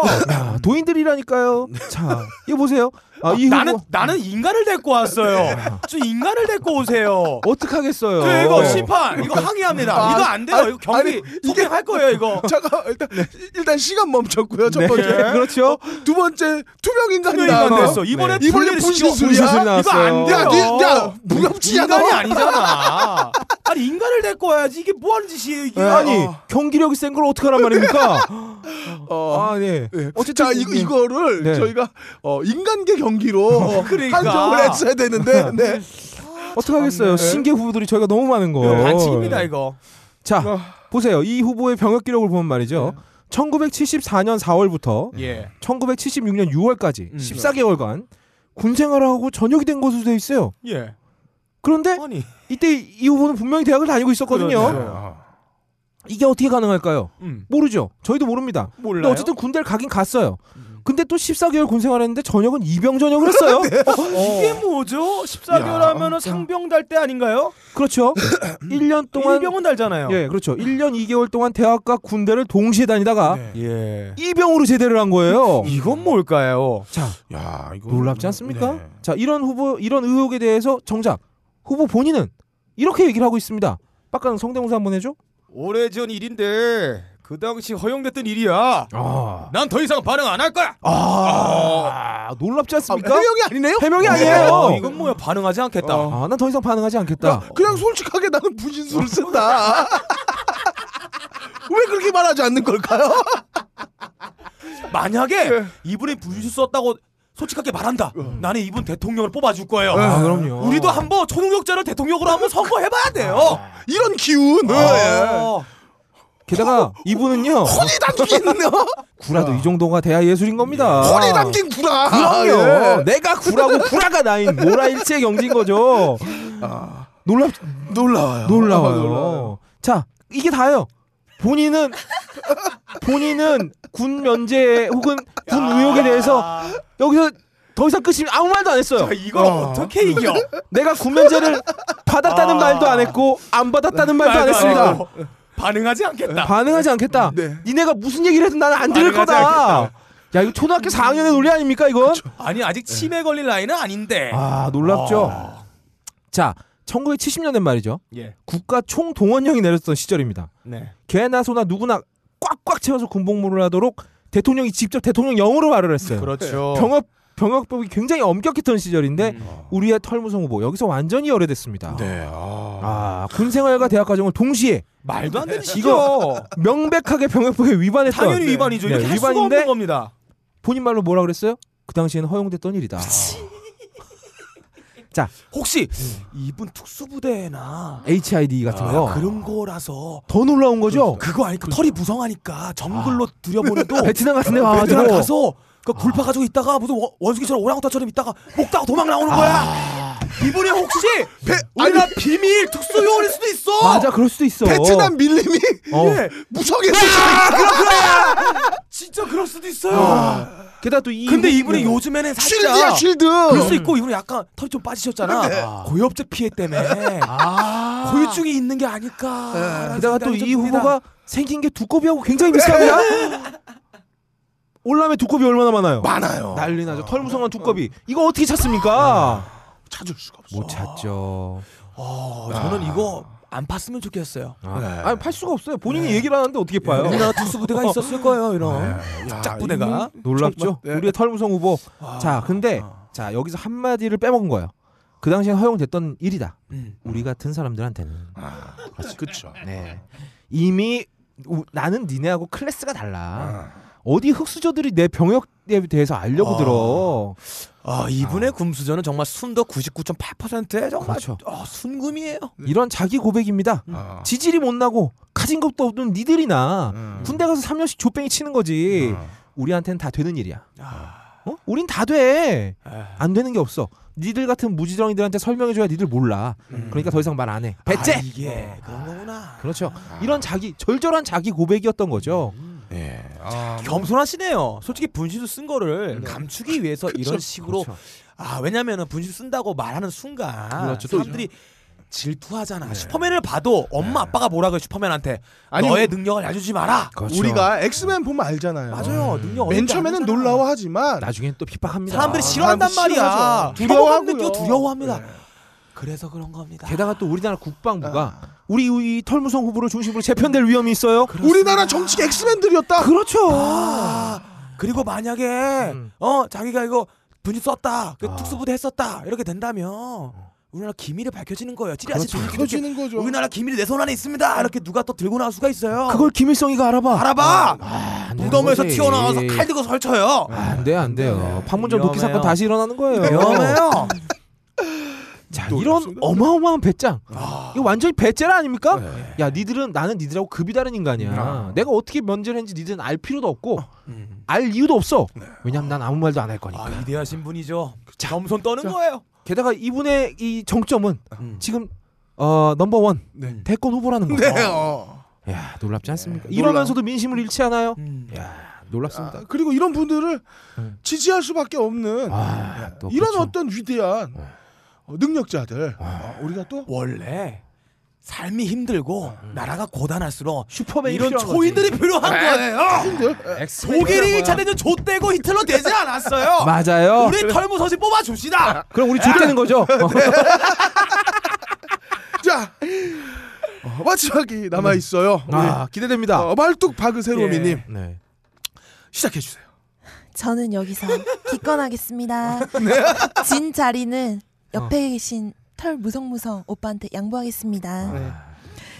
음. 야, 도인들이라니까요. 자, 이거 보세요. 아, 이 후보-
네. 나는 나는 인간을 데리고 왔어요. 저 인간을 데리고 오세요.
어떡하겠어요. 네.
그 이거 심판 이거 항의합니다.
아,
이거 안 돼요.
아,
이거 경기
아니,
이게 할 거예요. 이거
잠깐 일단 일단 시간 멈췄고요. 첫
네,
번째 어,
그렇죠.
두 번째 투명 인간이
투명 인간
나왔네요.
됐어. 이번에
네. 이번에
분리를
분신
시켜.
술이야?
분신술이
이거 안
나왔어요.
돼요.
야, 니, 야, 무협지야 너.
인간이 아니잖아. 아니 인간을 데리고 와야지 이게 뭐 하는 짓이에요 이게.
네. 아니
어.
경기력이 센 걸 어떡하란 말입니까?
어.
아, 네.
네.
어쨌든
자 이거
네.
이거를
네.
저희가 어, 인간계 경기로
그러니까.
한정을 했어야 되는데 네.
어떡하겠어요. 신계 후보들이 저희가 너무 많은
아, 네. 이거
거예요.
반칙입니다 이거.
자,
어.
보세요. 이 후보의 병역 기록을 보면 말이죠.
네.
1974년 4월부터
예.
1976년 6월까지
음.
14개월간 군 생활을 하고 전역이 된 것으로 돼 있어요.
예.
그런데
아니.
이때 이 후보는 분명히 대학을 다니고 있었거든요.
그러네요.
이게 어떻게 가능할까요?
음.
모르죠. 저희도 모릅니다. 근데
몰라요. 음.
어쨌든 군대를 가긴 갔어요. 근데 또 14개월 군 생활했는데 전역은 이병 전역을 했어요.
네. 이게 뭐죠? 14개월 하면은 상병 달 때 아닌가요?
그렇죠. 1년 동안
일병은 달잖아요.
예, 그렇죠. 1년 2개월 동안 대학과 군대를 동시에 다니다가
네.
예.
이병으로 제대를 한 거예요.
이건 뭘까요?
자,
야 이거
놀랍지 않습니까?
네.
자, 이런 후보 이런 의혹에 대해서 정작 후보 본인은 이렇게 얘기를 하고 있습니다. 빡가는 성대모사 한번 해줘.
오래전 일인데 그 당시 허용됐던 일이야.
아,
난 더 이상 반응 안 할 거야.
아, 놀랍지
아,
않습니까?
해명이 아니네요?
해명이
어,
아니에요.
이건 뭐야 반응하지 않겠다.
아, 난 더 이상 반응하지 않겠다.
그러니까 그냥 솔직하게 나는 분신술을 쓴다. 왜 그렇게 말하지 않는 걸까요?
만약에
예.
이분이 분수 썼다고 솔직하게 말한다. 나는 이분 대통령을 뽑아줄 거예요.
아, 그럼요.
우리도 한번 초능력자를 대통령으로 한번 선거해봐야 돼요.
이런 기운. 아, 예.
어.
어,
게다가 이분은요.
혼이 담긴
구라도 이 정도가 대하 예술인 겁니다. 아,
혼이 담긴 구라.
그럼요.
예.
내가 구라고 구라가 나인 모라 일체 경지인 거죠.
아.
놀랍
놀라워요.
놀라워요.
아, 놀라워요.
자, 이게 다예요. 본인은 본인은 군 면제 혹은 군 의혹에 대해서 여기서 더 이상 끝이 아무 말도 안 했어요.
야, 이걸
어.
어. 떻게 이겨?
내가 군 면제를 받았다는
아.
말도 안 했고 안 받았다는 말도 안 했습니다.
아이고, 반응하지 않겠다.
반응하지 않겠다.
네.
니네가 무슨 얘기를 해도 나는 안 들을
반응하지
거다.
않겠다.
야, 이거 초등학교 4학년의 논리 아닙니까, 이건?
아니 아직 치매 걸릴 나이는 아닌데.
아, 놀랍죠. 자, 1970년대 말이죠.
예.
국가 총동원령이 내렸던 시절입니다.
네.
개나 소나 누구나 꽉꽉 채워서 군복무를 하도록 대통령이 직접 대통령령으로 말을 했어요.
그렇죠. 음.
병역 병역법이 굉장히 엄격했던 시절인데 우리의 털무성 후보 여기서 완전히 열애됐습니다.
네. 아.
아, 군 생활과 대학 과정을 동시에
말도 안 되는 시죠.
이거 명백하게 병역법에 위반했던
당연히 위반이죠.
네,
이렇게 할 수가
위반인데
없는 겁니다.
본인 말로 뭐라 그랬어요? 그 당시에는 허용됐던 일이다.
아. 혹시 이분 특수부대나
HID 같은 거.
그런 거라서
더 놀라운 거죠.
어. 그거 아니까 아. 털이 무성하니까 정글로 들여보내도
아, 베트남 같은 데
베트남
와가지고
가서 그 굴파 가지고 있다가 무슨 원- 원숭이처럼 오랑우탄처럼 있다가 먹다가 도망 나오는 거야. 이분이 혹시 우리나라 비밀 특수 요원일 수도 있어.
맞아 그럴 수도 있어.
베트남 밀림이
어.
예.
무성에서
진짜 그럴 수도 있어요.
게다가 또 이. 음.
근데 이분이 요즘에는
아, 쉴드야
살짝
쉴드.
그럴 수 있고 이분은 약간 털이 좀 빠지셨잖아.
네.
고엽제 피해 때문에 고유증이 있는 게 아닐까.
아. 네. 게다가 또 이 후보가 생긴 게 두꺼비하고 굉장히 비슷합니다. 올람의 두꺼비 얼마나 많아요?
많아요.
난리 나죠. 털 무성한 두꺼비. 이거 어떻게 찾습니까?
찾을 수가 없어.
못 찾죠.
어, 저는 이거 안 팠으면 좋겠어요.
아, 아니 팔 수가 없어요. 본인이 얘기를 하는데 어떻게 봐요?
우리나라 특수부대가 있었을 거예요, 이런.
야,
아, 짝부대가. 네. 아.
놀랍죠. 우리의 털 무성 후보. 자, 근데 자 여기서 한 마디를 빼먹은 거예요. 그 당시에 허용됐던 일이다.
음. 아,
우리 같은 사람들한테는
그렇죠.
네. 이미 우- 나는 니네하고 클래스가 달라.
아.
어디 흑수저들이 내 병역에 대해서 알려고
어.
들어.
아 이분의 굼수저는 정말 순도 99.8%에 정말
그렇죠.
아, 순금이에요.
이런 자기 고백입니다.
아.
지질이 못 나고 가진 것도 없는 니들이나
음.
군대 가서 3년씩 조뱅이 치는 거지.
아.
우리한테는 다 되는 일이야.
음. 아,
어? 우린 다 돼.
아.
안 되는 게 없어. 니들 같은 무지렁이들한테 설명해줘야 니들 몰라. 그러니까 더 이상 말 안 해. 배째.
음. 아, 이게 아. 그런 거구나.
그렇죠. 이런 자기 절절한 자기 고백이었던 거죠.
음.
예. 아, 네.
겸손하시네요. 솔직히 분신도 쓴 거를 감추기 위해서 이런 식으로
그렇죠.
아 왜냐면은 분식 쓴다고 말하는 순간
그렇죠. 또
사람들이 질투하잖아. 슈퍼맨을 봐도 엄마 아빠가 뭐라 그래 슈퍼맨한테
네. 아니, 뭐
너의 능력을 알려주지 마라.
우리가 엑스맨 보면 알잖아요.
맞아요. 능력
맨
어린데
처음에는
아니잖아.
놀라워하지만
나중엔 또 핍박합니다.
아,
아.
사람들이 싫어한단
사람들이
말이야.
싫어하죠.
두려워하고
두려워하고요.
느껴 두려워합니다. 아, 그래서 그런 겁니다.
게다가 또 우리나라 국방부가
아.
우리 이 털무성 후보를 중심으로 재편될 위험이 있어요.
우리나라 정치가 엑스맨들이었다.
그렇죠.
아,
음.
그리고 만약에 어 자기가 이거 분이 썼다
아.
그 특수부대 했었다 이렇게 된다면
어.
우리나라 기밀이 밝혀지는 거예요 찌리아씨
그렇죠.
조직이
밝혀지는
이렇게
거죠.
우리나라 기밀이 내 손 안에 있습니다 이렇게 누가 또 들고 나올 수가 있어요
음. 그걸 김일성이가 알아봐.
알아봐
안 되는
무덤에서
거지.
튀어나와서 칼 들고 설쳐요
아, 안 돼, 안 돼요. 판문점 도끼 사건
네. 위험해요.
다시 일어나는 거예요.
위험해요
자, 이런 어마어마한 배짱.
아.
이거 완전히 배째라 아닙니까?
네.
야, 니들은 나는 니들하고 급이 다른 인간이야.
아.
내가 어떻게 면제를 했는지 니들은 알 필요도 없고 알 이유도 없어. 왜냐면 난 아무 말도 안 할 거니까.
어. 음. 네. 아 위대하신 분이죠 겸손 떠는 거예요 음.
게다가 이분의 이 정점은 지금 어 넘버 원
네.
대권 후보라는 거.
네.
예
어.
야 놀랍지 않습니까? 이러면서도 민심을 잃지 않아요.
음.
야 놀랍습니다.
아, 그리고 이런 분들을 지지할 수밖에 없는
아, 또
이런
그렇죠.
어떤 위대한 어, 능력자들 어, 우리가 또
원래 삶이 힘들고 나라가 고단할수록
음. 슈퍼맨이
이런
필요한 네.
초인들이 필요한 거예요
들
독일이 1차 대전 좆대고 히틀러 되지 않았어요
맞아요.
우리 털무 서식 뽑아줍시다.
그럼 우리 족되는 거죠?
자 어, 마지막이 네. 남아 있어요.
아 기대됩니다.
어, 말뚝 박으세로미님
네.
시작해 주세요.
저는 여기서
어,
기권하겠습니다.
네.
진 자리는 옆에 계신 털 무성무성 오빠한테
아,
양보하겠습니다.
네.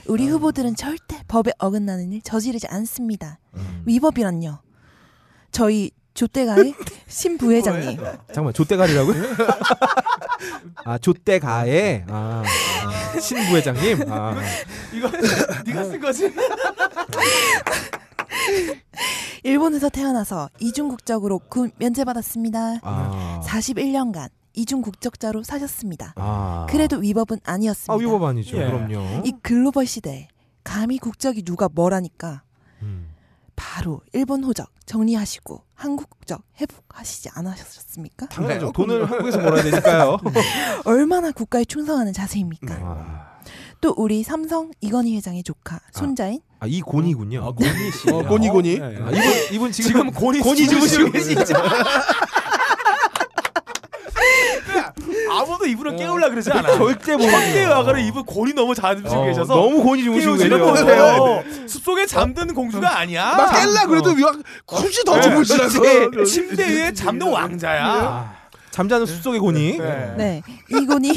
우리 후보들은 절대 법에 어긋나는 일 저지르지 않습니다.
음.
위법이란요. 저희
네.
조대가의 신 부회장님
잠깐만 조대가리라고요? 아 조대가의 아, 아, 신부회장님. 아,
이거 네가 쓴 거지?
일본에서 태어나서 이중 국적으로 군 면제받았습니다.
아,
41년간 이중 국적자로 사셨습니다.
아.
그래도 위법은 아니었습니다.
아 위법 아니죠.
예.
그럼요.
이 글로벌 시대에 감히 국적이 누가 뭐라니까
음.
바로 일본 호적 정리하시고 한국 국적 회복하시지 않으셨습니까?
네,
당연하죠. 돈을 한국에서 벌어야 되니까요.
얼마나 국가에 충성하는 자세입니까?
아,
또 우리 삼성 이건희 회장의 조카 손자인
아, 이 곤이군요.
고니 씨.
어, 고니, 고니.
예, 예.
아, 이분 이분 지금,
지금 고니
고니 주무시고
계시죠? 아무도 이분을 깨우려 그러지 않아. 절대 못. 천대 와가를 이분 고니 너무 잘 주무시고
어,
계셔서
너무 고니 주무시고
깨우지는
계셔요.
못해요. 어. 숲속에 잠든 공주가 아니야.
막 깰라 그래도 위학 굳이
네.
더
그렇죠.
주무시라고.
침대 위에 잠든 왕자야.
아, 잠자는 숲속의 고니.
네 이건희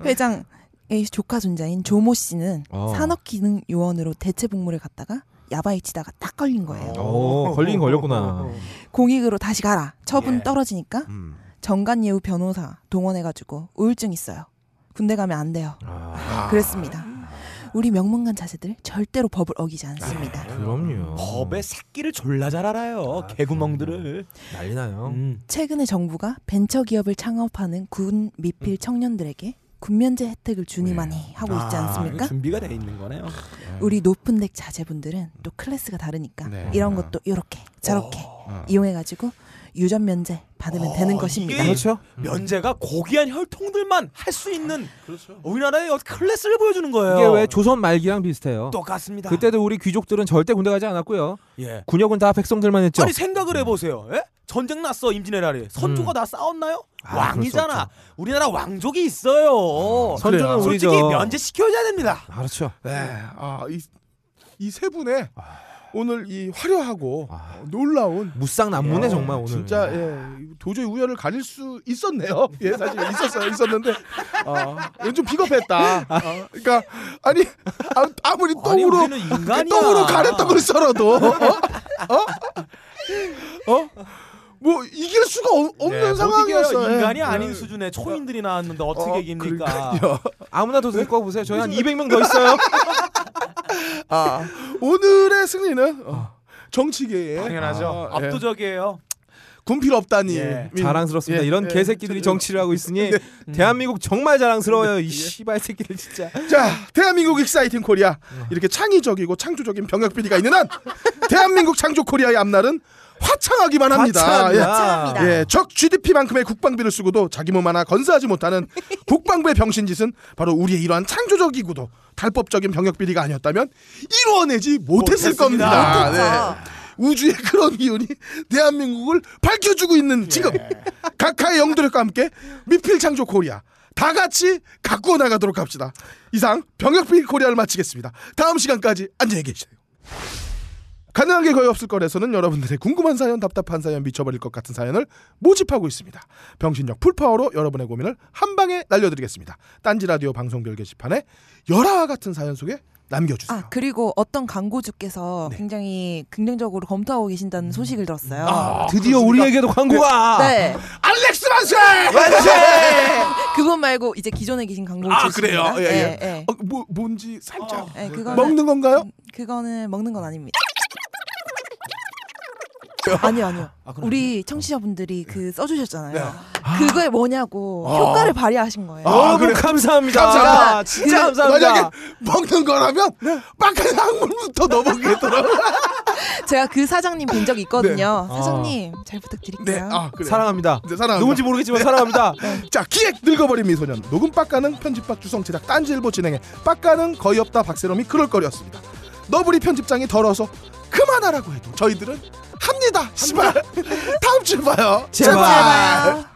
회장의 조카 손자인 조모 씨는
어.
산업기능요원으로 대체 복무를 갔다가 야바이 치다가 딱 걸린
어.
거예요.
오, 걸린 걸렸구나.
공익으로 다시 가라 처분
예.
떨어지니까
음.
정관예우 변호사 동원해가지고 우울증 있어요. 군대 가면 안 돼요.
아,
그랬습니다. 우리 명문관 자세들 절대로 법을 어기지 않습니다.
아. 그럼요.
법의 새끼를 졸라 잘 알아요. 개구멍들을.
난리나요.
음.
최근에 정부가 벤처 기업을 창업하는 군 미필 청년들에게 군면제 혜택을 주니만이 하고 있지 않습니까?
준비가 돼 있는 그렇죠. 거네요.
우리 높은 댁 자제분들은 또 클래스가 다르니까
네.
이런 것도 이렇게 저렇게 이용해가지고 유전 면제 받으면
어,
되는 것입니다.
이게-
그렇죠.
면제가 고귀한 혈통들만 할 수 있는 우리나라의 어떤 클래스를 보여주는 거예요.
그렇죠. 이게 왜 조선 말기랑 비슷해요.
똑같습니다.
그때도 우리 귀족들은 절대 군대 가지 않았고요.
예.
군역은 다 백성들만 했죠.
아니 생각을 해보세요. 예? 전쟁 났어 임진왜란이 선조가
음.
다 싸웠나요?
아, 그럴 수
왕이잖아. 우리나라 왕족이 있어요.
선조는
그래요.
우리죠.
솔직히 면제 시켜줘야 됩니다.
아, 그렇죠.
네. 아이 이 세 분의 오늘 이 화려하고
아.
어, 놀라운
무쌍 난무네
어,
정말 오늘.
진짜 예, 도저히 우열을 가릴 수 있었네요. 예, 사실 있었어요. 있었는데 어, 이건 좀 비겁했다. 어, 그러니까 아니 아, 아무리
아니,
똥으로
우리는 인간이야.
똥으로 가랬던 걸 썰어도 어? 어? 어? 뭐 이길 수가 없,
예,
는
못
상황이었어요.
이겨요. 인간이
예.
네.
아닌 수준의 초인들이 나왔는데 어떻게
어,
이깁니까?
그러니까요.
아무나 도들꺼
네?
보세요. 저희 한 200명 더 있어요.
아, 오늘의 승리는 어, 정치계의
당연하죠.
아, 예.
압도적이에요.
군 필요 없다니
예.
자랑스럽습니다.
예,
이런
예. 네.
개새끼들이 정치를 하고 있으니 대한민국 정말 자랑스러워요. 이 씨발 새끼들 진짜.
자, 대한민국 익사이팅 코리아 이렇게 창의적이고 창조적인 병역 비리가 있는 한 대한민국 창조 코리아의 앞날은 화창하기만 합니다.
화창합니다.
예.
화창합니다.
예, 적 GDP만큼의 국방비를 쓰고도 자기 몸 하나 건사하지 못하는 국방부의 병신짓은 바로 우리의 이러한 창조적이고도 탈법적인 병역 비리가 아니었다면 이루어내지 못했을 겁니다.
못했죠.
네. 우주의 그런 기운이 대한민국을 밝혀주고 있는 지금 각하의 영도력과 함께 미필 창조 코리아 다 같이 가꾸어 나가도록 합시다. 이상 병역비 코리아를 마치겠습니다. 다음 시간까지 안녕히 계세요. 가능한 게 거의 없을 거래서는 여러분들의 궁금한 사연, 답답한 사연, 미쳐버릴 것 같은 사연을 모집하고 있습니다. 병신력 풀파워로 여러분의 고민을 한 방에 날려드리겠습니다. 딴지 라디오 방송별 게시판에 열화와 같은 사연 소개 남겨주세요.
아 그리고 어떤 광고주께서 굉장히 긍정적으로 검토하고 계신다는 소식을 들었어요.
드디어 우리에게도 광고가
네.
알렉스 만세!
그분 말고 이제 기존에 계신 광고주.
아, 그래요? 예, 예.
예.
어, 뭐 뭔지 살짝
예, 그거는-
먹는 건가요?
음. 그거는 먹는 건 아닙니다. 아니요 아니요. 우리 청취자분들이 그 써주셨잖아요. 그거에 뭐냐고 효과를 발휘하신 거예요.
아,
아,
너무
아, 그래요?
어, 감사합니다.
감사합니다. 네,
아, 진짜
그-
감사합니다. 네.
만약에 먹는 거라면 빡한 항문부터 넘어가겠더라고요.
제가 그 사장님 뵌 적이 있거든요. 사장님 잘
네,
부탁드릴게요.
아 그래.
사랑합니다.
네, 사랑합니다.
누군지 모르겠지만 사랑합니다.
자 기획 늙어버린 미소년 녹음 빡가능 편집박 주성 제작 딴지일보 진행해 빡가능 거의 없다 박세롬이 그럴거리였습니다 너부리 편집장이 더러워서 그만하라고 해도 저희들은 합니다 씨발 다음 주에 봐요
제발.
아.
제발.